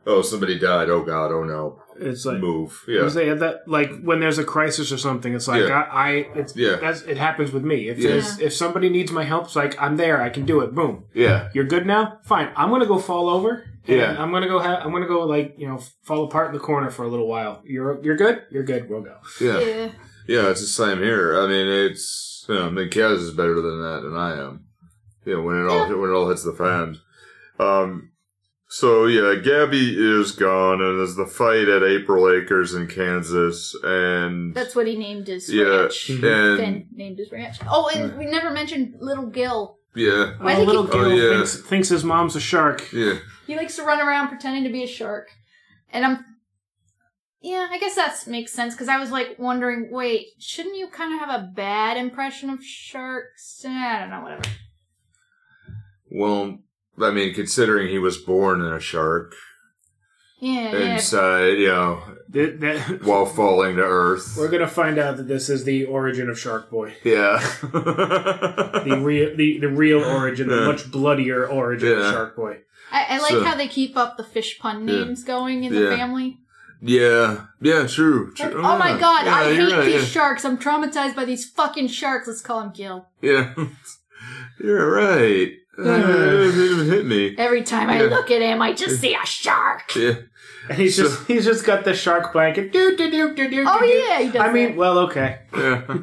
Speaker 1: Oh, somebody died. Oh God. Oh no.
Speaker 2: it's like
Speaker 1: Move.
Speaker 2: Yeah.
Speaker 1: Yeah.
Speaker 2: They had that like when there's a crisis or something. It's like
Speaker 1: Yeah.
Speaker 2: I, I it's,
Speaker 1: Yeah.
Speaker 2: that's, it happens with me. If
Speaker 1: Yeah.
Speaker 2: there's if somebody needs my help, it's like I'm there. I can do it. Boom.
Speaker 1: Yeah.
Speaker 2: You're good now. Fine. I'm gonna go fall over. and
Speaker 1: Yeah.
Speaker 2: I'm gonna go. Ha- I'm gonna go like you know fall apart in the corner for a little while. You're you're good. You're good. We'll go.
Speaker 1: Yeah. Yeah.
Speaker 3: Yeah.
Speaker 1: It's the same here. I mean, it's you know, I mean, Kaz is better than that than I am. Yeah. When it all when it all hits the fan. Um. So yeah, Gabby is gone, and there's the fight at April Acres in Kansas, and
Speaker 3: That's what he named his
Speaker 1: yeah,
Speaker 3: ranch.
Speaker 1: and Hmm.
Speaker 3: Finn named his ranch. Oh, and we never mentioned little Gil.
Speaker 1: yeah,
Speaker 3: Why
Speaker 2: Oh,
Speaker 3: did
Speaker 2: little
Speaker 3: he-
Speaker 2: Gil
Speaker 1: Oh, yeah.
Speaker 2: thinks, thinks his mom's a shark.
Speaker 1: yeah.
Speaker 3: He likes to run around pretending to be a shark, and I'm. Yeah, I guess that makes sense because I was like wondering, wait, shouldn't you kind of have a bad impression of sharks? Eh, I don't know, whatever.
Speaker 1: Well, I mean, considering he was born in a shark
Speaker 3: Yeah, yeah.
Speaker 1: inside, you know,
Speaker 2: That, that-
Speaker 1: while falling to earth.
Speaker 2: we're gonna find out that this is the origin of Shark Boy.
Speaker 1: Yeah.
Speaker 2: The real the, the real origin, the
Speaker 1: Yeah.
Speaker 2: much bloodier origin of
Speaker 1: Yeah.
Speaker 2: Shark Boy.
Speaker 3: I, I like
Speaker 1: So-
Speaker 3: how they keep up the fish pun
Speaker 1: Yeah.
Speaker 3: names going in the
Speaker 1: Yeah.
Speaker 3: family.
Speaker 1: yeah. Yeah, true.
Speaker 3: Like,
Speaker 1: true.
Speaker 3: oh my god,
Speaker 1: Yeah,
Speaker 3: I
Speaker 1: you're
Speaker 3: hate
Speaker 1: right,
Speaker 3: these sharks. I'm traumatized by these fucking sharks. Let's call him Gil.
Speaker 1: Yeah. yeah. You're right. Uh, it didn't hit me.
Speaker 3: Every time I
Speaker 1: Yeah.
Speaker 3: look at him, I just see a shark.
Speaker 1: Yeah.
Speaker 2: And he's
Speaker 1: So-
Speaker 2: just he's just got the shark blanket. Doo, doo, doo, doo, doo,
Speaker 3: Oh
Speaker 2: doo, doo.
Speaker 3: yeah, he does.
Speaker 2: I mean, well, okay.
Speaker 1: Yeah.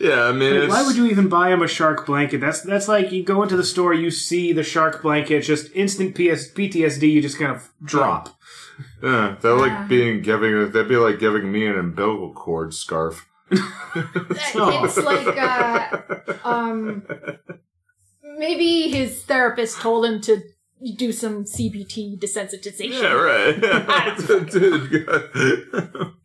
Speaker 1: Yeah, I mean,
Speaker 2: Like,
Speaker 1: it's,
Speaker 2: why would you even buy him a shark blanket? That's that's like you go into the store, you see the shark blanket, just instant PS, PTSD. You just kind of drop.
Speaker 1: Yeah, that
Speaker 3: Ah.
Speaker 1: like being giving that'd be like giving me an umbilical cord scarf.
Speaker 3: that.
Speaker 2: Oh.
Speaker 3: it's like uh, um, maybe his therapist told him to do some CBT desensitization.
Speaker 1: Yeah, right. Dude,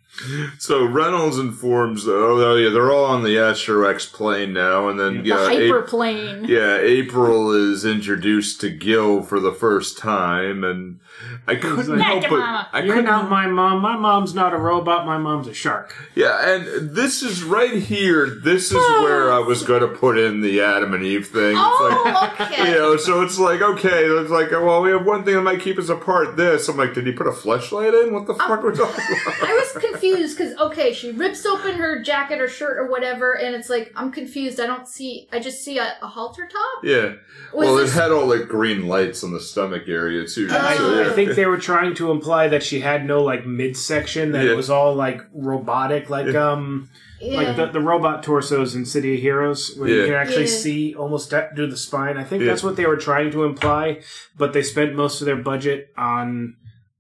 Speaker 1: so Reynolds informs, oh, oh, yeah, they're all on the Asher X plane now, and then
Speaker 3: The
Speaker 1: yeah, April,
Speaker 3: hyperplane.
Speaker 1: yeah, April is introduced to Gil for the first time, and I couldn't
Speaker 2: like,
Speaker 1: help
Speaker 3: "Back to
Speaker 1: but
Speaker 3: mama.
Speaker 1: I
Speaker 2: You're
Speaker 1: couldn't,
Speaker 2: not my mom. My mom's not a robot. My mom's a shark.
Speaker 1: yeah, and this is right here. This is where I was going to put in the Adam and Eve thing. It's like-
Speaker 3: Oh, okay.
Speaker 1: You know, so it's like okay, it's like well, we have one thing that might keep us apart. This, I'm like, did he put a flashlight in? What the
Speaker 3: Um,
Speaker 1: fuck were we talking about?
Speaker 3: I was confused because okay, she rips open her jacket or shirt or whatever, and it's like I'm confused. I don't see. I just see a, a halter top.
Speaker 1: Yeah.
Speaker 3: Was
Speaker 1: well,
Speaker 3: this- Uh,
Speaker 1: it had all like green lights on the stomach area too.
Speaker 2: I,
Speaker 1: so, yeah.
Speaker 2: I think they were trying to imply that she had no like midsection. That
Speaker 1: Yeah.
Speaker 2: it was all like robotic, like um,
Speaker 3: Yeah.
Speaker 2: like the, the robot torsos in City of Heroes, where you
Speaker 1: Yeah.
Speaker 2: can actually
Speaker 3: Yeah.
Speaker 2: see almost up to the spine. I think
Speaker 1: Yeah.
Speaker 2: that's what they were trying to imply, but they spent most of their budget on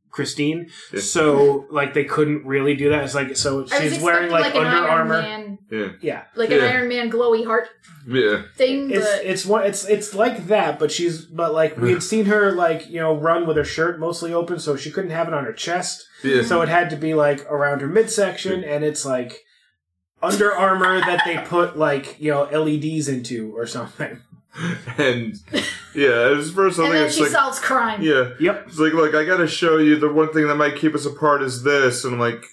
Speaker 2: Christine,
Speaker 1: Yeah.
Speaker 2: so like they couldn't really do that. It's like so
Speaker 3: I was
Speaker 2: she's wearing
Speaker 3: expecting,
Speaker 2: like,
Speaker 3: an
Speaker 2: Under
Speaker 3: Iron
Speaker 2: Armour.
Speaker 3: Man,
Speaker 1: yeah,
Speaker 2: Yeah,
Speaker 3: like an
Speaker 1: Yeah.
Speaker 3: Iron Man glowy heart
Speaker 1: yeah,
Speaker 3: thing.
Speaker 2: it's
Speaker 3: but
Speaker 2: it's one it's it's like that, but she's but like we had seen her like you know run with her shirt mostly open, so she couldn't have it on her chest.
Speaker 1: yeah.
Speaker 2: So it had to be like around her midsection, and it's like Under Armour that they put like you know LEDs into or something.
Speaker 1: and yeah, it was first. I
Speaker 3: and
Speaker 1: think
Speaker 3: then
Speaker 1: it's
Speaker 3: she
Speaker 1: like
Speaker 3: solves crime.
Speaker 1: yeah,
Speaker 2: Yep.
Speaker 1: it's like look, I gotta show you the one thing that might keep us apart is this, and I'm like,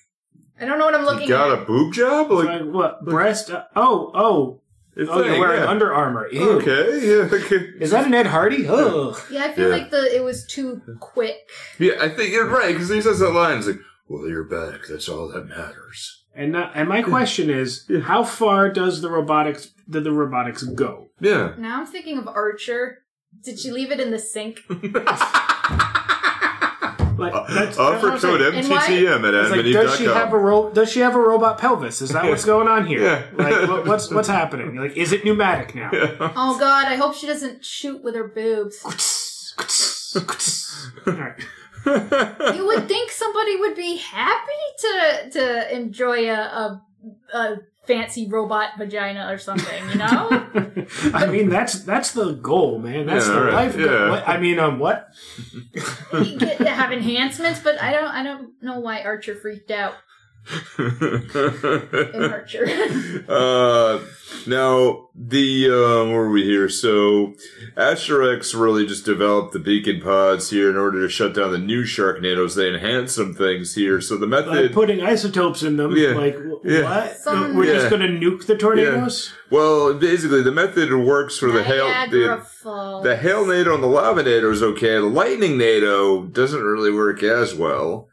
Speaker 3: I don't know what I'm
Speaker 1: you
Speaker 3: looking
Speaker 1: got
Speaker 3: at.
Speaker 1: a boob job? Like,
Speaker 2: Like, what breast? Uh, oh, oh,
Speaker 1: It's
Speaker 2: Oh, you're
Speaker 1: like,
Speaker 2: wearing
Speaker 1: yeah.
Speaker 2: Under Armour. Ew.
Speaker 1: Okay, yeah, okay.
Speaker 2: Is that an Ed Hardy? Ugh.
Speaker 3: Yeah, I feel
Speaker 1: Yeah.
Speaker 3: like the it was too quick.
Speaker 1: Yeah, I think you're right because he says that line. It's like, "Well, you're back. That's all that matters."
Speaker 2: And not, and my question is,
Speaker 1: Yeah.
Speaker 2: how far does the robotics did the robotics go?
Speaker 1: Yeah.
Speaker 3: Now I'm thinking of Archer. Did she leave it in the sink?
Speaker 2: Like
Speaker 1: Uh,
Speaker 2: that's, that's what
Speaker 1: Offer
Speaker 2: I'm saying.
Speaker 1: code
Speaker 3: And why-
Speaker 1: MTTM
Speaker 2: It's like, does she have a
Speaker 1: at
Speaker 2: ro- does she have a robot pelvis? Is that what's going on here?
Speaker 1: E Yeah.
Speaker 2: Like what, what's what's happening? Like is it pneumatic now?
Speaker 1: admin.com.
Speaker 3: Oh god, I hope she doesn't shoot with her boobs.
Speaker 2: All right.
Speaker 3: You would think somebody would be happy to to enjoy a a, a fancy robot vagina or something, you know?
Speaker 2: I mean that's that's the goal, man. That's
Speaker 1: Yeah,
Speaker 2: the
Speaker 1: all right.
Speaker 2: life. goal.
Speaker 1: Yeah.
Speaker 2: What- I mean, um, what?
Speaker 3: You get to have enhancements, but I don't I don't know why Archer freaked out in Archer.
Speaker 1: uh, now the um, where were we here? So Asterix really just developed the beacon pods here in order to shut down the new Sharknadoes. They enhanced some things here, so the
Speaker 2: Like
Speaker 1: method.
Speaker 2: uh, putting isotopes in them.
Speaker 1: Yeah.
Speaker 2: Like w-
Speaker 1: Yeah.
Speaker 2: what?
Speaker 3: Some-
Speaker 2: We're just
Speaker 1: Yeah.
Speaker 2: gonna nuke the tornadoes?
Speaker 1: well, basically, the method works for the hail.
Speaker 3: Niagara
Speaker 1: The,
Speaker 3: Falls.
Speaker 1: the hail NATO and the lava NATO is okay. The lightning NATO doesn't really work as well.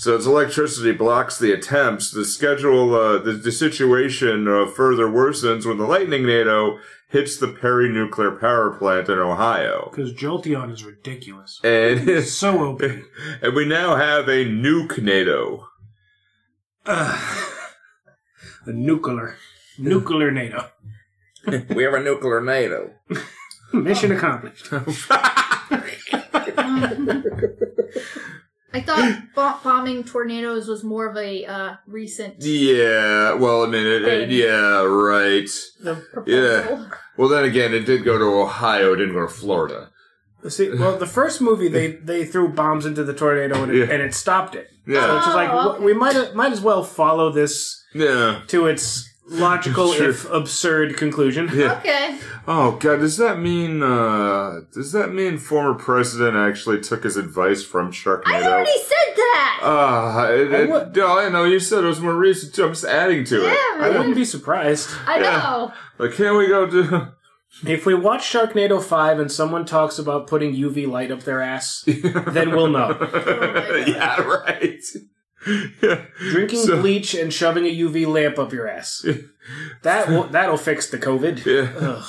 Speaker 1: So its electricity blocks the attempts. The schedule, uh, the, the situation uh, further worsens when the lightning NATO hits the Perry nuclear power plant in Ohio.
Speaker 2: Because Jolteon is ridiculous.
Speaker 1: And
Speaker 2: It's so open.
Speaker 1: and we now have a nuke NATO.
Speaker 2: Ugh. A nuclear, nuclear NATO.
Speaker 1: we have a nuclear NATO.
Speaker 2: Mission accomplished.
Speaker 3: I thought bo- bombing tornadoes was more of a uh, recent
Speaker 1: yeah. Well, I mean, it, it- yeah, right.
Speaker 3: proposal.
Speaker 1: Well, then again, it did go to Ohio. It didn't go to Florida.
Speaker 2: See, well, the first movie they, they threw bombs into the tornado and it,
Speaker 1: Yeah.
Speaker 2: and it stopped it. So
Speaker 1: Yeah.
Speaker 2: it's just like
Speaker 3: Oh,
Speaker 2: wh- we might might as well follow this
Speaker 1: Yeah.
Speaker 2: to its logical
Speaker 1: Sure.
Speaker 2: if absurd conclusion.
Speaker 1: Yeah.
Speaker 3: Okay.
Speaker 1: Oh God, does that mean uh does that mean former president actually took his advice from
Speaker 3: I
Speaker 1: Sharknado?
Speaker 3: already said that!
Speaker 2: Uh,
Speaker 1: Ah, it,
Speaker 2: I
Speaker 1: it,
Speaker 2: would-
Speaker 1: no, I know you said it was more recent too. I'm just adding to it.
Speaker 3: Yeah,
Speaker 2: I
Speaker 3: man.
Speaker 2: wouldn't be surprised
Speaker 3: I
Speaker 1: yeah.
Speaker 3: know.
Speaker 1: Like, can we go to?
Speaker 2: if we watch Sharknado Five and someone talks about putting UV light up their ass. then we'll know.
Speaker 3: God.
Speaker 1: yeah, right. Yeah.
Speaker 2: Drinking
Speaker 1: So-
Speaker 2: bleach and shoving a UV lamp up your ass. That will, that'll fix the COVID.
Speaker 1: Yeah.
Speaker 2: Ugh.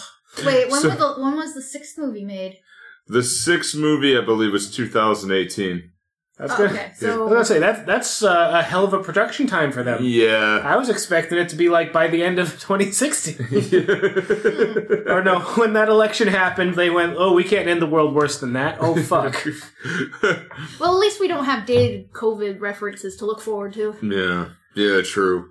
Speaker 3: Wait, when,
Speaker 1: So-
Speaker 3: was the, when was the sixth movie made?
Speaker 1: The sixth movie, I believe, was 2018.
Speaker 2: That's
Speaker 3: Oh,
Speaker 2: good.
Speaker 3: okay,
Speaker 2: I
Speaker 3: so
Speaker 2: was gonna say that that's uh, a hell of a production time for them.
Speaker 1: Yeah.
Speaker 2: I was expecting it to be like by the end of 2016, or no, when that election happened, they went, "Oh, we can't end the world worse than that." Oh
Speaker 3: Hmm.
Speaker 2: fuck!
Speaker 3: well, at least we don't have dated COVID references to look forward to.
Speaker 1: Yeah, yeah, true.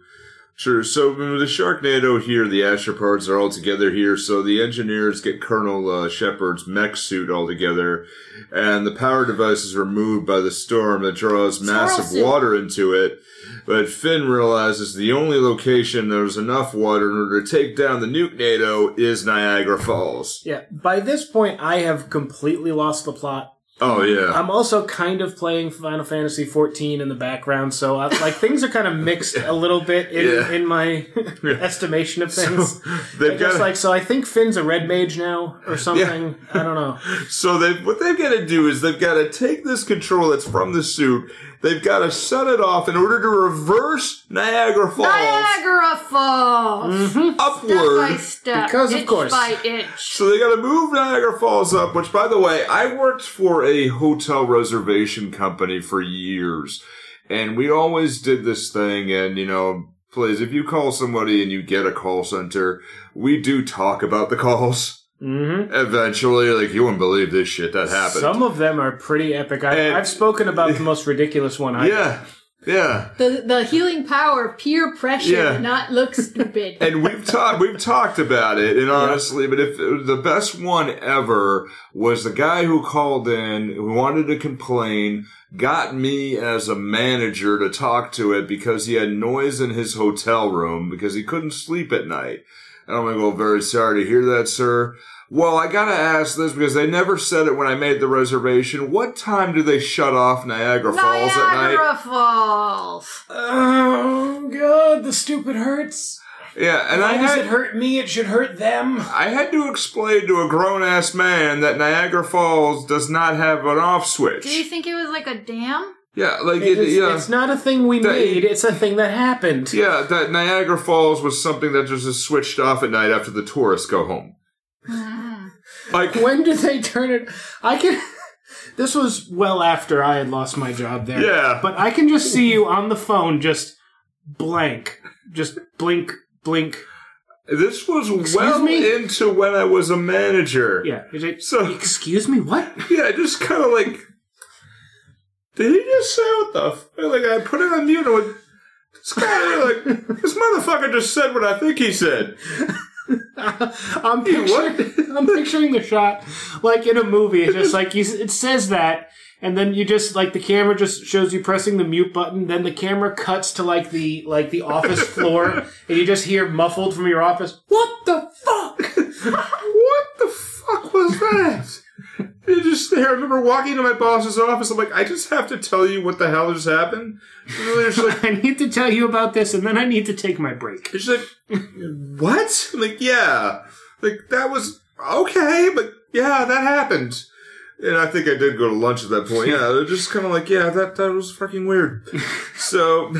Speaker 1: True. So mm, the Sharknado here, the astropods are all together here. So the engineers get Colonel uh, Shepard's mech suit all together, and the power device is removed by the storm that draws
Speaker 3: Squirrel
Speaker 1: massive
Speaker 3: suit.
Speaker 1: water into it. But Finn realizes the only location there's enough water in order to take down the nuke NATO is Niagara Falls.
Speaker 2: yeah. By this point, I have completely lost the plot.
Speaker 1: Oh yeah,
Speaker 2: I'm also kind of playing Final Fantasy 14 in the background, so I, like things are kind of mixed a little bit in,
Speaker 1: Yeah.
Speaker 2: in my estimation of things.
Speaker 1: they've
Speaker 2: Just
Speaker 1: got
Speaker 2: like so, I think Finn's a red mage now or something. I don't know.
Speaker 1: So they what they've got to do is they've got to take this control that's from the suit. They've got to set it off in order to reverse Niagara Falls
Speaker 3: Niagara Falls! Step by
Speaker 1: upward.
Speaker 3: step.
Speaker 2: Mm-hmm. Because, of
Speaker 3: itch
Speaker 2: course.
Speaker 3: by itch.
Speaker 1: So they got to move Niagara Falls up. Which, by the way, I worked for a hotel reservation company for years, and we always did this thing. And you know, please, if you call somebody and you get a call center, we do talk about the calls
Speaker 2: Mm-hmm.
Speaker 1: eventually. Like you wouldn't believe this shit that happened.
Speaker 2: Some of them are pretty epic. I,
Speaker 1: And-
Speaker 2: I've spoken about the most ridiculous one. I
Speaker 1: yeah, yeah.
Speaker 3: The, the healing power of peer pressure
Speaker 1: Yeah.
Speaker 3: did not look stupid.
Speaker 1: and we've talked we've talked about it and honestly but if the best one ever was the guy who called in who wanted to complain got me as a manager to talk to it because he had noise in his hotel room because he couldn't sleep at night and i'm like well very sorry to hear that sir well, I gotta ask this because they never said it when I made the reservation. What time do they shut off Niagara Falls at night?
Speaker 3: Niagara Falls!
Speaker 2: Oh god, the stupid hurts.
Speaker 1: Yeah, and I
Speaker 2: Why does
Speaker 1: had,
Speaker 2: it hurt me? It should hurt them.
Speaker 1: I had to explain to a grown ass man that Niagara Falls does not have an off switch.
Speaker 3: Do you think it was like a dam?
Speaker 1: yeah, like it,
Speaker 2: It is,
Speaker 1: yeah.
Speaker 2: It's not a thing we
Speaker 1: That-
Speaker 2: made. It's a thing that happened.
Speaker 1: yeah, that Niagara Falls was something that just is switched off at night after the tourists go home.
Speaker 2: Mm-hmm.
Speaker 1: Like,
Speaker 2: When did they turn it? I can. This was well after I had lost my job there.
Speaker 1: Yeah.
Speaker 2: But I can just see you on the phone, just blank, just blink, blink.
Speaker 1: this was
Speaker 2: Excuse
Speaker 1: well
Speaker 2: me?
Speaker 1: into when I was a manager.
Speaker 2: Yeah. Is it-
Speaker 1: So-
Speaker 2: excuse me, what?
Speaker 1: Yeah, just kind of like. Did he just say what the? F-? Like I put it on mute and went, this guy like this motherfucker just said what I think he said.
Speaker 2: I'm
Speaker 1: You what?
Speaker 2: picturing, I'm picturing the shot like in a movie. It's just like you, s- it says that, and then you just like the camera just shows you pressing the mute button. Then the camera cuts to like the like the office floor, and you just hear muffled from your office, "What the fuck?"
Speaker 1: What the fuck was that? You just there. I remember walking to my boss's office. I'm like, I just have to tell you what the hell just happened. And they're just like,
Speaker 2: I need to tell you about this, and then I need to take my break.
Speaker 1: it's like, what? I'm like, yeah, like that was okay, but yeah, that happened. And I think I did go to lunch at that point. Yeah, they're just kind of like, yeah, that that was fucking weird. so.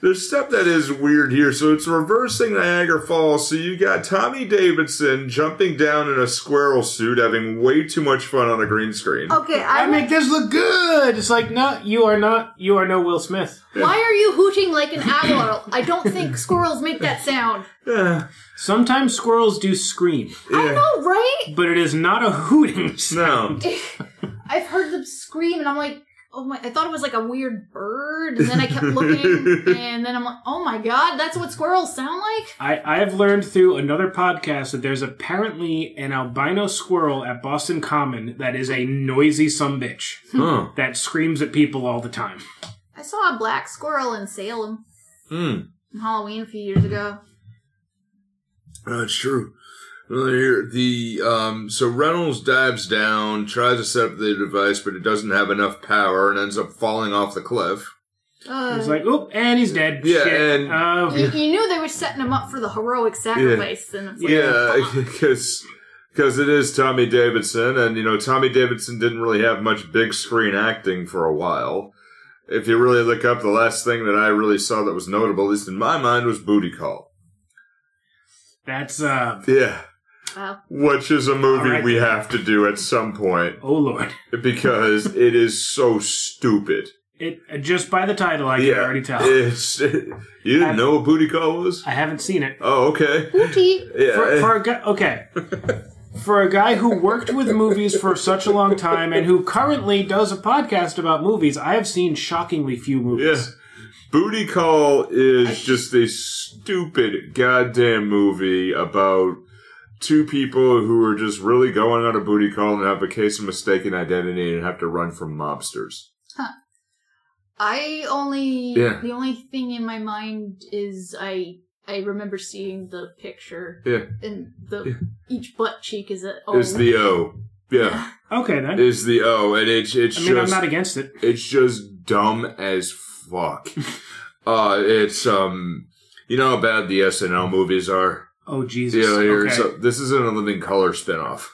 Speaker 1: The step that is weird here, so it's reversing Niagara Falls. So you got Tommy Davidson jumping down in a squirrel suit, having way too much fun on a green screen.
Speaker 3: Okay,
Speaker 2: I
Speaker 3: I
Speaker 2: make this look good. It's like no, you are not. You are no Will Smith.
Speaker 3: Why are you hooting like an owl? I don't think squirrels make that sound.
Speaker 1: Yeah.
Speaker 2: Sometimes squirrels do scream,
Speaker 3: I know, right?
Speaker 2: but it is not a hooting.
Speaker 1: No.
Speaker 3: I've heard them scream, and I'm like, oh my! I thought it was like a weird bird, and then I kept looking, and then I'm like, oh my god, that's what squirrels sound like.
Speaker 2: I, I have learned through another podcast that there's apparently an albino squirrel at Boston Common that is a noisy some bitch
Speaker 1: Huh.
Speaker 2: that screams at people all the time.
Speaker 3: I saw a black squirrel in Salem
Speaker 1: Mm.
Speaker 3: on Halloween a few years ago.
Speaker 1: That's true. Another here, the um, so Reynolds dives down, tries to set up the device, but it doesn't have enough power and ends up falling off the cliff.
Speaker 3: Uh,
Speaker 2: It's like, oop, and he's dead.
Speaker 1: Yeah,
Speaker 2: Shit.
Speaker 1: and-
Speaker 2: Oh.
Speaker 3: you, you knew they were setting him up for the heroic sacrifice, and it's like,
Speaker 1: Yeah, because because it is Tommy Davidson, and you know Tommy Davidson didn't really have much big screen acting for a while. If you really look up, the last thing that I really saw that was notable, at least in my mind, was Booty Call.
Speaker 2: that's uh
Speaker 1: Yeah,
Speaker 3: wow.
Speaker 1: which is a movie
Speaker 2: All right.
Speaker 1: we have to do at some point.
Speaker 2: oh lord.
Speaker 1: because it is so stupid.
Speaker 2: It just by the title I can already tell.
Speaker 1: It's, you didn't
Speaker 2: I've-
Speaker 1: know what booty call was?
Speaker 2: I haven't seen it.
Speaker 1: Oh, okay.
Speaker 3: Hooty.
Speaker 1: Yeah. eh,
Speaker 2: For, for a guy, okay. For a guy who worked with movies for such a long time and who currently does a podcast about movies, I have seen shockingly few
Speaker 1: yeah.
Speaker 2: movies.
Speaker 1: Booty Call is just a stupid goddamn movie about two people who are just really going on a booty call and have a case of mistaken identity and have to run from mobsters.
Speaker 3: I only
Speaker 1: Yeah.
Speaker 3: the only thing in my mind is I I remember seeing the picture
Speaker 1: Yeah.
Speaker 3: and
Speaker 1: Yeah.
Speaker 3: the each butt cheek is a oh
Speaker 1: Is the O. Yeah.
Speaker 2: Okay then.
Speaker 1: Is the O. And it's, it's
Speaker 2: I mean, I'm
Speaker 1: just.
Speaker 2: not against it.
Speaker 1: It's just dumb as fuck. uh, it's um, you know how bad the SNL movies are.
Speaker 2: Oh Jesus!
Speaker 1: Yeah, here,
Speaker 2: okay.
Speaker 1: so this isn't a Living Color spinoff.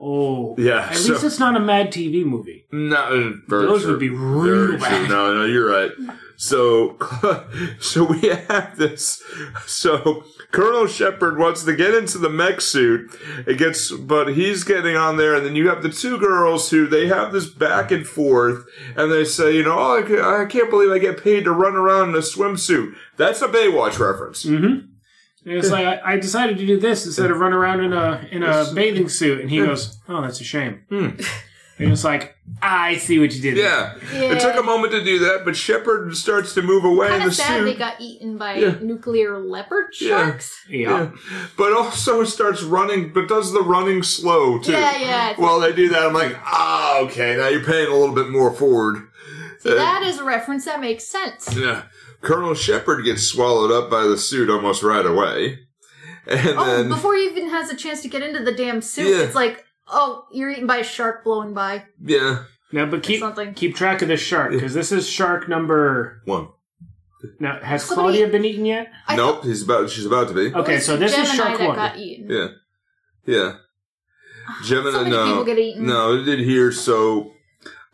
Speaker 2: oh,
Speaker 1: Yeah,
Speaker 2: At
Speaker 1: so-
Speaker 2: least it's not a Mad TV movie.
Speaker 1: Not very
Speaker 2: uh, Those
Speaker 1: true.
Speaker 2: would be real
Speaker 1: Very true.
Speaker 2: bad.
Speaker 1: No, no, you're right. So, so we have this. So Colonel Shepard wants to get into the mech suit. It gets, but he's getting on there, and then you have the two girls who they have this back and forth, and they say, you know, oh, I, ca- I can't believe I get paid to run around in a swimsuit. That's a Baywatch reference.
Speaker 2: And it's like I, I decided to do this instead of run around in a in a bathing suit, and he goes, "Oh, that's a shame."
Speaker 1: Hmm.
Speaker 2: And it's like I see what you did. there.
Speaker 1: Yeah.
Speaker 3: Yeah.
Speaker 1: it took a moment to do that, but Shepard starts to move away
Speaker 3: kind
Speaker 1: in the
Speaker 3: of sad
Speaker 1: suit.
Speaker 3: they got eaten by
Speaker 1: Yeah.
Speaker 3: nuclear leopard
Speaker 1: Yeah.
Speaker 3: sharks.
Speaker 2: yeah.
Speaker 1: but also starts running, but does the running slow too.
Speaker 3: Yeah, yeah, it's-
Speaker 1: While they do that, I'm like, ah, okay, now you're paying a little bit more forward.
Speaker 3: See, that is a reference that makes sense.
Speaker 1: Yeah. Colonel Shepard gets swallowed up by the suit almost right away. And
Speaker 3: Oh,
Speaker 1: then,
Speaker 3: before he even has a chance to get into the damn suit,
Speaker 1: Yeah.
Speaker 3: it's like, oh, you're eaten by a shark blowing by.
Speaker 1: yeah,
Speaker 2: Now, but keep
Speaker 3: something.
Speaker 2: keep track of this shark because this is shark number
Speaker 1: one.
Speaker 2: Now, has
Speaker 3: Somebody-
Speaker 2: Claudia been eaten yet?
Speaker 3: I Oh.
Speaker 1: nope, he's about. She's about to be.
Speaker 3: thought it
Speaker 2: Okay,
Speaker 3: was
Speaker 2: so this is
Speaker 3: Gemini
Speaker 2: shark
Speaker 3: that
Speaker 2: one.
Speaker 3: got eaten.
Speaker 1: Yeah, yeah. Gemini,
Speaker 3: So many
Speaker 1: no,
Speaker 3: people get eaten.
Speaker 1: no, it did here. So,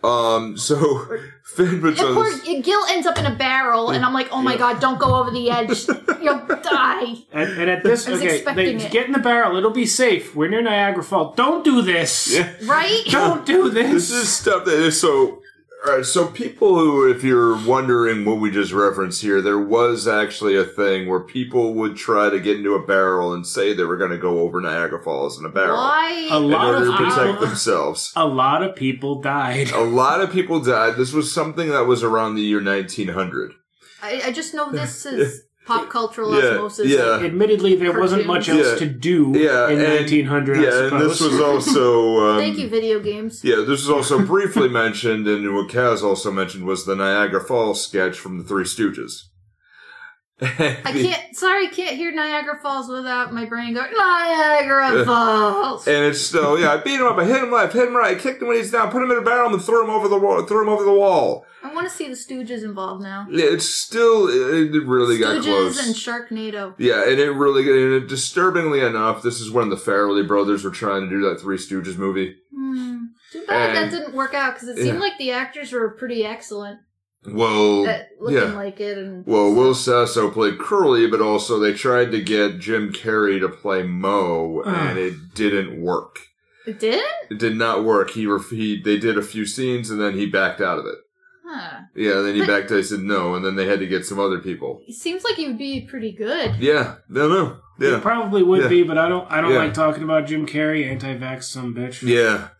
Speaker 1: um, so Finn puts
Speaker 3: And
Speaker 1: on
Speaker 3: poor
Speaker 1: this.
Speaker 3: Gil ends up in a barrel, and I'm like, oh my god, don't go over the edge. You'll die.
Speaker 2: And, and at this,
Speaker 3: I was
Speaker 2: okay, they,
Speaker 3: expecting it.
Speaker 2: get in the barrel. It'll be safe. We're near Niagara Falls. Don't do this.
Speaker 1: Yeah.
Speaker 3: Right?
Speaker 2: Don't do this.
Speaker 1: This is stuff that is so. All right, so people who, if you're wondering what we just referenced here, there was actually a thing where people would try to get into a barrel and say they were going to go over Niagara Falls in a barrel
Speaker 3: Why?
Speaker 2: A
Speaker 1: in
Speaker 2: lot
Speaker 1: order to
Speaker 2: of
Speaker 1: protect
Speaker 2: people-
Speaker 1: themselves.
Speaker 2: a lot of people died.
Speaker 1: A lot of people died. This was something that was around the year 1900.
Speaker 3: I, I just know this is pop cultural
Speaker 1: Yeah,
Speaker 3: osmosis.
Speaker 1: yeah.
Speaker 2: Admittedly, there wasn't much else
Speaker 1: Yeah.
Speaker 2: to do
Speaker 1: Yeah,
Speaker 2: in
Speaker 1: and-
Speaker 2: 1900. I
Speaker 1: Yeah, and this
Speaker 2: suppose.
Speaker 1: was also. Um,
Speaker 3: Thank you, video games.
Speaker 1: Yeah, this was also briefly mentioned, and what Kaz also mentioned was the Niagara Falls sketch from the Three Stooges.
Speaker 3: I can't. Sorry, can't hear Niagara Falls without my brain going Niagara Falls.
Speaker 1: And it's still, yeah, I beat him up, I hit him left, hit him right, kicked him when he's down, put him in a barrel, and threw him over the wall. Threw him over the wall.
Speaker 3: I want to see the Stooges involved now.
Speaker 1: Yeah, It's still, it really got
Speaker 3: Stooges
Speaker 1: close.
Speaker 3: and Sharknado.
Speaker 1: yeah, and it really, and it, disturbingly enough, this is when the Farrelly brothers were trying to do that Three Stooges movie.
Speaker 3: Hmm. Too bad that
Speaker 1: And-
Speaker 3: didn't work out because it
Speaker 1: yeah.
Speaker 3: seemed like the actors were pretty excellent
Speaker 1: Well,
Speaker 3: at looking
Speaker 1: yeah.
Speaker 3: like it. And
Speaker 1: Well, Will Sasso played Curly, but also they tried to get Jim Carrey to play Moe, and it didn't work.
Speaker 3: it did.
Speaker 1: It did not work. He, ref- he they did a few scenes, and then he backed out of it.
Speaker 3: Huh.
Speaker 1: Yeah, and then he
Speaker 3: But-
Speaker 1: backed out. He said no, and then they had to get some other people.
Speaker 3: It seems like he would be pretty good.
Speaker 1: Yeah, no, no,
Speaker 2: It
Speaker 1: yeah,
Speaker 2: probably would
Speaker 1: Yeah.
Speaker 2: be, but I don't. I don't
Speaker 1: Yeah.
Speaker 2: like talking about Jim Carrey, anti-vax, some bitch.
Speaker 1: yeah.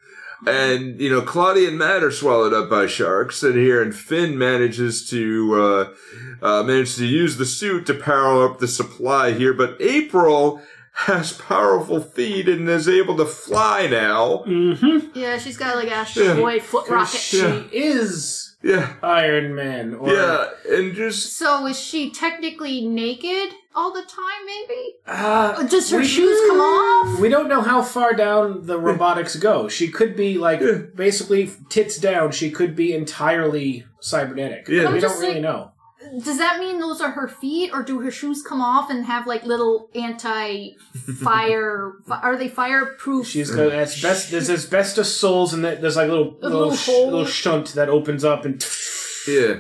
Speaker 1: And you know, Claudia and Matt are swallowed up by sharks, and here and Finn manages to uh, uh, manage to use the suit to power up the supply here. But April has powerful feet and is able to fly now.
Speaker 2: Mm-hmm.
Speaker 3: Yeah, she's got like Ash
Speaker 1: Yeah.
Speaker 3: Boy foot rocket.
Speaker 2: She
Speaker 1: Yeah.
Speaker 2: is
Speaker 1: Yeah,
Speaker 2: Iron Man. Or,
Speaker 1: yeah, and just
Speaker 3: So is she technically naked all the time? Maybe.
Speaker 2: Uh,
Speaker 3: Oh, Does her
Speaker 2: We-
Speaker 3: shoes come off?
Speaker 2: We don't know how far down the robotics go. She could be like
Speaker 1: Yeah.
Speaker 2: basically tits down. She could be entirely cybernetic.
Speaker 1: Yeah.
Speaker 2: We
Speaker 3: I'm
Speaker 2: don't
Speaker 3: just
Speaker 2: really
Speaker 3: like-
Speaker 2: know.
Speaker 3: Does that mean those are her feet, or do her shoes come off and have like little anti-fire? fi- are they fireproof?
Speaker 2: She's got asbest. There's asbestos soles, and that- there's like little
Speaker 3: A
Speaker 2: little
Speaker 3: little
Speaker 2: sh-
Speaker 3: hole.
Speaker 2: little shunt that opens up and.
Speaker 1: yeah.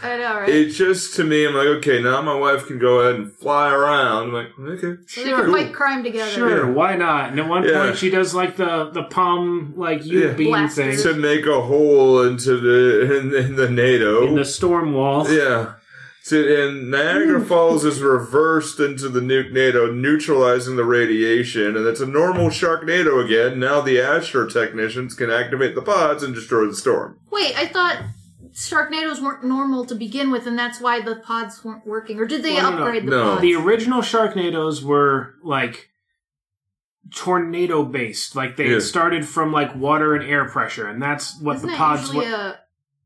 Speaker 3: I know, right?
Speaker 1: It just to me, I'm like, okay, now my wife can go ahead and fly around. I'm like, okay,
Speaker 3: so they can fight crime together.
Speaker 2: Sure, why not? And at one
Speaker 1: Yeah.
Speaker 2: point, she does like the the palm like U
Speaker 1: Yeah.
Speaker 2: beam
Speaker 3: Blaster.
Speaker 2: thing
Speaker 1: to make a hole into the in, in the NATO.
Speaker 2: in the storm wall.
Speaker 1: yeah. So, and
Speaker 2: Hmm.
Speaker 1: Niagara Falls is reversed into the nuke NATO, neutralizing the radiation, and it's a normal Sharknado again. Now the Astro technicians can activate the pods and destroy the storm.
Speaker 3: Wait, I thought Sharknadoes weren't normal to begin with, and that's why the pods weren't working. Or did they
Speaker 2: Well, no, no,
Speaker 3: upgrade
Speaker 1: no.
Speaker 3: the pods?
Speaker 2: The original Sharknadoes were like tornado based. Like they
Speaker 1: Yeah.
Speaker 2: started from like water and air pressure, and that's what
Speaker 3: Isn't
Speaker 2: the
Speaker 3: that
Speaker 2: pods
Speaker 3: usually
Speaker 2: were.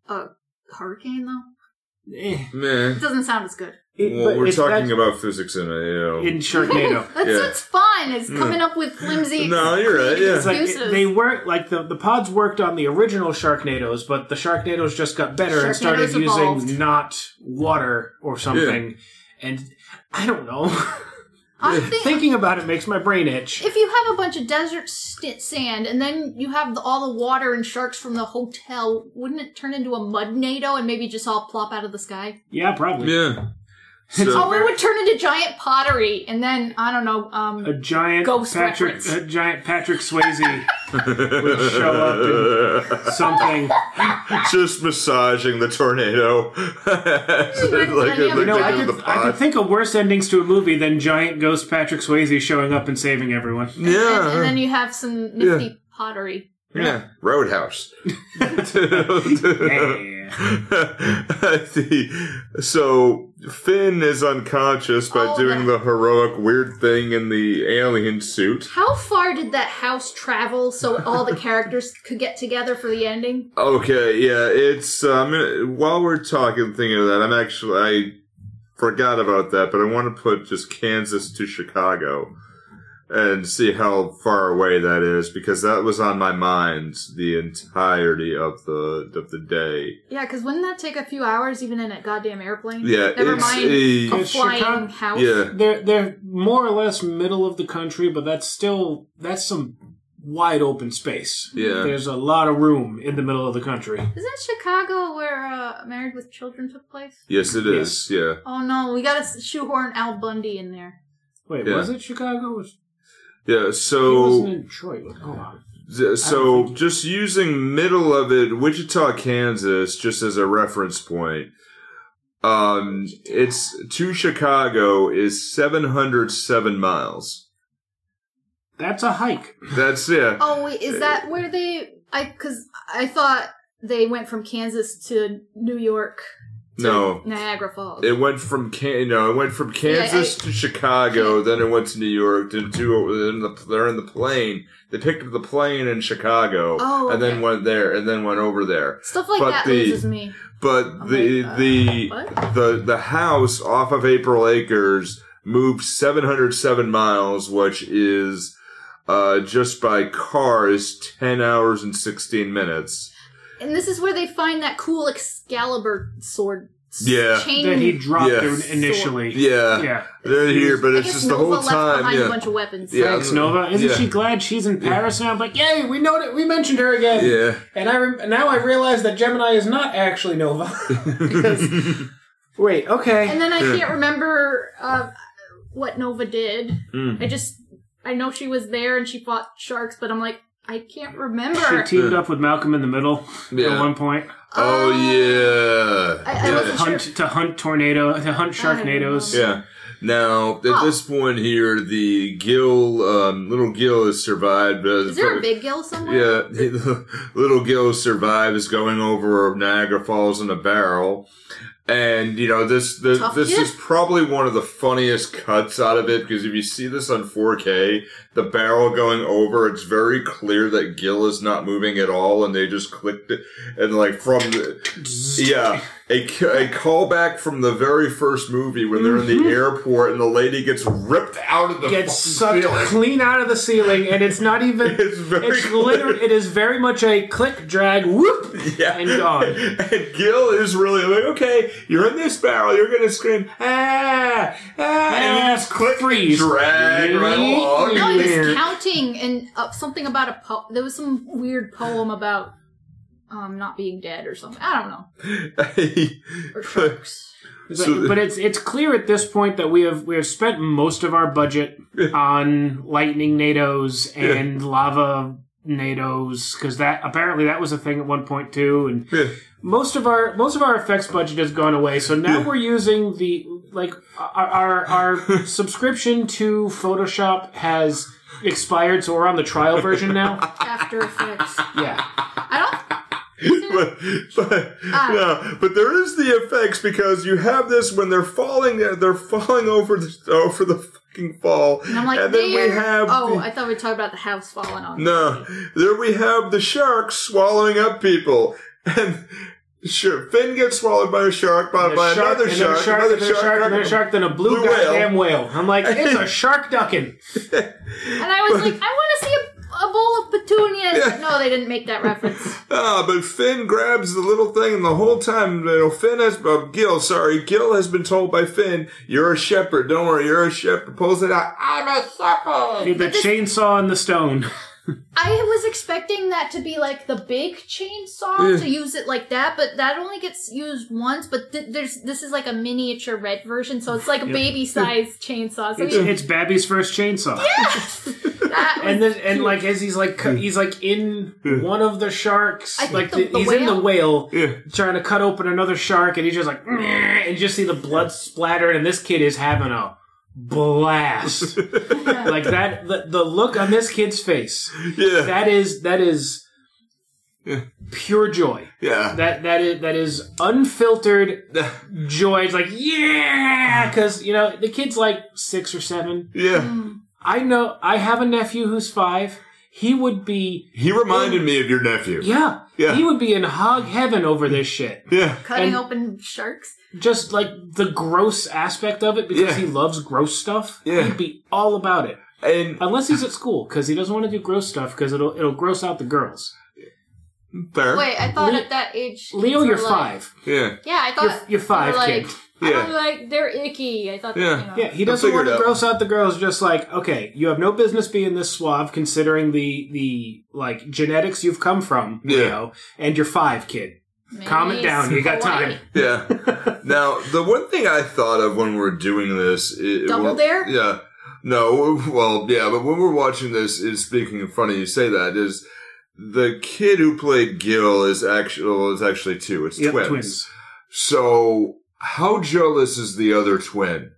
Speaker 3: a, a hurricane though?
Speaker 2: Eh,
Speaker 1: Meh.
Speaker 3: It doesn't sound as good.
Speaker 2: it-
Speaker 1: Well,
Speaker 2: but
Speaker 1: we're
Speaker 2: it's
Speaker 1: talking
Speaker 2: that-
Speaker 1: about physics in a you know.
Speaker 2: in Sharknado.
Speaker 3: That's
Speaker 1: Yeah.
Speaker 3: what's fun is coming up with flimsy
Speaker 1: No, you're right, yeah.
Speaker 2: Mm. It's like
Speaker 3: excuses.
Speaker 2: it- they work like the, the pods worked on the original Sharknadoes, but the Sharknadoes just got better and started
Speaker 3: Sharknadoes
Speaker 2: using
Speaker 3: evolved.
Speaker 2: not water or something. And I don't know.
Speaker 3: I think
Speaker 2: Thinking about it makes my brain itch.
Speaker 3: if you have a bunch of desert st- sand and then you have the, all the water and sharks from the hotel, wouldn't it turn into a mud NATO and maybe just all plop out of the sky?
Speaker 2: Yeah, probably.
Speaker 1: yeah.
Speaker 3: Oh,
Speaker 1: So,
Speaker 3: it would turn into giant pottery, and then I don't know. Um,
Speaker 2: A giant
Speaker 3: Ghost
Speaker 2: Patrick,
Speaker 3: reference.
Speaker 2: a giant Patrick Swayze would show up in something.
Speaker 1: just massaging the tornado. like
Speaker 3: You
Speaker 2: You know, I
Speaker 3: Giant
Speaker 2: could, I could think of worse endings to a movie than giant ghost Patrick Swayze showing up and saving everyone.
Speaker 3: and, and
Speaker 1: yeah,
Speaker 3: then you have some nifty pottery.
Speaker 1: yeah, Roadhouse.
Speaker 2: Yeah.
Speaker 1: I see. so Finn is unconscious by
Speaker 3: Oh,
Speaker 1: doing
Speaker 3: that-
Speaker 1: the heroic weird thing in the alien suit.
Speaker 3: How far did that house travel so all the characters could get together for the ending?
Speaker 1: Okay, yeah, it's um while we're talking thinking of that, I'm actually I forgot about that, but I want to put just Kansas to Chicago and see how far away that is because that was on my mind the entirety of the of the day.
Speaker 3: Yeah, because wouldn't that take a few hours even in a goddamn airplane?
Speaker 1: Yeah,
Speaker 3: Never
Speaker 1: it's
Speaker 3: mind
Speaker 1: a-
Speaker 3: a
Speaker 2: It's
Speaker 3: flying
Speaker 2: Chicago-
Speaker 3: house.
Speaker 1: Yeah,
Speaker 2: They're they're more or less middle of the country, but that's still that's some wide open space.
Speaker 1: Yeah.
Speaker 2: There's a lot of room in the middle of the country.
Speaker 3: Is that Chicago where uh, Married with Children took place?
Speaker 1: yes, it is. Yeah,
Speaker 3: Oh no, we gotta shoehorn Al Bundy in there.
Speaker 2: Wait,
Speaker 1: Yeah.
Speaker 2: was it Chicago? Was-
Speaker 1: yeah.
Speaker 2: It wasn't
Speaker 1: So
Speaker 2: in Detroit. was it? Hold on.
Speaker 1: th- so
Speaker 2: think-
Speaker 1: just using middle of it, Wichita, Kansas, just as a reference point. Um, it's to Chicago is seven hundred seven miles.
Speaker 2: That's a hike.
Speaker 1: That's yeah.
Speaker 3: Oh wait, is that where they? I because I thought they went from Kansas to New York. To
Speaker 1: No.
Speaker 3: Niagara Falls.
Speaker 1: It went from Can- you know, it went from Kansas to Chicago, then it went to New York. To do in the they're in the plane. They picked up the plane in Chicago,
Speaker 3: Oh,
Speaker 1: and then
Speaker 3: okay.
Speaker 1: went there, and then went over there.
Speaker 3: Stuff like
Speaker 1: but
Speaker 3: that
Speaker 1: the-
Speaker 3: loses me.
Speaker 1: But
Speaker 3: I'm
Speaker 1: the
Speaker 3: like, uh,
Speaker 1: the
Speaker 3: what?
Speaker 1: the the house off of April Acres moved 707 miles, which is uh, just by car is 10 hours and 16 minutes.
Speaker 3: And this is where they find that cool Excalibur sword. s-
Speaker 1: Yeah.
Speaker 3: chain.
Speaker 2: That he dropped
Speaker 1: Yeah.
Speaker 2: in- initially.
Speaker 1: Yeah,
Speaker 2: Yeah.
Speaker 1: they're here, but
Speaker 3: I
Speaker 1: it's
Speaker 3: guess
Speaker 1: just
Speaker 3: Nova
Speaker 1: the whole
Speaker 3: left
Speaker 1: time.
Speaker 3: behind
Speaker 1: Yeah.
Speaker 3: a bunch of weapons.
Speaker 1: Yeah.
Speaker 2: Thanks, Nova. Isn't
Speaker 1: Yeah.
Speaker 2: she glad she's in Paris now? I'm like, yay, we know that we mentioned her again.
Speaker 1: yeah.
Speaker 2: And I re- now I realize that Gemini is not actually Nova. Because- wait, okay.
Speaker 3: And then I
Speaker 1: Yeah.
Speaker 3: can't remember uh, what Nova did.
Speaker 1: Mm.
Speaker 3: I just I know she was there and she fought sharks, but I'm like I can't remember.
Speaker 2: She teamed up with Malcolm in the Middle
Speaker 1: Yeah.
Speaker 2: at one point
Speaker 1: Oh yeah.
Speaker 3: Oh. I- I
Speaker 1: yeah.
Speaker 3: wasn't-
Speaker 2: hunt, to hunt tornado to hunt
Speaker 3: I don't
Speaker 2: sharknadoes.
Speaker 3: know.
Speaker 1: Yeah. Now at
Speaker 3: Huh.
Speaker 1: this point here, the Gill, um, little Gill, has survived. uh,
Speaker 3: Is there a big gill somewhere?
Speaker 1: Yeah, little Gill survives going over Niagara Falls in a barrel. And you know this the,
Speaker 3: Tough
Speaker 1: this
Speaker 3: kid.
Speaker 1: is probably one of the funniest cuts out of it because if you see this on 4K, the barrel going over, it's very clear that Gill is not moving at all, and they just clicked it and like from the, yeah, a, c- a callback from the very first movie when they're in the airport and the lady gets ripped out of the
Speaker 2: Gets
Speaker 1: fucking
Speaker 2: sucked
Speaker 1: ceiling.
Speaker 2: clean out of the ceiling, and it's not even.
Speaker 1: It's very
Speaker 2: it's literally. It is very much a click, drag, whoop,
Speaker 1: Yeah.
Speaker 2: and gone.
Speaker 1: And Gil is really like, okay, you're in this barrel, you're gonna scream, ah, ah, and it's click
Speaker 2: freeze.
Speaker 1: drag right along.
Speaker 3: No, he
Speaker 2: Yeah.
Speaker 3: was counting and uh, something about a po- there was some weird poem about um not being dead or something. I don't know. Or sharks.
Speaker 2: But,
Speaker 1: So-
Speaker 2: but it's it's clear at this point that we have we have spent most of our budget on lightning nados and lava nados because that apparently that was a thing at one point too, and
Speaker 1: Yeah.
Speaker 2: most of our most of our effects budget has gone away. So now we're using the like our our, our subscription to Photoshop has expired, so we're on the trial version now.
Speaker 3: After effects.
Speaker 2: Yeah,
Speaker 3: I don't
Speaker 1: but, but,
Speaker 2: Ah.
Speaker 1: no, but there is the effects because you have this when they're falling, they're they're falling over the over the fucking fall,
Speaker 3: and I'm like
Speaker 1: then we
Speaker 3: "There."
Speaker 1: have
Speaker 3: Oh,
Speaker 1: the-
Speaker 3: I thought we talked about the house falling on.
Speaker 1: No, there we have the shark swallowing up people, and sure, Finn gets swallowed by a shark, by,
Speaker 2: A
Speaker 1: by
Speaker 2: shark,
Speaker 1: another
Speaker 2: and then
Speaker 1: shark,
Speaker 2: a shark,
Speaker 1: another
Speaker 2: and then a shark, and then a shark, then a blue,
Speaker 1: Blue whale.
Speaker 2: goddamn whale. I'm like, it's a shark ducking.
Speaker 3: And I was like, I want to see a, a bowl of petunias.
Speaker 1: Yeah.
Speaker 3: No, they didn't make that reference.
Speaker 1: Ah, but Finn grabs the little thing, and the whole time, you know, Finn has, uh, Gil, sorry, Gil has been told by Finn, "You're a shepherd. Don't worry, you're a shepherd." Pulls it out. I'm a shepherd.
Speaker 2: The chainsaw and the stone.
Speaker 3: I was expecting that to be like the big chainsaw
Speaker 1: Yeah.
Speaker 3: to use it like that, but that only gets used once. But th- there's this is like a miniature red version, so it's like a baby sized chainsaw. So
Speaker 2: It's,
Speaker 3: he-
Speaker 2: it's Babby's first chainsaw.
Speaker 3: that was,
Speaker 2: And then, and like as he's like cu- he's like in one of the sharks,
Speaker 3: I think
Speaker 2: like
Speaker 3: the-
Speaker 2: the,
Speaker 3: the
Speaker 2: he's in the whale,
Speaker 1: Yeah.
Speaker 2: trying to cut open another shark, and he's just like, "Meh," and you just see the blood splattered, and this kid is having a blast. like that, the, the look on this kid's face,
Speaker 1: Yeah,
Speaker 2: that is that is
Speaker 1: Yeah.
Speaker 2: pure joy.
Speaker 1: yeah.
Speaker 2: That that is that is unfiltered joy. It's like yeah,
Speaker 1: Mm.
Speaker 2: because you know the kid's like six or seven.
Speaker 1: Yeah,
Speaker 3: mm,
Speaker 2: I know I have a nephew who's five. He would be
Speaker 1: he reminded me of your nephew.
Speaker 2: yeah,
Speaker 1: Yeah.
Speaker 2: He would be in hog heaven over this shit.
Speaker 1: Yeah,
Speaker 3: cutting
Speaker 2: and-
Speaker 3: open sharks.
Speaker 2: Just like the gross aspect of it because
Speaker 1: Yeah.
Speaker 2: he loves gross stuff.
Speaker 1: Yeah.
Speaker 2: He'd be all about it.
Speaker 1: And
Speaker 2: Unless he's at school, because he doesn't want to do gross stuff, because it'll it'll gross out the girls.
Speaker 1: fair.
Speaker 3: Wait, I thought
Speaker 2: Le-
Speaker 3: at that age. kids
Speaker 2: Leo,
Speaker 3: were
Speaker 2: you're
Speaker 3: like-
Speaker 2: five.
Speaker 1: Yeah.
Speaker 3: Yeah, I thought
Speaker 2: You're, you're five,
Speaker 3: they were
Speaker 2: kid.
Speaker 3: like,
Speaker 1: Yeah.
Speaker 3: I'm like they're icky. I thought.
Speaker 1: Yeah.
Speaker 3: You know.
Speaker 2: Yeah, he
Speaker 1: They'll
Speaker 2: doesn't
Speaker 1: figure
Speaker 2: want
Speaker 1: it
Speaker 2: to
Speaker 1: out.
Speaker 2: gross out the girls. Just like, okay, you have no business being this suave, considering the the like genetics you've come from,
Speaker 1: Yeah.
Speaker 2: Leo, and you're five, kid.
Speaker 3: Maybe
Speaker 2: Calm it
Speaker 3: he's
Speaker 2: down. You got
Speaker 3: Hawaii.
Speaker 2: time.
Speaker 1: Yeah. now, the one thing I thought of when we're doing this, i-
Speaker 3: Double
Speaker 1: well,
Speaker 3: Dare?
Speaker 1: Yeah. No, well, yeah, but when we're watching this, is speaking of funny, you say that is the kid who played Gil is actually is actually two. It's
Speaker 2: Yep,
Speaker 1: twins.
Speaker 2: twins.
Speaker 1: So how jealous is the other twin?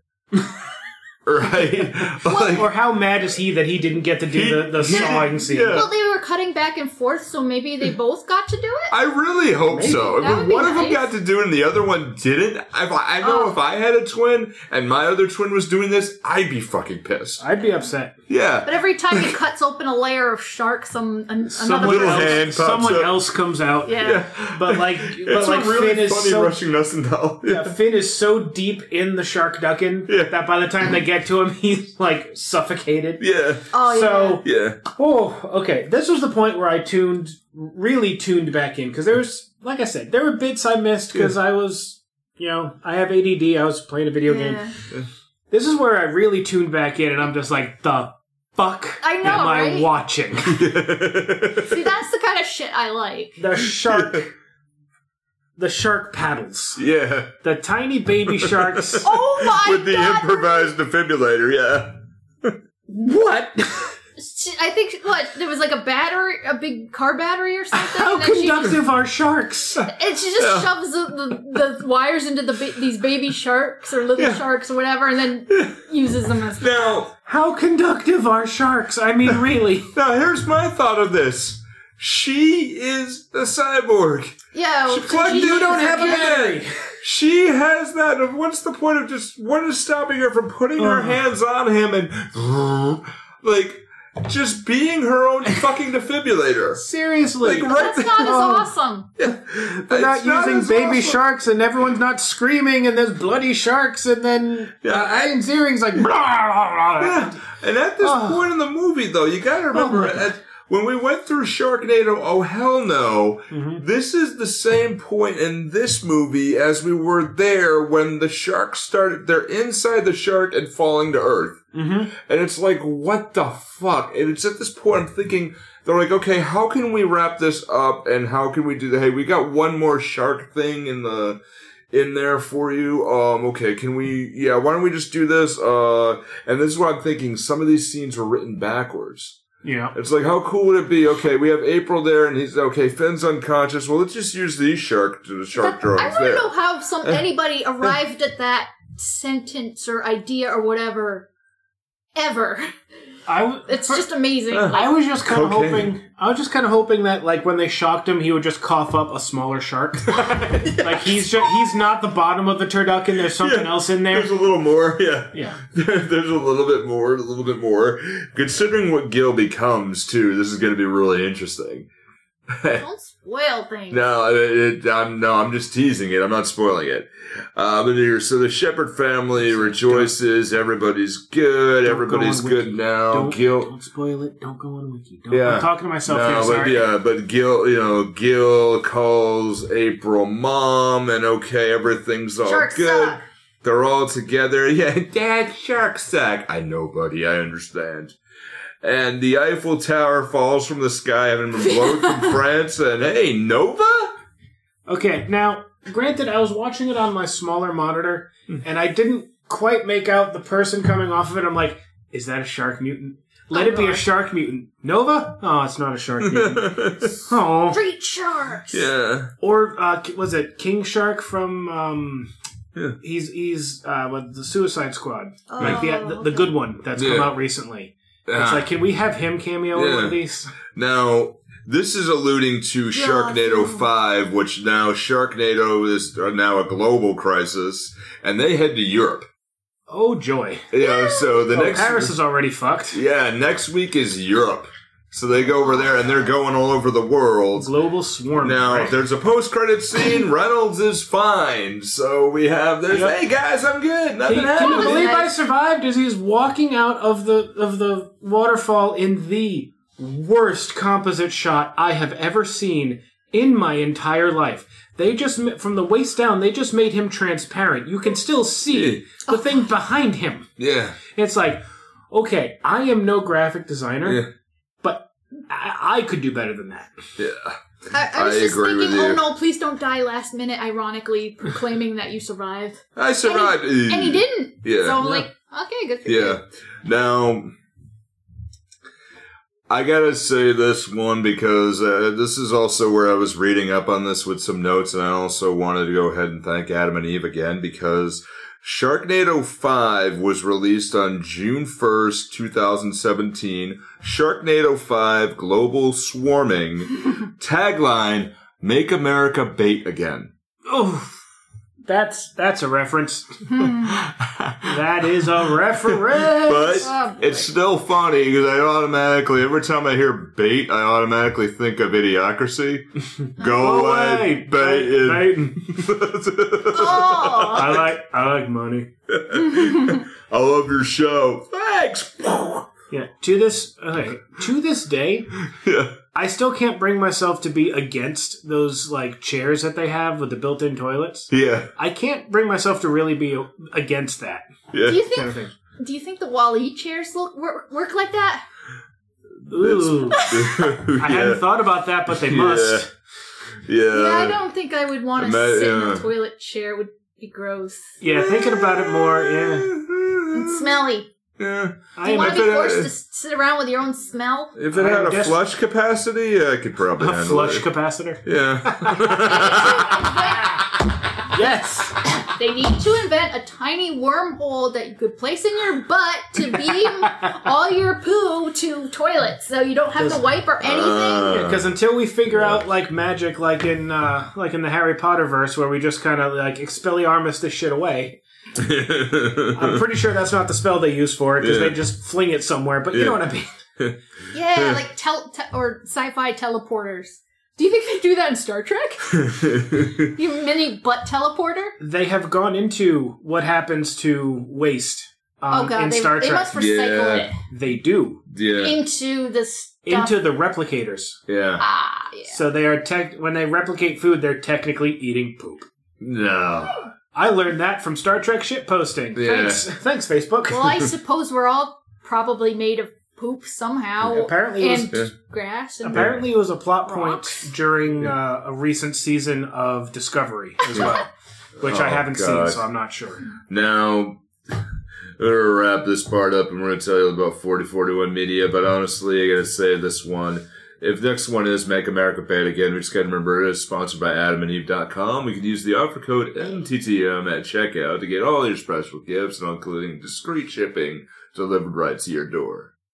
Speaker 1: right? Like,
Speaker 2: Or how mad is he that he didn't get to do
Speaker 1: He-
Speaker 2: the, the
Speaker 1: yeah,
Speaker 2: sawing scene?
Speaker 1: yeah.
Speaker 3: Well, they were cutting back and forth, so maybe they both got to do it.
Speaker 1: I really hope
Speaker 2: Maybe.
Speaker 1: so.
Speaker 3: That
Speaker 1: If
Speaker 3: would be
Speaker 1: one of them
Speaker 3: nice.
Speaker 1: got to do it and the other one didn't, I, I know
Speaker 3: Oh.
Speaker 1: if I had a twin and my other twin was doing this, I'd be fucking pissed.
Speaker 2: I'd be upset.
Speaker 1: Yeah.
Speaker 3: But every time he cuts open a layer of shark, some an, another
Speaker 2: Someone
Speaker 1: Little
Speaker 2: else,
Speaker 1: hand pops
Speaker 2: someone
Speaker 1: up.
Speaker 2: else comes out.
Speaker 3: Yeah.
Speaker 1: Yeah.
Speaker 2: But like, but
Speaker 1: it's
Speaker 2: like
Speaker 1: a really
Speaker 2: Finn is
Speaker 1: funny
Speaker 2: so
Speaker 1: Russian Nussendahl.
Speaker 2: yeah, Finn is so deep in the shark ducking
Speaker 1: Yeah.
Speaker 2: that by the time they get to him, he's like suffocated.
Speaker 1: Yeah.
Speaker 3: Oh
Speaker 2: so
Speaker 1: Yeah.
Speaker 2: Oh, okay. This was the point where I tuned, really tuned back in because there was, like I said, there were bits I missed because I was, you know, I have ADD. I was playing a
Speaker 3: yeah.
Speaker 2: video
Speaker 3: yeah.
Speaker 2: game. This is where I really tuned back in, and I'm just like, the fuck
Speaker 3: I know,
Speaker 2: am I
Speaker 3: right?
Speaker 2: watching?
Speaker 3: See, that's the kind of shit I like.
Speaker 2: the shark, the shark paddles,
Speaker 1: yeah.
Speaker 2: the tiny baby sharks.
Speaker 3: Oh my
Speaker 1: With the
Speaker 3: god!
Speaker 1: improvised defibrillator, yeah.
Speaker 2: what?
Speaker 3: She- I think what there was like a battery, a big car battery or something.
Speaker 2: How
Speaker 3: and then she just-
Speaker 2: conductive are sharks?
Speaker 3: And she just
Speaker 1: Yeah.
Speaker 3: shoves the, the, the wires into the ba- these baby sharks or little
Speaker 1: Yeah.
Speaker 3: sharks or whatever, and then uses them as.
Speaker 1: Now,
Speaker 2: How conductive are sharks? I mean, really.
Speaker 1: now here's my thought of this. She is a cyborg.
Speaker 3: Yeah,
Speaker 1: She
Speaker 3: so
Speaker 1: plugged
Speaker 3: she
Speaker 1: in, don't
Speaker 3: uses
Speaker 1: have
Speaker 3: it.
Speaker 1: a battery. She has that. and What's the point of just what is stopping her from putting her
Speaker 2: Ugh.
Speaker 1: hands on him and like just being her own fucking defibrillator?
Speaker 2: Seriously.
Speaker 1: Like right
Speaker 3: That's not as
Speaker 2: Oh.
Speaker 3: awesome.
Speaker 1: It's
Speaker 2: not
Speaker 1: not
Speaker 2: using
Speaker 1: as
Speaker 2: baby
Speaker 1: awesome.
Speaker 2: sharks and everyone's not screaming and there's bloody sharks and then
Speaker 1: Yeah.
Speaker 2: uh, Ian's earrings like blah, blah, blah.
Speaker 1: Yeah. And at this
Speaker 2: Ugh.
Speaker 1: point in the movie, though, you gotta remember
Speaker 2: Oh my God.
Speaker 1: at- when we went through Sharknado, oh hell no,
Speaker 2: Mm-hmm.
Speaker 1: this is the same point in this movie as we were there when the shark started, they're inside the shark and falling to earth.
Speaker 2: Mm-hmm.
Speaker 1: And it's like, what the fuck? And it's at this point I'm thinking, they're like, okay, how can we wrap this up and how can we do the, hey, we got one more shark thing in the, in there for you. Um, okay, can we, yeah, why don't we just do this? Uh, and this is what I'm thinking. Some of these scenes were written backwards.
Speaker 2: Yeah.
Speaker 1: It's like, how cool would it be? Okay, we have April there and he's, okay, Finn's unconscious. Well, let's just use these shark, the shark
Speaker 3: I
Speaker 1: drawings
Speaker 3: want to
Speaker 1: there.
Speaker 3: know how some anybody arrived at that sentence or idea or whatever. Ever,
Speaker 2: I w-
Speaker 3: it's
Speaker 2: for-
Speaker 3: just amazing.
Speaker 1: Uh,
Speaker 2: I was just kind of
Speaker 1: Cocaine.
Speaker 2: hoping I was just kind of hoping that like when they shocked him he would just cough up a smaller shark. Like he's just, he's not the bottom of the turducken there's something
Speaker 1: Yeah.
Speaker 2: else in there.
Speaker 1: There's a little more, yeah.
Speaker 2: Yeah.
Speaker 1: There's a little bit more, a little bit more. Considering what Gil becomes, too, this is going to be really interesting.
Speaker 3: Don't spoil things.
Speaker 1: No, it, it- I'm no, I'm just teasing it. I'm not spoiling it. Uh, but here, so the Shepherd family rejoices. Everybody's good.
Speaker 2: Don't
Speaker 1: Everybody's
Speaker 2: go on
Speaker 1: good
Speaker 2: Wiki.
Speaker 1: now.
Speaker 2: don't,
Speaker 1: Gil,
Speaker 2: don't spoil it. Don't go on wiki. Don't,
Speaker 1: Yeah.
Speaker 2: I'm talking to myself
Speaker 1: no,
Speaker 2: here.
Speaker 1: but
Speaker 2: Sorry.
Speaker 1: yeah, but Gil, you know, Gil calls April mom, and okay, everything's all
Speaker 3: Sharks
Speaker 1: good.
Speaker 3: suck.
Speaker 1: They're all together. Yeah, Dad, shark sack. I know, buddy. I understand. And the Eiffel Tower falls from the sky, having been blown from France. And hey, Nova.
Speaker 2: Okay, now, granted, I was watching it on my smaller monitor,
Speaker 1: Hmm.
Speaker 2: and I didn't quite make out the person coming off of it. I'm like, is that a shark mutant? Let
Speaker 3: Oh,
Speaker 2: it be a
Speaker 3: God.
Speaker 2: shark mutant. Nova? Oh, it's not a shark mutant. oh.
Speaker 3: Street sharks.
Speaker 1: yeah.
Speaker 2: Or, uh, K- was it King Shark from, um...
Speaker 1: Yeah.
Speaker 2: He's he's uh what the Suicide Squad,
Speaker 3: Oh,
Speaker 2: like the the, the
Speaker 3: okay.
Speaker 2: good one that's come
Speaker 1: Yeah.
Speaker 2: out recently.
Speaker 1: Ah.
Speaker 2: It's like, can we have him cameo in one
Speaker 1: Yeah.
Speaker 2: of these?
Speaker 1: Now, this is alluding to
Speaker 3: Yeah,
Speaker 1: Sharknado
Speaker 3: so-
Speaker 1: 5, which now Sharknado is are now a global crisis, and they head to Europe.
Speaker 2: Oh joy!
Speaker 1: Yeah, so the
Speaker 2: Oh,
Speaker 1: next
Speaker 2: Paris is already fucked.
Speaker 1: Yeah, next week is Europe. So they go over there and they're going all over the world.
Speaker 2: Global swarm.
Speaker 1: Now,
Speaker 2: right.
Speaker 1: there's a post-credit scene. Reynolds is fine. So we have this.
Speaker 2: Yep.
Speaker 1: Hey guys, I'm good.
Speaker 2: Can
Speaker 1: Nothing
Speaker 2: you- can you
Speaker 1: happened.
Speaker 2: believe
Speaker 3: Nice.
Speaker 2: I survived? As he's walking out of the of the waterfall in the worst composite shot I have ever seen in my entire life. They just ma- from the waist down. They just made him transparent. You can still see the thing behind him.
Speaker 1: Yeah.
Speaker 2: It's like, okay, I am no graphic designer,
Speaker 1: Yeah.
Speaker 2: but I, I could do better than that.
Speaker 1: Yeah.
Speaker 3: I, I was
Speaker 1: I
Speaker 3: just
Speaker 1: agree
Speaker 3: thinking,
Speaker 1: with
Speaker 3: oh
Speaker 1: you.
Speaker 3: no, please don't die last minute, ironically proclaiming that you survived.
Speaker 1: I survived.
Speaker 3: And he didn't.
Speaker 1: Yeah.
Speaker 3: So I'm
Speaker 2: Yeah.
Speaker 3: like, okay, good for you.
Speaker 1: Yeah. Now, I gotta say this one because uh, this is also where I was reading up on this with some notes, and I also wanted to go ahead and thank Adam and Eve again because Sharknado 5 was released on June 1st, 2017. Sharknado 5 Global Swarming tagline Make America Bait Again.
Speaker 2: Oh, that's that's a reference. that is a
Speaker 1: But
Speaker 2: reference.
Speaker 3: Oh, boy.
Speaker 1: it's still funny because I automatically, every time I hear bait, I automatically think of idiocracy. Go
Speaker 2: Go
Speaker 1: away,
Speaker 2: away,
Speaker 1: bait. it.
Speaker 2: Peyton.
Speaker 3: Oh.
Speaker 2: I like I like money.
Speaker 1: I love your show. Thanks.
Speaker 2: Yeah. To this okay, to this day,
Speaker 1: Yeah.
Speaker 2: I still can't bring myself to be against those like chairs that they have with the built-in toilets.
Speaker 1: Yeah.
Speaker 2: I can't bring myself to really be against that
Speaker 3: Do
Speaker 1: Yeah.
Speaker 3: you
Speaker 2: kind of
Speaker 3: think?
Speaker 2: thing.
Speaker 3: Do you think the Wall-E chairs look work, work like that?
Speaker 2: Ooh, I hadn't
Speaker 1: yeah.
Speaker 2: thought about that, but they
Speaker 1: Yeah.
Speaker 2: must.
Speaker 3: yeah, I
Speaker 1: Yeah.
Speaker 3: don't think I would want to
Speaker 1: ima-
Speaker 3: sit in
Speaker 1: yeah.
Speaker 3: a toilet chair. It would be gross.
Speaker 2: Yeah, thinking about it more. Yeah,
Speaker 3: It's smelly.
Speaker 1: Yeah.
Speaker 3: Do
Speaker 2: I
Speaker 3: you
Speaker 2: am
Speaker 3: want
Speaker 1: if
Speaker 3: to be
Speaker 1: it-
Speaker 3: forced to s- sit around with your own smell?
Speaker 1: If it
Speaker 2: I
Speaker 1: had a
Speaker 2: guess-
Speaker 1: flush capacity, yeah, I could probably
Speaker 2: a
Speaker 1: handle
Speaker 2: flush
Speaker 1: it.
Speaker 2: capacitor.
Speaker 1: yeah.
Speaker 2: Yes.
Speaker 3: They need to invent a tiny wormhole that you could place in your butt to beam all your poo to toilets, so you don't have to wipe or anything.
Speaker 1: Uh,
Speaker 2: Because until we figure out like magic, like in uh, like in the Harry Potter verse, where we just kind of like expelliarmus this shit away, I'm pretty sure that's not the spell they use for it because
Speaker 1: Yeah.
Speaker 2: they just fling it somewhere. But you know what I mean?
Speaker 3: yeah, like tel- te- or sci-fi teleporters. Do you think they do that in Star Trek? You mini butt teleporter?
Speaker 2: They have gone into what happens to waste um,
Speaker 3: oh god,
Speaker 2: in
Speaker 3: they,
Speaker 2: Star
Speaker 3: they
Speaker 2: Trek.
Speaker 3: must recycle
Speaker 1: Yeah.
Speaker 2: They do
Speaker 1: yeah.
Speaker 3: it into the stuff.
Speaker 2: into the replicators.
Speaker 1: Yeah.
Speaker 3: ah, yeah.
Speaker 2: So they are tech when they replicate food, they're technically eating poop.
Speaker 1: No.
Speaker 2: I learned that from Star Trek shit posting.
Speaker 1: Yeah.
Speaker 2: Thanks, thanks Facebook.
Speaker 3: Well, I suppose we're all probably made of poop somehow.
Speaker 2: Apparently it was-
Speaker 3: and grass and
Speaker 2: Apparently, it was a plot point
Speaker 3: Rocks.
Speaker 2: during uh, a recent season of Discovery as well, which I
Speaker 1: Oh,
Speaker 2: haven't
Speaker 1: God.
Speaker 2: seen, so I'm not sure.
Speaker 1: Now, we're going to wrap this part up and we're going to tell you about 4041 Media, but honestly, I got to say this one. If next one is Make America Bad Again, we just got to remember it is sponsored by adamandeve.com. We can use the offer code MTTM at checkout to get all your special gifts, and including discreet shipping delivered right to your door.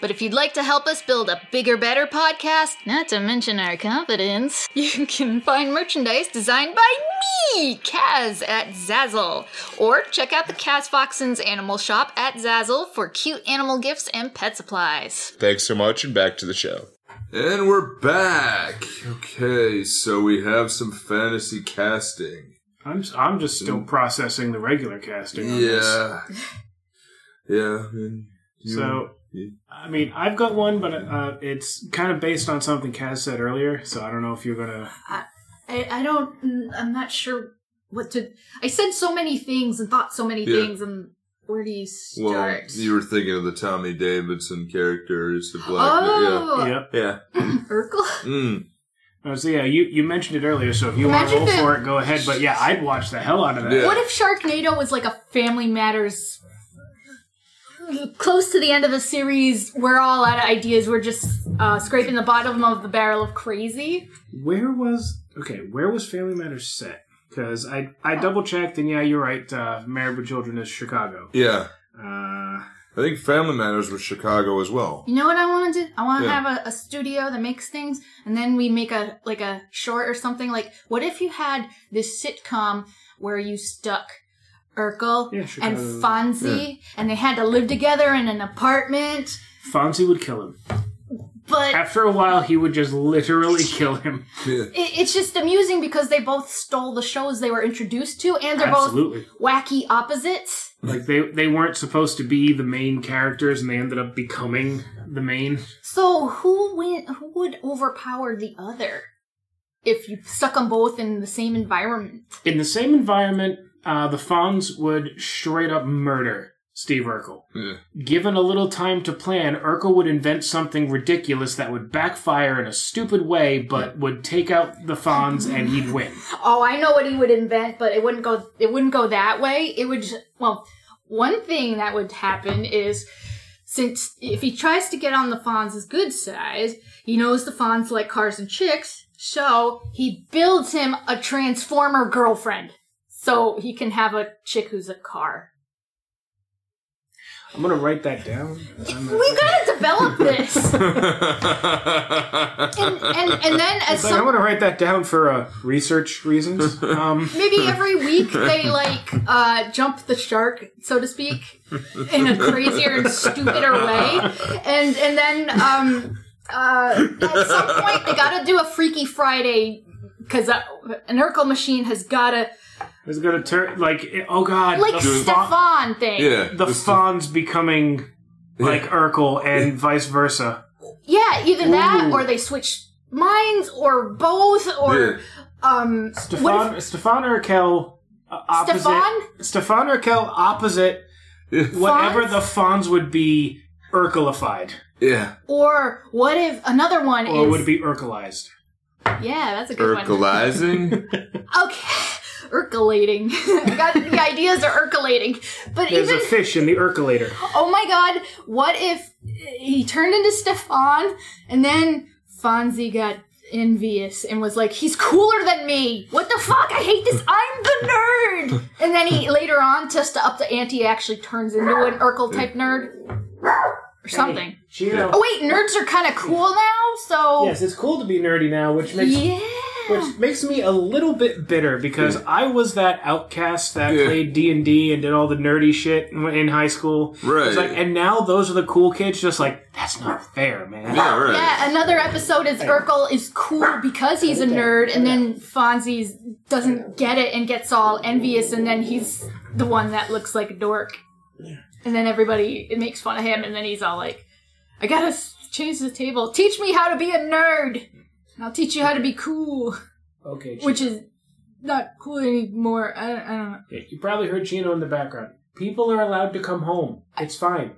Speaker 4: But if you'd like to help us build a bigger, better podcast, not to mention our confidence, you can find merchandise designed by me, Kaz, at Zazzle. Or check out the Kaz Foxen's Animal Shop at Zazzle for cute animal gifts and pet supplies.
Speaker 1: Thanks so much, and back to the show. And we're back. Okay, so we have some fantasy casting.
Speaker 2: I'm s- I'm just still processing the regular casting. On This.
Speaker 1: Mm. Yeah, yeah. I mean, you-
Speaker 2: So.
Speaker 1: you-
Speaker 2: I mean, I've got one, but uh, it's kind of based on something Kaz said earlier, so I don't know if you're gonna.
Speaker 3: I, I don't. mm, I'm not sure what to. I said so many things and thought so many
Speaker 1: Yeah.
Speaker 3: things, and where do you
Speaker 1: well,
Speaker 3: start?
Speaker 1: you were thinking of the Tommy Davidson character. It's the black.
Speaker 3: oh,
Speaker 2: Yep.
Speaker 1: Yeah. yeah.
Speaker 3: Urkel.
Speaker 1: Mm.
Speaker 2: Oh, so yeah, you, you mentioned it earlier, so if you want to
Speaker 3: Imagine
Speaker 2: roll
Speaker 3: if it-
Speaker 2: for it, go ahead. But yeah, I'd watch the hell out of that.
Speaker 1: Yeah.
Speaker 3: What if Sharknado was like a Family Matters? Close to the end of the series, we're all out of ideas. We're just uh, scraping the bottom of the barrel of crazy.
Speaker 2: Where was okay? Where was Family Matters set? Because I I double checked, and yeah, you're right. Uh, Married with Children is Chicago.
Speaker 1: Yeah.
Speaker 2: Uh,
Speaker 1: I think Family Matters was Chicago as well.
Speaker 3: You know what I want to do? I want to
Speaker 1: Yeah.
Speaker 3: have a, a studio that makes things, and then we make a like a short or something. Like, what if you had this sitcom where you stuck Urkel
Speaker 2: yeah, Chicago.
Speaker 3: and Fonzie, and they had to live together in an apartment?
Speaker 2: Fonzie would kill him.
Speaker 3: But it,
Speaker 2: After a while, he would just literally kill him.
Speaker 1: Yeah.
Speaker 3: it's just amusing because they both stole the shows they were introduced to, and they're
Speaker 2: Absolutely.
Speaker 3: both wacky opposites.
Speaker 2: Like they they weren't supposed to be the main characters, and they ended up becoming the main.
Speaker 3: So who win- who would overpower the other if you stuck them both in the same environment?
Speaker 2: In the same environment, uh, the Fonz would straight up murder Steve Urkel.
Speaker 1: Yeah.
Speaker 2: Given a little time to plan, Urkel would invent something ridiculous that would backfire in a stupid way, but would take out the Fonz and he'd win.
Speaker 3: Oh, I know what he would invent, but it wouldn't go it wouldn't go that way. It would just, well, one thing that would happen is since if he tries to get on the Fonz's good side, he knows the Fonz like cars and chicks, so he builds him a transformer girlfriend. So he can have a chick who's a car.
Speaker 2: I'm gonna write that down. I'm not-
Speaker 3: We gotta develop this. and, and, and then as
Speaker 2: Like, I'm
Speaker 3: some
Speaker 2: gonna write that down for uh, research reasons. Um,
Speaker 3: maybe every week they like uh, jump the shark, so to speak, in a crazier and stupider way, and and then um, uh, at some point they got to do a Freaky Friday because uh, an Urkel machine has got to
Speaker 2: it's gonna turn like it- oh god,
Speaker 3: like
Speaker 2: the,
Speaker 1: Dude.
Speaker 2: Fon-
Speaker 3: Stefan thing.
Speaker 1: yeah.
Speaker 2: the
Speaker 1: This-
Speaker 2: Fonz becoming like Urkel and vice versa.
Speaker 3: Yeah, either that
Speaker 2: Ooh.
Speaker 3: or they switch minds or both
Speaker 1: yeah.
Speaker 3: or um what if-
Speaker 2: Stefan Stefan Urkel uh, opposite.
Speaker 3: Stefan?
Speaker 2: Stefan Urkel opposite. Whatever the Fonz would be Urkelified,
Speaker 1: Yeah.
Speaker 3: or what if another one
Speaker 2: or
Speaker 3: is
Speaker 2: would it be Urkelized?
Speaker 3: yeah that's a good one.
Speaker 1: Urkelizing?
Speaker 3: Okay. Urculating. I got the ideas are urculating. But
Speaker 2: There's
Speaker 3: even
Speaker 2: a fish in the Urkelator.
Speaker 3: oh my god, what if he turned into Stefan and then Fonzie got envious and was like, He's cooler than me. What the fuck? I hate this. I'm the nerd And then he later on, just to up the ante, actually turns into an Urkel type nerd. Or something.
Speaker 2: Gino.
Speaker 3: Oh wait, nerds are kinda cool now, so
Speaker 2: Yes, it's cool to be nerdy now, which makes
Speaker 3: Yeah.
Speaker 2: which makes me a little bit bitter because I was that outcast that
Speaker 1: Yeah.
Speaker 2: played D and D and did all the nerdy shit in in high school.
Speaker 1: Right.
Speaker 2: It's like, and now those are the cool kids. Just like that's not fair, man.
Speaker 1: yeah, right.
Speaker 3: Yeah, another episode is Urkel is cool because he's a nerd, and then Fonzie doesn't get it and gets all envious, and then he's the one that looks like a dork. And then everybody it makes fun of him, and then he's all like, I gotta s- change the table. Teach me how to be a nerd! And I'll teach you how to be cool,
Speaker 2: Okay. Gino.
Speaker 3: which is not cool anymore. I, I don't know.
Speaker 2: you probably heard Gino in the background. People are allowed to come home. It's fine.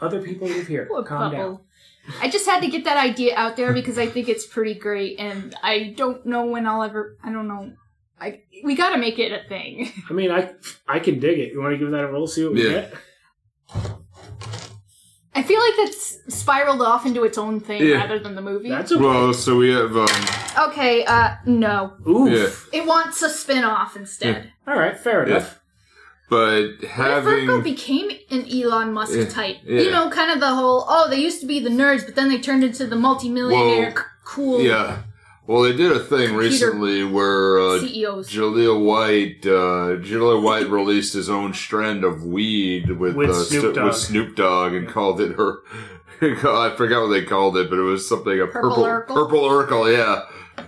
Speaker 2: Other people live here.
Speaker 3: Poor
Speaker 2: Calm down.
Speaker 3: bubble. I just had to get that idea out there because I think it's pretty great, and I don't know when I'll ever. I don't know. I we got to make it a thing.
Speaker 2: I mean, I I can dig it. You want to give that a roll? See what we
Speaker 1: Yeah.
Speaker 2: get.
Speaker 3: I feel like that's spiraled off into its own thing
Speaker 1: Yeah.
Speaker 3: rather than the movie.
Speaker 2: That's okay.
Speaker 1: Well, so we have. Um,
Speaker 3: okay, uh, no,
Speaker 2: Oof.
Speaker 1: yeah.
Speaker 3: it wants a spin off instead.
Speaker 2: All right. Fair
Speaker 1: Yeah.
Speaker 2: enough.
Speaker 1: But
Speaker 3: What if Virgo
Speaker 1: having.
Speaker 3: became an Elon Musk
Speaker 1: Yeah,
Speaker 3: type?
Speaker 1: yeah.
Speaker 3: You know, kind of the whole. Oh, they used to be the nerds, but then they turned into the multimillionaire,
Speaker 1: Well,
Speaker 3: c- cool
Speaker 1: Yeah. Well, they did a thing recently where uh,
Speaker 3: CEOs.
Speaker 1: Jaleel White, uh, Jaleel White released his own strand of weed with,
Speaker 2: With
Speaker 1: uh,
Speaker 2: Snoop
Speaker 1: st-
Speaker 2: Dogg.
Speaker 1: with Snoop Dogg and called it her. I forgot what they called it, but it was something a
Speaker 3: Purple
Speaker 1: purple
Speaker 3: Urkel?
Speaker 1: purple Urkel. Yeah.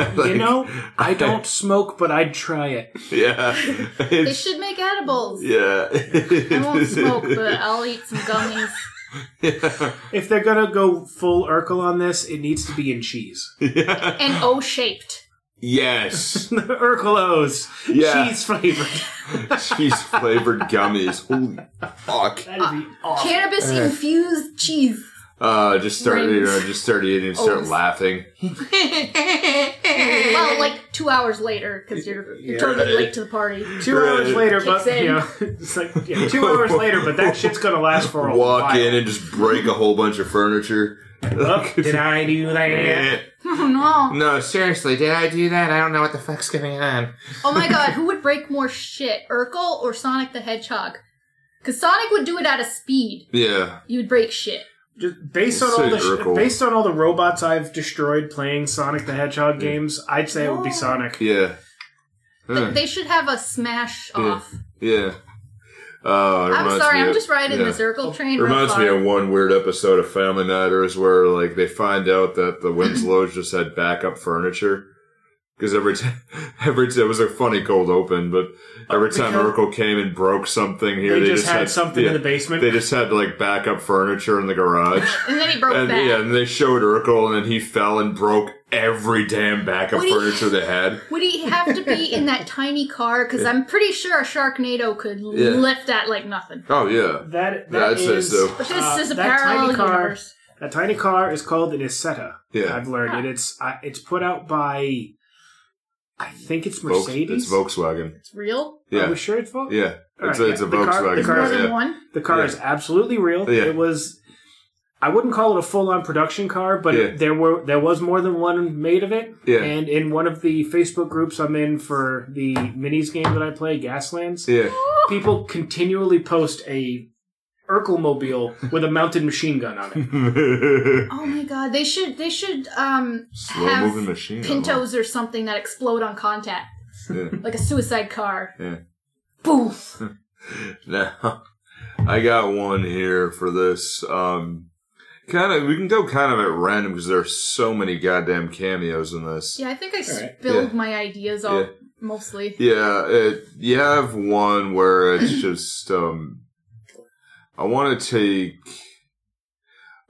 Speaker 2: you
Speaker 1: Like,
Speaker 2: know, I don't smoke, but I'd try it.
Speaker 1: Yeah.
Speaker 3: they
Speaker 1: It's-
Speaker 3: should make edibles.
Speaker 1: yeah.
Speaker 3: I won't smoke, but I'll eat some gummies.
Speaker 1: yeah.
Speaker 2: If they're gonna go full Urkel on this, it needs to be in cheese.
Speaker 3: and O shaped.
Speaker 1: Yes.
Speaker 2: Urkelos.
Speaker 1: Yeah.
Speaker 2: Cheese flavored.
Speaker 1: Cheese flavored gummies. Holy fuck.
Speaker 2: That'd be awesome.
Speaker 3: Cannabis
Speaker 1: Eh.
Speaker 3: infused cheese.
Speaker 1: Uh, just start, you
Speaker 3: Rings.
Speaker 1: know, just start eating and start
Speaker 3: Oh.
Speaker 1: laughing.
Speaker 3: well, like two hours later because you're, you're totally
Speaker 1: Yeah.
Speaker 3: late to the party.
Speaker 2: Two hours
Speaker 1: Right.
Speaker 2: later, but
Speaker 3: Kicks in.
Speaker 2: you know, it's like yeah, two hours later, but that shit's gonna last for a
Speaker 1: Walk
Speaker 2: while.
Speaker 1: in and just break a whole bunch of furniture.
Speaker 2: Oh, did I do that?
Speaker 3: Oh no!
Speaker 1: No, seriously, did I do that? I don't know what the fuck's going on.
Speaker 3: Oh my god, who would break more shit, Urkel or Sonic the Hedgehog? Because Sonic would do it at a speed.
Speaker 1: Yeah.
Speaker 3: You would break shit.
Speaker 2: Just based on
Speaker 1: Say
Speaker 2: all the
Speaker 1: Urkel.
Speaker 2: sh- based on all the robots I've destroyed playing Sonic the Hedgehog games, I'd say it would be Sonic.
Speaker 1: Yeah.
Speaker 3: But
Speaker 1: Huh.
Speaker 3: they should have a smash off.
Speaker 1: Yeah. Oh, it
Speaker 3: I'm
Speaker 1: Hmm. reminds
Speaker 3: sorry,
Speaker 1: me
Speaker 3: I'm
Speaker 1: of-
Speaker 3: just riding
Speaker 1: yeah.
Speaker 3: this Urkel train.
Speaker 1: It
Speaker 3: real
Speaker 1: reminds me
Speaker 3: far.
Speaker 1: of one weird episode of Family Matters where like they find out that the Winslows just had backup furniture. Because every time, every t it was a funny cold open, but
Speaker 3: Oh,
Speaker 1: every time
Speaker 2: because-
Speaker 1: Urkel came and broke something here,
Speaker 2: They,
Speaker 1: they,
Speaker 2: just, had, something
Speaker 1: yeah,
Speaker 2: in the basement.
Speaker 1: They just had like backup furniture in the garage,
Speaker 3: And then he broke
Speaker 1: and
Speaker 3: that.
Speaker 1: yeah, and they showed Urkel, and then he fell and broke every damn backup
Speaker 3: What do you-
Speaker 1: furniture they had.
Speaker 3: Would he have to be in that tiny car? Because I'm pretty sure a Sharknado could
Speaker 1: Yeah.
Speaker 3: lift that like nothing.
Speaker 1: Oh yeah,
Speaker 2: that
Speaker 1: Yeah,
Speaker 2: that
Speaker 1: I'd say
Speaker 2: is
Speaker 1: so.
Speaker 3: But this
Speaker 2: uh,
Speaker 3: is a
Speaker 2: that
Speaker 3: parallel
Speaker 2: tiny car.
Speaker 3: universe.
Speaker 2: That tiny car is called an Isetta.
Speaker 1: Yeah.
Speaker 2: I've learned it. It's uh, it's put out by, I think it's
Speaker 1: Volks-
Speaker 2: Mercedes.
Speaker 1: it's Volkswagen.
Speaker 3: It's real.
Speaker 2: Are
Speaker 1: Yeah,
Speaker 2: we sure it's Volkswagen?
Speaker 1: yeah,
Speaker 2: All
Speaker 1: it's
Speaker 2: right,
Speaker 1: a, it's
Speaker 2: yeah.
Speaker 1: a
Speaker 2: The car-
Speaker 1: Volkswagen.
Speaker 2: the car-
Speaker 3: More
Speaker 1: yeah.
Speaker 3: than one.
Speaker 2: The car
Speaker 1: Yeah.
Speaker 2: is absolutely real.
Speaker 1: Yeah.
Speaker 2: It was I wouldn't call it a full-on production car, but it-
Speaker 1: Yeah.
Speaker 2: there were there was more than one made of it.
Speaker 1: Yeah.
Speaker 2: And in one of the Facebook groups I'm in for the minis game that I play, Gaslands,
Speaker 1: yeah.
Speaker 2: people continually post a Urkel mobile with a mounted machine gun on it.
Speaker 3: Oh my god, they should they should um
Speaker 1: Slow
Speaker 3: have
Speaker 1: moving machine.
Speaker 3: pintos or something that explode on contact,
Speaker 1: Yeah.
Speaker 3: like a suicide car.
Speaker 1: Yeah.
Speaker 3: Boof.
Speaker 1: Now, I got one here for this. Um, kind of, we can go kind of at random because there are so many goddamn cameos in this.
Speaker 3: Yeah, I think I
Speaker 2: right.
Speaker 3: spilled
Speaker 1: Yeah.
Speaker 3: my ideas all
Speaker 1: Yeah.
Speaker 3: mostly.
Speaker 1: Yeah, it, you have one where it's just. Um, I want to take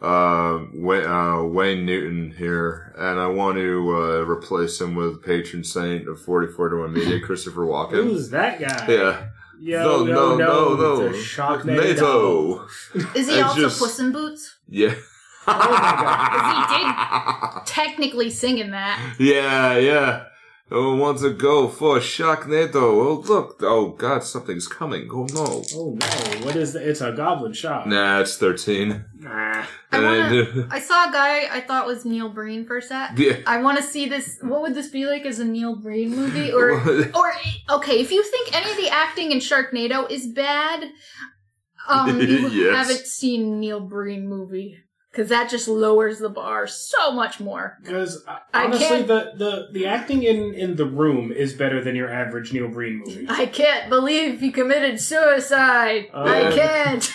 Speaker 1: uh, Wayne, uh, Wayne Newton here, and I want to uh, replace him with patron saint of 44 to 1 Media, Christopher Walken.
Speaker 2: Who's that guy?
Speaker 1: Yeah.
Speaker 2: Yo, no, no, no, It's a shock NATO.
Speaker 1: NATO.
Speaker 3: Is he
Speaker 1: It's
Speaker 3: also
Speaker 1: just-
Speaker 3: Puss in Boots?
Speaker 1: Yeah.
Speaker 2: Oh
Speaker 3: Technically singing that.
Speaker 1: Yeah, yeah. Oh, want to go for Sharknado. Oh, look. Oh, God, something's coming. Oh, no.
Speaker 2: Oh no! What is that? It's a goblin shop.
Speaker 1: Nah, it's 13.
Speaker 2: Nah.
Speaker 3: I
Speaker 1: And I
Speaker 3: wanna,
Speaker 1: do-
Speaker 3: I saw a guy I thought was Neil Breen for a set.
Speaker 1: Yeah.
Speaker 3: I want to see this. What would this be like as a Neil Breen movie? Or, or okay, if you think any of the acting in Sharknado is bad, um, you
Speaker 1: Yes.
Speaker 3: haven't seen Neil Breen movie because that just lowers the bar so much more.
Speaker 2: Because uh,
Speaker 3: I
Speaker 2: honestly,
Speaker 3: can't-
Speaker 2: the, the the acting in in the room is better than your average Neil Breen movie.
Speaker 3: I can't believe he committed suicide. I
Speaker 2: Oh.
Speaker 3: can't.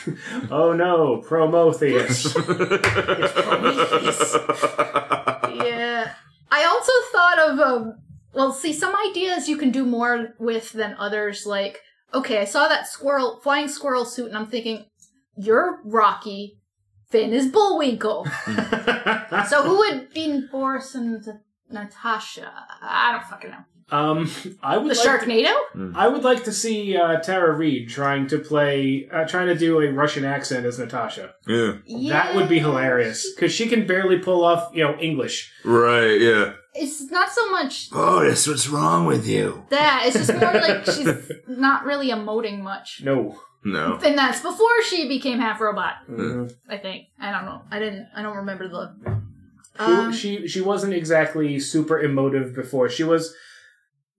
Speaker 2: oh no, Prometheus.
Speaker 3: yeah. I also thought of um well, see some ideas you can do more with than others like okay, I saw that squirrel flying squirrel suit and I'm thinking you're Rocky, Finn is Bullwinkle. so who would be Boris and Natasha? I don't fucking know.
Speaker 2: um, I
Speaker 3: The
Speaker 2: would like to,
Speaker 3: Sharknado?
Speaker 2: I would like to see uh, Tara Reid trying to play uh, trying to do a Russian accent as Natasha.
Speaker 1: yeah.
Speaker 2: That would be
Speaker 3: Yeah.
Speaker 2: hilarious because she can barely pull off you know English.
Speaker 1: Right, yeah.
Speaker 3: It's not so much
Speaker 1: Boris, what's wrong with you?
Speaker 3: that. It's just more like she's not really emoting much.
Speaker 2: No.
Speaker 1: No.
Speaker 3: And that's before she became half robot.
Speaker 2: Mhm.
Speaker 3: I think. I don't know. I didn't. I don't remember the.
Speaker 2: She-
Speaker 3: Um,
Speaker 2: she she wasn't exactly super emotive before. She was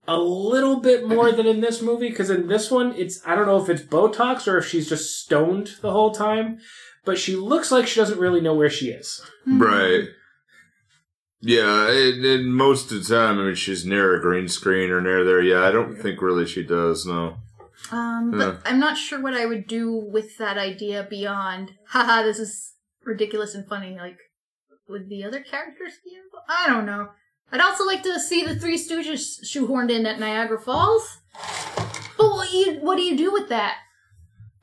Speaker 2: a little bit more than in this movie because in this one, it's I don't know if it's Botox or if she's just stoned the whole time, but she looks like she doesn't really know where she is.
Speaker 3: hmm.
Speaker 1: Right. Yeah, and, and most of the time, I mean, she's near a green screen or near there. Yeah, I don't think really she does, no.
Speaker 3: Um, but
Speaker 1: Yeah.
Speaker 3: I'm not sure what I would do with that idea beyond. Haha, this is ridiculous and funny. Like, would the other characters be? involved? I don't know. I'd also like to see the Three Stooges shoehorned in at Niagara Falls. But what you what do you do with that?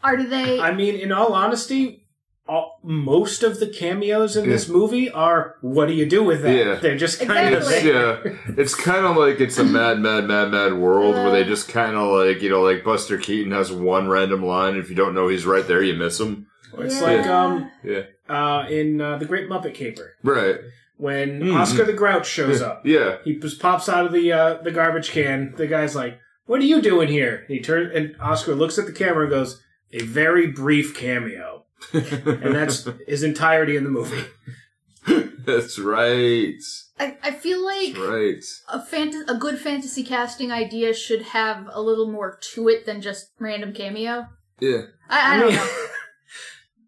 Speaker 3: Are they?
Speaker 2: I mean, in all honesty, all, most of the cameos in this movie are what do you do with that?
Speaker 1: Yeah.
Speaker 2: They're just kind of
Speaker 1: It's,
Speaker 3: Exactly.
Speaker 2: there.
Speaker 1: yeah, it's kind of like it's a mad, mad, mad, mad world where
Speaker 3: Uh.
Speaker 1: they just kind of like you know, like Buster Keaton has one random line. If you don't know he's right there, you miss him.
Speaker 2: It's
Speaker 3: Yeah.
Speaker 2: like um
Speaker 1: Yeah,
Speaker 2: uh in uh, the Great Muppet Caper.
Speaker 1: right.
Speaker 2: when Oscar the Grouch shows up.
Speaker 1: Yeah.
Speaker 2: He just pops out of the uh, the garbage can. The guy's like, "What are you doing here?" And he turns, and Oscar looks at the camera and goes, "A very brief cameo," and that's his entirety in the movie.
Speaker 1: That's right.
Speaker 3: I, I feel like
Speaker 1: That's right.
Speaker 3: a fanta- a good fantasy casting idea should have a little more to it than just random cameo.
Speaker 1: Yeah.
Speaker 3: I, I don't
Speaker 2: mean,
Speaker 3: know.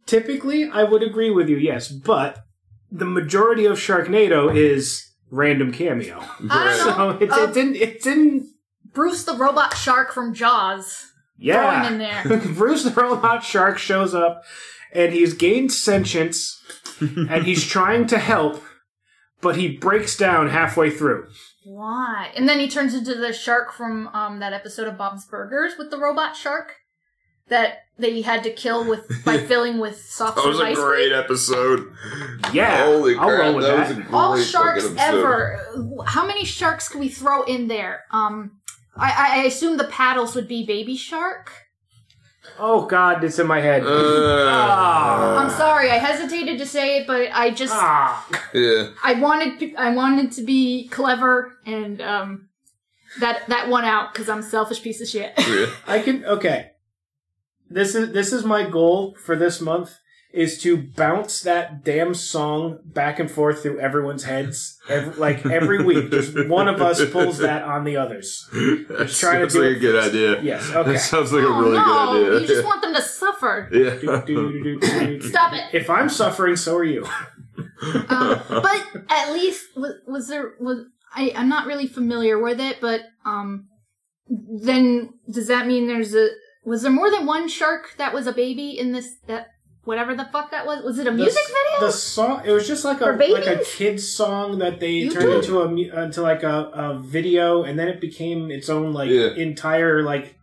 Speaker 2: Typically, I would agree with you, yes, but the majority of Sharknado is random cameo.
Speaker 3: I don't know.
Speaker 2: So it's,
Speaker 3: Um,
Speaker 2: it's in it's in
Speaker 3: Bruce the robot shark from Jaws
Speaker 2: yeah.
Speaker 3: going in there.
Speaker 2: Bruce the robot shark shows up, and he's gained sentience, and he's trying to help, but he breaks down halfway through.
Speaker 3: Why? And then he turns into the shark from um, that episode of Bob's Burgers with the robot shark that they had to kill with by filling with soft
Speaker 1: That was
Speaker 3: serve
Speaker 1: a
Speaker 3: ice
Speaker 1: great
Speaker 3: cream.
Speaker 1: episode.
Speaker 2: Yeah,
Speaker 1: Holy
Speaker 2: I'll
Speaker 1: crap!
Speaker 2: roll with
Speaker 1: that,
Speaker 2: that.
Speaker 1: was a great
Speaker 3: All
Speaker 1: fucking
Speaker 3: sharks
Speaker 1: episode.
Speaker 3: ever. How many sharks can we throw in there? Um, I, I- I assume the paddles would be baby shark.
Speaker 2: Oh God, it's in my head.
Speaker 1: Uh,
Speaker 3: Ah, I'm sorry, I hesitated to say it, but I just
Speaker 2: ah,
Speaker 1: yeah.
Speaker 3: I wanted pe- I wanted to be clever and um that that one out because I'm a selfish piece of shit.
Speaker 1: yeah.
Speaker 2: I can okay. This is this is my goal for this month is to bounce that damn song back and forth through everyone's heads, ev like every week. Just one of us pulls that on the others.
Speaker 1: That
Speaker 2: trying to
Speaker 1: sounds
Speaker 2: do
Speaker 1: like a
Speaker 2: it
Speaker 1: good idea.
Speaker 2: Yes, okay.
Speaker 1: That sounds like a
Speaker 3: oh
Speaker 1: really
Speaker 3: no,
Speaker 1: good idea.
Speaker 3: you just want them to suffer.
Speaker 1: yeah.
Speaker 3: Stop it.
Speaker 2: If I'm suffering, so are you.
Speaker 3: Um, but at least was, was there was I I'm not really familiar with it, but um then does that mean there's a was there more than one shark that was a baby in this that whatever the fuck that was was it a music
Speaker 2: the,
Speaker 3: video?
Speaker 2: The song. It was just like a
Speaker 3: For babies?
Speaker 2: like a kid's song that they
Speaker 3: You
Speaker 2: turned
Speaker 3: did.
Speaker 2: into a mu- into like a, a video, and then it became its own like
Speaker 1: Yeah.
Speaker 2: entire like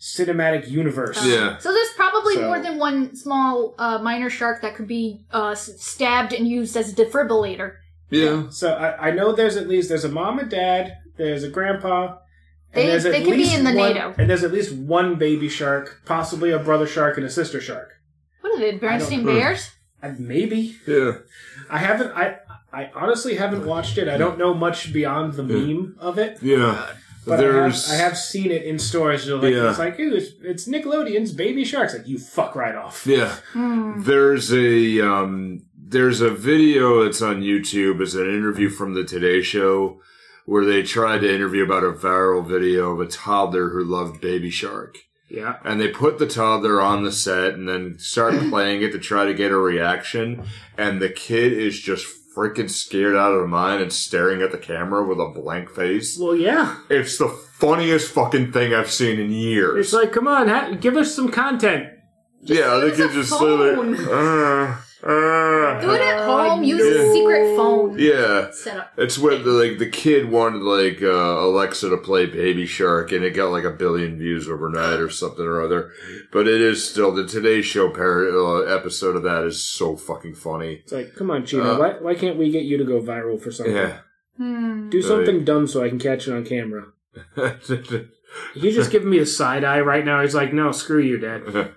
Speaker 2: cinematic universe.
Speaker 1: Yeah.
Speaker 3: So there's probably
Speaker 2: So-
Speaker 3: more than one small uh, minor shark that could be uh, s- stabbed and used as a defibrillator.
Speaker 1: Yeah.
Speaker 2: So I, I know there's at least there's a mom and dad, there's a grandpa. And
Speaker 3: They-
Speaker 2: there's at
Speaker 3: they could be
Speaker 2: least
Speaker 3: in the
Speaker 2: one-
Speaker 3: NATO.
Speaker 2: And there's at least one baby shark, possibly a brother shark and a sister shark.
Speaker 3: What are they, Bernstein
Speaker 1: Hmm.
Speaker 3: Bears?
Speaker 2: And maybe
Speaker 1: Yeah.
Speaker 2: I haven't. I I honestly haven't watched it. I don't know much beyond the meme of it.
Speaker 1: Yeah.
Speaker 2: But
Speaker 1: There's.
Speaker 2: I, have, I have seen it in stores. You're like,
Speaker 1: Yeah.
Speaker 2: It's like, ooh, it's, it's Nickelodeon's Baby Sharks. Like, you fuck right off.
Speaker 1: Yeah.
Speaker 3: Hmm.
Speaker 1: There's a um there's a video that's on YouTube. It's an interview from the Today Show where they tried to interview about a viral video of a toddler who loved Baby Shark.
Speaker 2: Yeah.
Speaker 1: And they put the toddler on the set and then start playing it to try to get a reaction. And the kid is just freaking scared out of her mind and staring at the camera with a blank face.
Speaker 2: Well, yeah.
Speaker 1: It's the funniest fucking thing I've seen in years.
Speaker 2: It's like, come on, ha- give us some content.
Speaker 1: yeah, the
Speaker 3: use
Speaker 1: kid
Speaker 3: a
Speaker 1: just literally. "Uh, uh."
Speaker 3: Do it at home. Use
Speaker 1: no.
Speaker 3: a secret phone
Speaker 1: Yeah.
Speaker 3: setup.
Speaker 1: It's where the, like the kid wanted like uh, Alexa to play Baby Shark, and it got like a billion views overnight or something or other. But it is still the Today Show par- uh, episode of that is so fucking funny.
Speaker 2: It's like, come on, Gina,
Speaker 1: Uh,
Speaker 2: why, why can't we get you to go viral for something?
Speaker 1: Yeah,
Speaker 3: Hmm.
Speaker 2: Do something dumb so I can catch it on camera.
Speaker 1: screw
Speaker 2: He's just giving me a side eye right now. He's like, no, screw you, Dad.
Speaker 1: you,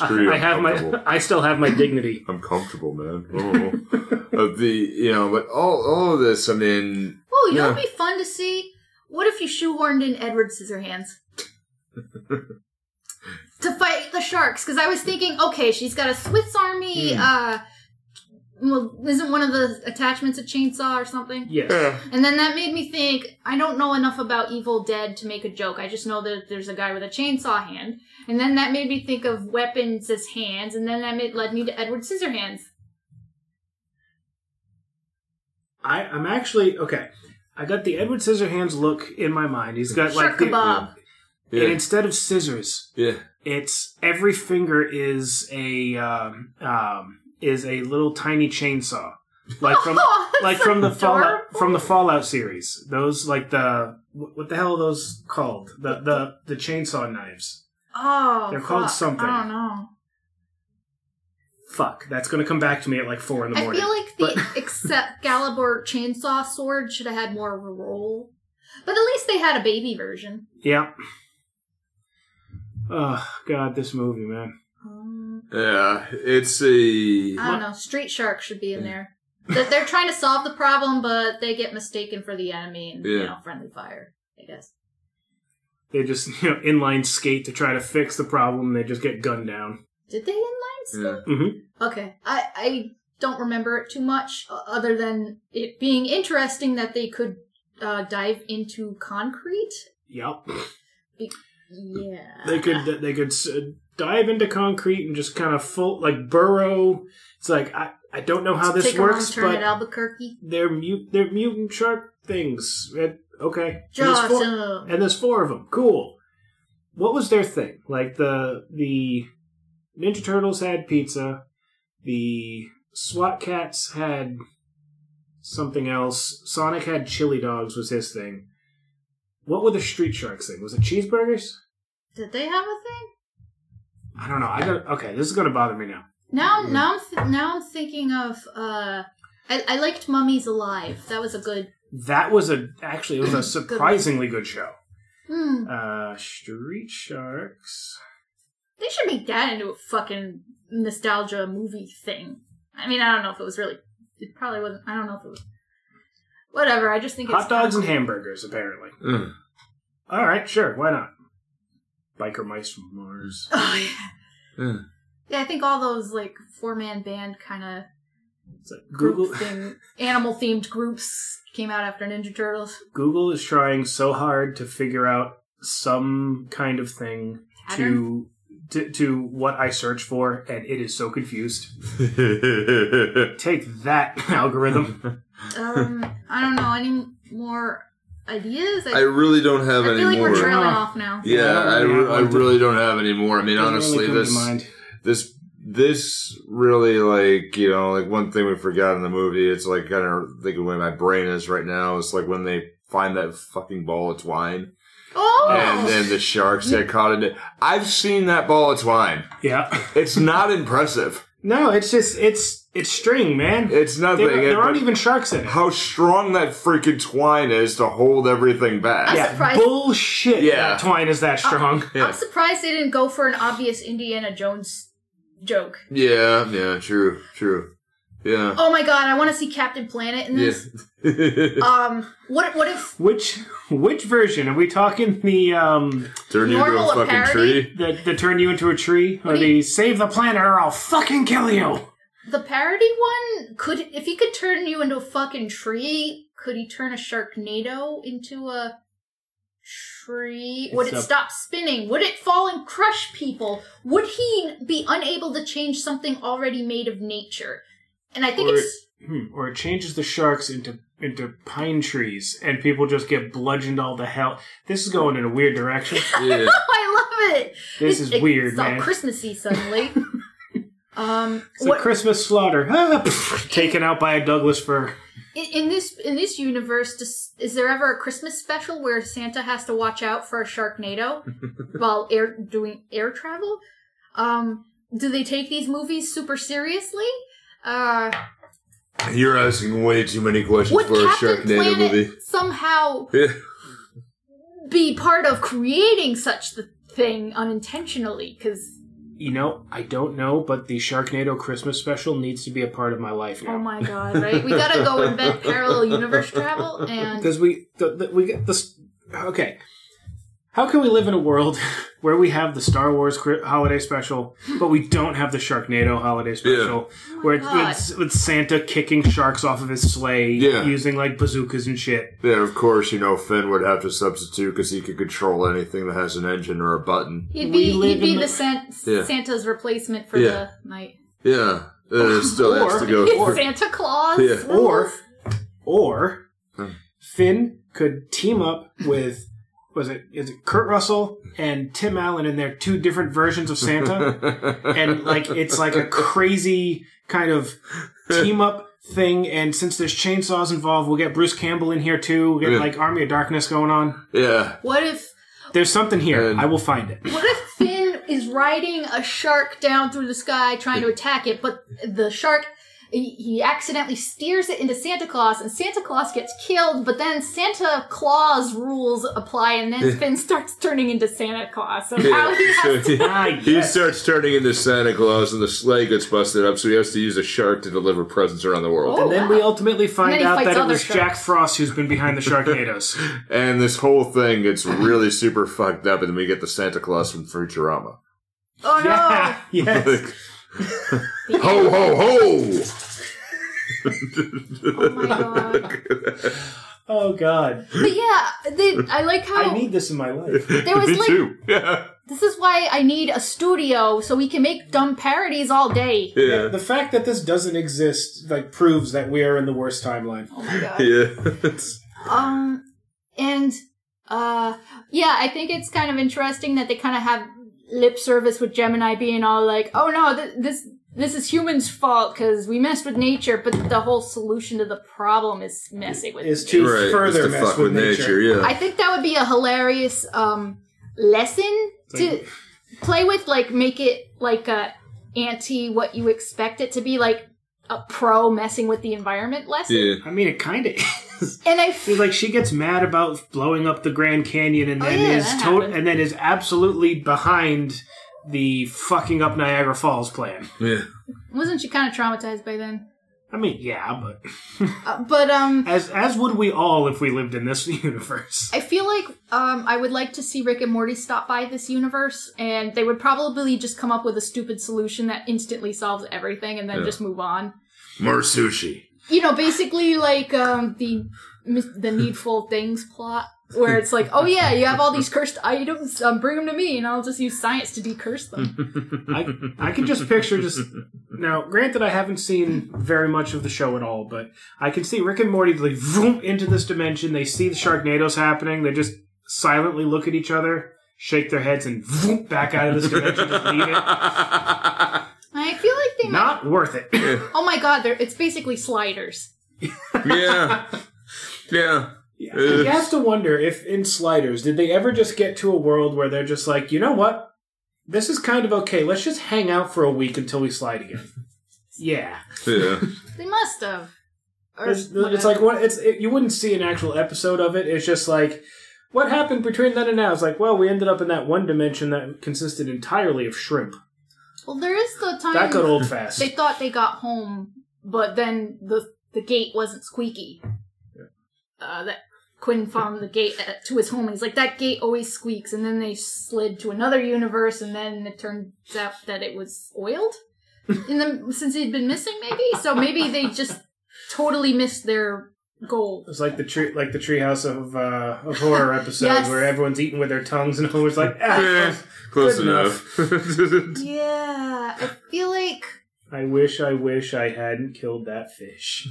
Speaker 2: I, I
Speaker 1: I'm
Speaker 2: have
Speaker 1: comfortable.
Speaker 2: my, I still have my dignity.
Speaker 1: I'm comfortable, man. Oh. of the you know, but all all of this, I mean,
Speaker 3: Oh, you know,
Speaker 1: Yeah.
Speaker 3: it'd be fun to see. What if you shoehorned in Edward Scissorhands to fight the sharks? Because I was thinking, okay, she's got a Swiss Army.
Speaker 2: Hmm.
Speaker 3: Uh, well, isn't one of the attachments a chainsaw or something?
Speaker 2: Yes.
Speaker 3: And then that made me think, I don't know enough about Evil Dead to make a joke. I just know that there's a guy with a chainsaw hand. And then that made me think of weapons as hands, and then that made, led me to Edward Scissorhands.
Speaker 2: I, I'm actually, okay. I got the Edward Scissorhands look in my mind. He's got
Speaker 3: Shark
Speaker 2: like the,
Speaker 3: kebab.
Speaker 1: yeah,
Speaker 2: and instead of scissors,
Speaker 1: yeah,
Speaker 2: it's every finger is a um, um, is a little tiny chainsaw, like from
Speaker 3: That's
Speaker 2: like from the
Speaker 3: adorable.
Speaker 2: Fallout from the Fallout series. Those like the wh- what the hell are those called? The the the chainsaw knives.
Speaker 3: Oh,
Speaker 2: They're called
Speaker 3: fuck.
Speaker 2: something.
Speaker 3: I don't know.
Speaker 2: Fuck, that's gonna come back to me at like four in the
Speaker 3: I
Speaker 2: morning.
Speaker 3: feel like the Excalibur chainsaw sword should have had more roll. But at least they had a baby version.
Speaker 2: yeah. Oh god, this movie, man.
Speaker 3: Um,
Speaker 1: yeah. It's a
Speaker 3: I don't know. Street Shark should be in there. That they're trying to solve the problem, but they get mistaken for the enemy and
Speaker 1: Yeah.
Speaker 3: you know friendly fire. I guess.
Speaker 2: They just you know inline skate to try to fix the problem. They just get gunned down.
Speaker 3: Did they inline skate?
Speaker 1: Yeah.
Speaker 3: Okay, I I don't remember it too much, o- other than it being interesting that they could uh, dive into concrete.
Speaker 2: Yep.
Speaker 3: Yeah,
Speaker 2: They could they could s- dive into concrete and just kind of full like burrow. It's like I I don't know how this
Speaker 3: Take a
Speaker 2: works,
Speaker 3: wrong turn at
Speaker 2: but
Speaker 3: Albuquerque.
Speaker 2: they're mute they're mutant shark things. And- okay. And there's
Speaker 3: Jaws.
Speaker 2: four-
Speaker 3: uh,
Speaker 2: and there's four of them. Cool. What was their thing? Like the the Ninja Turtles had pizza. The SWAT cats had something else. Sonic had chili dogs was his thing. What were the Street Sharks thing? Was it cheeseburgers?
Speaker 3: Did they have a thing?
Speaker 2: I don't know. I got okay. This is gonna bother me now.
Speaker 3: Now, now, I'm th- now I'm thinking of. Uh, I, I liked Mummies Alive. That was a good.
Speaker 2: That was a actually it was a surprisingly good show.
Speaker 3: Hmm.
Speaker 2: Uh, Street Sharks.
Speaker 3: They should make that into a fucking nostalgia movie thing. I mean, I don't know if it was really. It probably wasn't. I don't know if it was. Whatever. I just think it's
Speaker 2: Hot dogs and
Speaker 3: kinda-
Speaker 2: hamburgers, apparently.
Speaker 1: Mm.
Speaker 2: All right, sure, why not? Biker mice from Mars.
Speaker 3: Oh yeah.
Speaker 1: Yeah.
Speaker 2: Mm.
Speaker 3: Yeah, I think all those like four man band kind of
Speaker 2: It's like
Speaker 3: group
Speaker 2: Google
Speaker 3: thing, animal themed groups came out after Ninja Turtles.
Speaker 2: Google is trying so hard to figure out some kind of thing to, to to what I search for, and it is so confused. Take that algorithm.
Speaker 3: Um, I don't know any more ideas.
Speaker 1: I really don't have
Speaker 3: I
Speaker 1: any
Speaker 3: feel like
Speaker 1: more.
Speaker 3: we're trailing
Speaker 2: Ah.
Speaker 3: off now.
Speaker 1: yeah, I,
Speaker 2: I don't really
Speaker 1: re- I
Speaker 2: have one.
Speaker 1: really don't have any more. I mean,
Speaker 2: Doesn't
Speaker 1: honestly,
Speaker 2: really come to
Speaker 1: this
Speaker 2: mind.
Speaker 1: this this really like you know like one thing we forgot in the movie it's like kind of thinking where my brain is right now it's like when they find that fucking ball of twine
Speaker 3: Oh,
Speaker 1: and then the sharks get caught in it i've seen that ball of twine
Speaker 2: Yeah.
Speaker 1: it's not impressive
Speaker 2: No, it's just it's it's string, man.
Speaker 1: it's nothing
Speaker 2: There, there aren't
Speaker 1: It-
Speaker 2: even sharks in it.
Speaker 1: how strong that freaking twine is to hold everything back
Speaker 3: Yeah. surprised-
Speaker 2: bullshit.
Speaker 1: Yeah.
Speaker 2: that twine is that strong.
Speaker 1: yeah.
Speaker 3: I'm surprised they didn't go for an obvious Indiana Jones joke.
Speaker 1: yeah yeah true true yeah
Speaker 3: Oh my god, I want to see Captain Planet in
Speaker 1: yeah
Speaker 3: this. Um, what what if
Speaker 2: Which which version are we talking? The um
Speaker 1: turn you into
Speaker 3: Normal
Speaker 1: a
Speaker 3: a
Speaker 1: fucking
Speaker 3: parody?
Speaker 1: tree
Speaker 2: the the turn you into a tree or
Speaker 3: What do
Speaker 2: the save the planet or I'll fucking kill you.
Speaker 3: the parody one could if he could turn you into a fucking tree? Could he turn a Sharknado into a tree? Would
Speaker 2: It's
Speaker 3: it
Speaker 2: a-
Speaker 3: stop spinning? Would it fall and crush people? Would he be unable to change something already made of nature? And I think
Speaker 2: Or-
Speaker 3: it's
Speaker 2: Hmm. Or it changes the sharks into into pine trees and people just get bludgeoned all to hell. This is going in a weird direction.
Speaker 1: yeah
Speaker 3: I love it.
Speaker 2: This
Speaker 3: It-
Speaker 2: is
Speaker 3: it-
Speaker 2: weird,
Speaker 3: It's all
Speaker 2: man.
Speaker 3: Christmassy suddenly. um,
Speaker 2: It's
Speaker 3: what-
Speaker 2: a Christmas slaughter. Ah, pff, taken out by a Douglas fir.
Speaker 3: in, in this in this universe, does, is there ever a Christmas special where Santa has to watch out for a Sharknado while air doing air travel? Um, do they take these movies super seriously? Uh,
Speaker 1: You're asking way too many questions
Speaker 3: would
Speaker 1: for a
Speaker 3: Captain
Speaker 1: Sharknado
Speaker 3: Planet
Speaker 1: movie.
Speaker 3: somehow
Speaker 1: Yeah.
Speaker 3: be part of creating such the thing unintentionally? Because
Speaker 2: You know, I don't know, but the Sharknado Christmas special needs to be a part of my life now.
Speaker 3: oh my god, right? We gotta go invent parallel universe travel and
Speaker 2: because we the, the, we get this okay how can we live in a world where we have the star wars cri- holiday special but we don't have the sharknado holiday special where it's
Speaker 3: God.
Speaker 2: with, with santa kicking sharks off of his sleigh
Speaker 1: Yeah.
Speaker 2: using like bazookas and shit
Speaker 1: Yeah, of course, you know, Finn would have to substitute because he could control anything that has an engine or a button.
Speaker 3: He'd
Speaker 2: We
Speaker 3: be
Speaker 2: live
Speaker 3: he'd be
Speaker 2: in
Speaker 3: the,
Speaker 2: the-
Speaker 3: San-
Speaker 1: Yeah.
Speaker 3: Santa's replacement for
Speaker 1: Yeah.
Speaker 3: the night.
Speaker 1: Yeah, uh, it still has to
Speaker 2: Or-
Speaker 1: go.
Speaker 3: It's Santa Claus.
Speaker 1: Yeah.
Speaker 2: or or
Speaker 1: Hmm.
Speaker 2: finn could team up with was it is it kurt russell and tim allen in their two different versions of santa and like it's like a crazy kind of team up thing. And since there's chainsaws involved, we'll get Bruce Campbell in here too. We'll get
Speaker 1: Yeah.
Speaker 2: like Army of Darkness going on.
Speaker 1: yeah,
Speaker 3: What if
Speaker 2: There's something here.
Speaker 1: And-
Speaker 2: I will find it.
Speaker 3: what if Finn is riding a shark down through the sky trying to attack it, but the shark he he accidentally steers it into Santa Claus, and Santa Claus gets killed. But then Santa Claus rules apply, and then Finn starts turning into Santa Claus. So now he
Speaker 1: So
Speaker 3: has to.
Speaker 1: he-
Speaker 2: Ah,
Speaker 1: He
Speaker 2: yes.
Speaker 1: starts turning into Santa Claus, and the sleigh gets busted up, so he has to use a shark to deliver presents around the world.
Speaker 3: Oh.
Speaker 2: And then we ultimately
Speaker 3: And then
Speaker 2: find
Speaker 3: he
Speaker 2: out
Speaker 3: fights
Speaker 2: that it
Speaker 3: other
Speaker 2: was Jack
Speaker 3: sharks.
Speaker 2: Frost who's been behind the Sharknadoes.
Speaker 1: And this whole thing gets really super fucked up, and then we get the Santa Claus from Futurama.
Speaker 3: Oh no!
Speaker 2: yeah, yes.
Speaker 1: Like, ho, ho, ho!
Speaker 3: Oh my god!
Speaker 2: Oh God,
Speaker 3: But yeah, the, I like how
Speaker 2: I need this in my life.
Speaker 3: there was
Speaker 1: Me
Speaker 3: like
Speaker 1: too. Yeah.
Speaker 3: this is why I need a studio so we can make dumb parodies all day.
Speaker 1: Yeah.
Speaker 2: The fact that this doesn't exist like proves that we are in the worst timeline.
Speaker 3: Oh my god.
Speaker 1: Yeah.
Speaker 3: Um, and uh, yeah, I think it's kind of interesting that they kind of have lip service with Gemini being all like, "Oh no, th- this this is humans' fault because we messed with nature," but the whole solution to the problem is messing with.
Speaker 2: Is to
Speaker 1: Right,
Speaker 2: further
Speaker 1: it's to
Speaker 2: mess
Speaker 1: fuck
Speaker 2: with nature.
Speaker 1: yeah.
Speaker 3: I think that would be a hilarious um lesson to play with, like make it like a anti what you expect it to be, like a pro messing with the environment lesson.
Speaker 1: yeah.
Speaker 2: I mean, it kind of is.
Speaker 3: And I
Speaker 2: It's like she gets mad about blowing up the Grand Canyon, and
Speaker 3: Oh,
Speaker 2: then
Speaker 3: yeah,
Speaker 2: is
Speaker 3: that
Speaker 2: to-
Speaker 3: happened.
Speaker 2: and then is absolutely behind the fucking up Niagara Falls plan.
Speaker 1: Yeah.
Speaker 3: wasn't she kind of traumatized by then?
Speaker 2: I mean, yeah, but
Speaker 3: Uh, but um,
Speaker 2: as as would we all if we lived in this universe.
Speaker 3: I feel like um, I would like to see Rick and Morty stop by this universe, and they would probably just come up with a stupid solution that instantly solves everything, and then
Speaker 1: Yeah.
Speaker 3: just move on.
Speaker 1: More sushi.
Speaker 3: You know, basically like um, the mis- the needful things plot, where it's like, oh yeah, you have all these cursed items, um, bring them to me, and I'll just use science to decurse them.
Speaker 2: I, I can just picture just now. Granted, I haven't seen very much of the show at all, but I can see Rick and Morty like vroom into this dimension. They see the Sharknadoes happening. They just silently look at each other, shake their heads, and vroom back out of this dimension. just leave it.
Speaker 3: I feel like they. might-
Speaker 2: Not worth it.
Speaker 3: oh my god, they're, it's basically sliders.
Speaker 1: yeah. Yeah.
Speaker 2: you have to wonder if in Sliders did they ever just get to a world where they're just like, you know what, this is kind of okay. Let's just hang out for a week until we slide again. Yeah.
Speaker 1: Yeah.
Speaker 3: They must have. Or
Speaker 2: It's, it's
Speaker 3: whatever.
Speaker 2: like what it's it, you wouldn't see an actual episode of it. It's just like what happened between then and now. It's like well, we ended up in that one dimension that consisted entirely of shrimp.
Speaker 3: well, there is the time
Speaker 2: That got old fast.
Speaker 3: They thought they got home, but then the the gate wasn't squeaky. Uh, that Quinn found the gate uh, to his home. and He's like, that gate always squeaks. And then they slid to another universe, and then it turns out that it was oiled. And then since he'd been missing, maybe so maybe they just totally missed their goal.
Speaker 2: It's like the tree, like the treehouse of uh, of horror episodes
Speaker 3: Yes.
Speaker 2: where everyone's eating with their tongues and Homer's like, ah,
Speaker 1: Close
Speaker 2: Good
Speaker 1: enough.
Speaker 3: Yeah, I feel like
Speaker 2: I wish, I wish I hadn't killed that fish.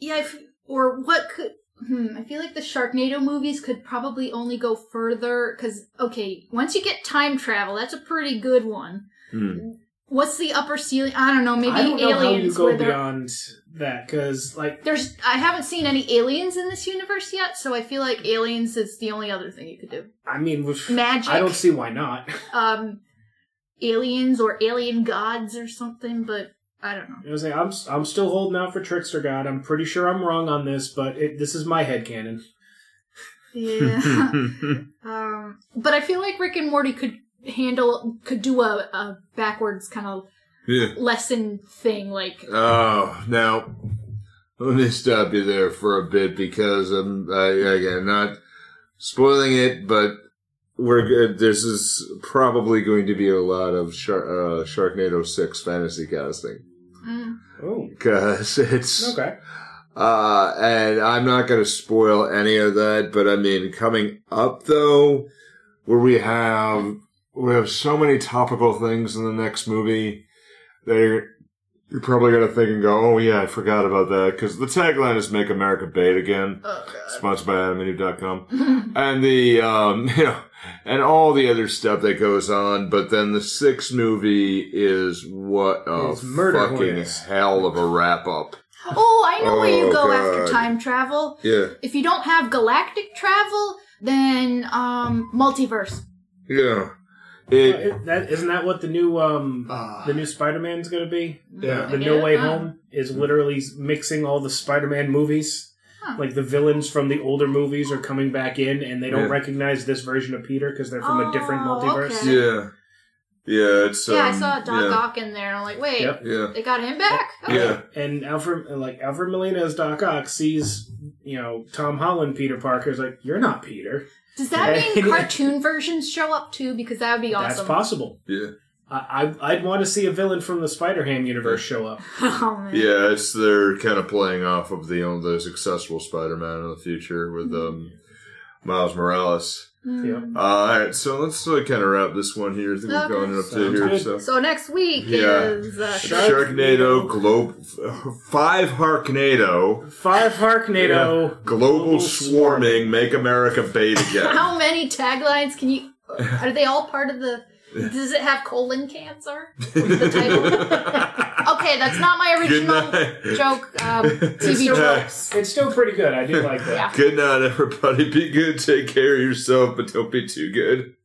Speaker 3: Yeah, if, or what could? Hmm, I feel like the Sharknado movies could probably only go further because okay, once you get time travel, that's a pretty good one.
Speaker 1: Hmm.
Speaker 3: What's the upper ceiling? I don't know. Maybe
Speaker 2: I don't know how you
Speaker 3: aliens.
Speaker 2: go
Speaker 3: where there-
Speaker 2: beyond that because like
Speaker 3: There's. I haven't seen any aliens in this universe yet, so I feel like aliens is the only other thing you could do.
Speaker 2: I mean, with,
Speaker 3: Magic.
Speaker 2: I don't see why not.
Speaker 3: Um, aliens or alien gods or something, but I don't know.
Speaker 2: I was like, I'm I'm still holding out for Trickster God. I'm pretty sure I'm wrong on this, but it, this is my headcanon.
Speaker 3: Yeah. Um, but I feel like Rick and Morty could handle could do a, a backwards kind of
Speaker 1: yeah.
Speaker 3: lesson thing. Like,
Speaker 1: Oh, now let me stop you there for a bit because I'm I, again not spoiling it, but we're good. This is probably going to be a lot of Shar uh, Sharknado Six fantasy casting
Speaker 3: mm,
Speaker 2: Oh,
Speaker 1: because it's
Speaker 2: okay.
Speaker 1: Uh, and I'm not going to spoil any of that, but I mean, coming up though, where we have we have so many topical things in the next movie that you're, you're probably going to think and go, "Oh yeah, I forgot about that," because the tagline is "Make America Bait Again,"
Speaker 3: oh
Speaker 1: sponsored by E AdamandEve.com
Speaker 3: god.
Speaker 1: and the um you know and all the other stuff that goes on but then the sixth movie is what a
Speaker 2: Is Murder
Speaker 1: fucking
Speaker 2: Hornets.
Speaker 1: hell of a wrap up
Speaker 3: oh, I know where you
Speaker 1: Oh,
Speaker 3: go
Speaker 1: God.
Speaker 3: after time travel.
Speaker 1: yeah
Speaker 3: If you don't have galactic travel, then um, multiverse.
Speaker 1: yeah It,
Speaker 2: Well, that, isn't that what the new um,
Speaker 1: Ah.
Speaker 2: Oh, the new Spider Man's going to be?
Speaker 1: Yeah.
Speaker 2: The
Speaker 3: I
Speaker 2: No
Speaker 3: guess
Speaker 2: Way
Speaker 3: not.
Speaker 2: Home is literally mixing all the Spider Man movies.
Speaker 3: Huh.
Speaker 2: Like the villains from the older movies are coming back in, and they don't
Speaker 1: Yeah.
Speaker 2: recognize this version of Peter because they're from a different
Speaker 3: Oh,
Speaker 2: multiverse.
Speaker 3: okay.
Speaker 1: yeah, yeah. It's
Speaker 3: yeah, I
Speaker 1: um,
Speaker 3: saw Doc
Speaker 1: yeah,
Speaker 3: Ock in there, and I'm like, wait,
Speaker 2: Yep.
Speaker 1: Yeah,
Speaker 3: they got him back?
Speaker 1: yeah,
Speaker 2: And Alfred, like Alfred Molina as Doc Ock sees, you know, Tom Holland, Peter Parker is like, "You're not Peter."
Speaker 3: Does that mean
Speaker 2: Yeah.
Speaker 3: cartoon versions show up too? Because that would be awesome.
Speaker 2: That's possible.
Speaker 1: yeah.
Speaker 2: I, I I'd want to see a villain from the Spider Ham universe show up.
Speaker 3: oh, man.
Speaker 1: Yeah, it's they're kind of playing off of the you know, the successful Spider-Man in the future with
Speaker 3: Mm-hmm.
Speaker 1: um, Miles Morales.
Speaker 3: Mm.
Speaker 1: Uh, all right, so let's uh, kind of wrap this one here. I think we've
Speaker 3: Okay.
Speaker 1: gone up to
Speaker 2: Sounds
Speaker 1: here.
Speaker 2: good.
Speaker 1: So
Speaker 3: So next week
Speaker 1: Yeah.
Speaker 3: is uh,
Speaker 2: Shark-
Speaker 1: Sharknado, Globe, Five Harknado,
Speaker 2: Five Harknado.
Speaker 1: Global Swarming, Make America Bait Again.
Speaker 3: How many taglines can you? Are they all part of the? Does it have colon cancer? With the title? okay, that's not my
Speaker 1: Good
Speaker 3: original
Speaker 1: night.
Speaker 3: joke. Um, TV
Speaker 2: Yeah.
Speaker 3: tropes.
Speaker 2: It's still pretty good. I do like that.
Speaker 3: Yeah.
Speaker 1: Good night, everybody. Be good. Take care of yourself, but don't be too good.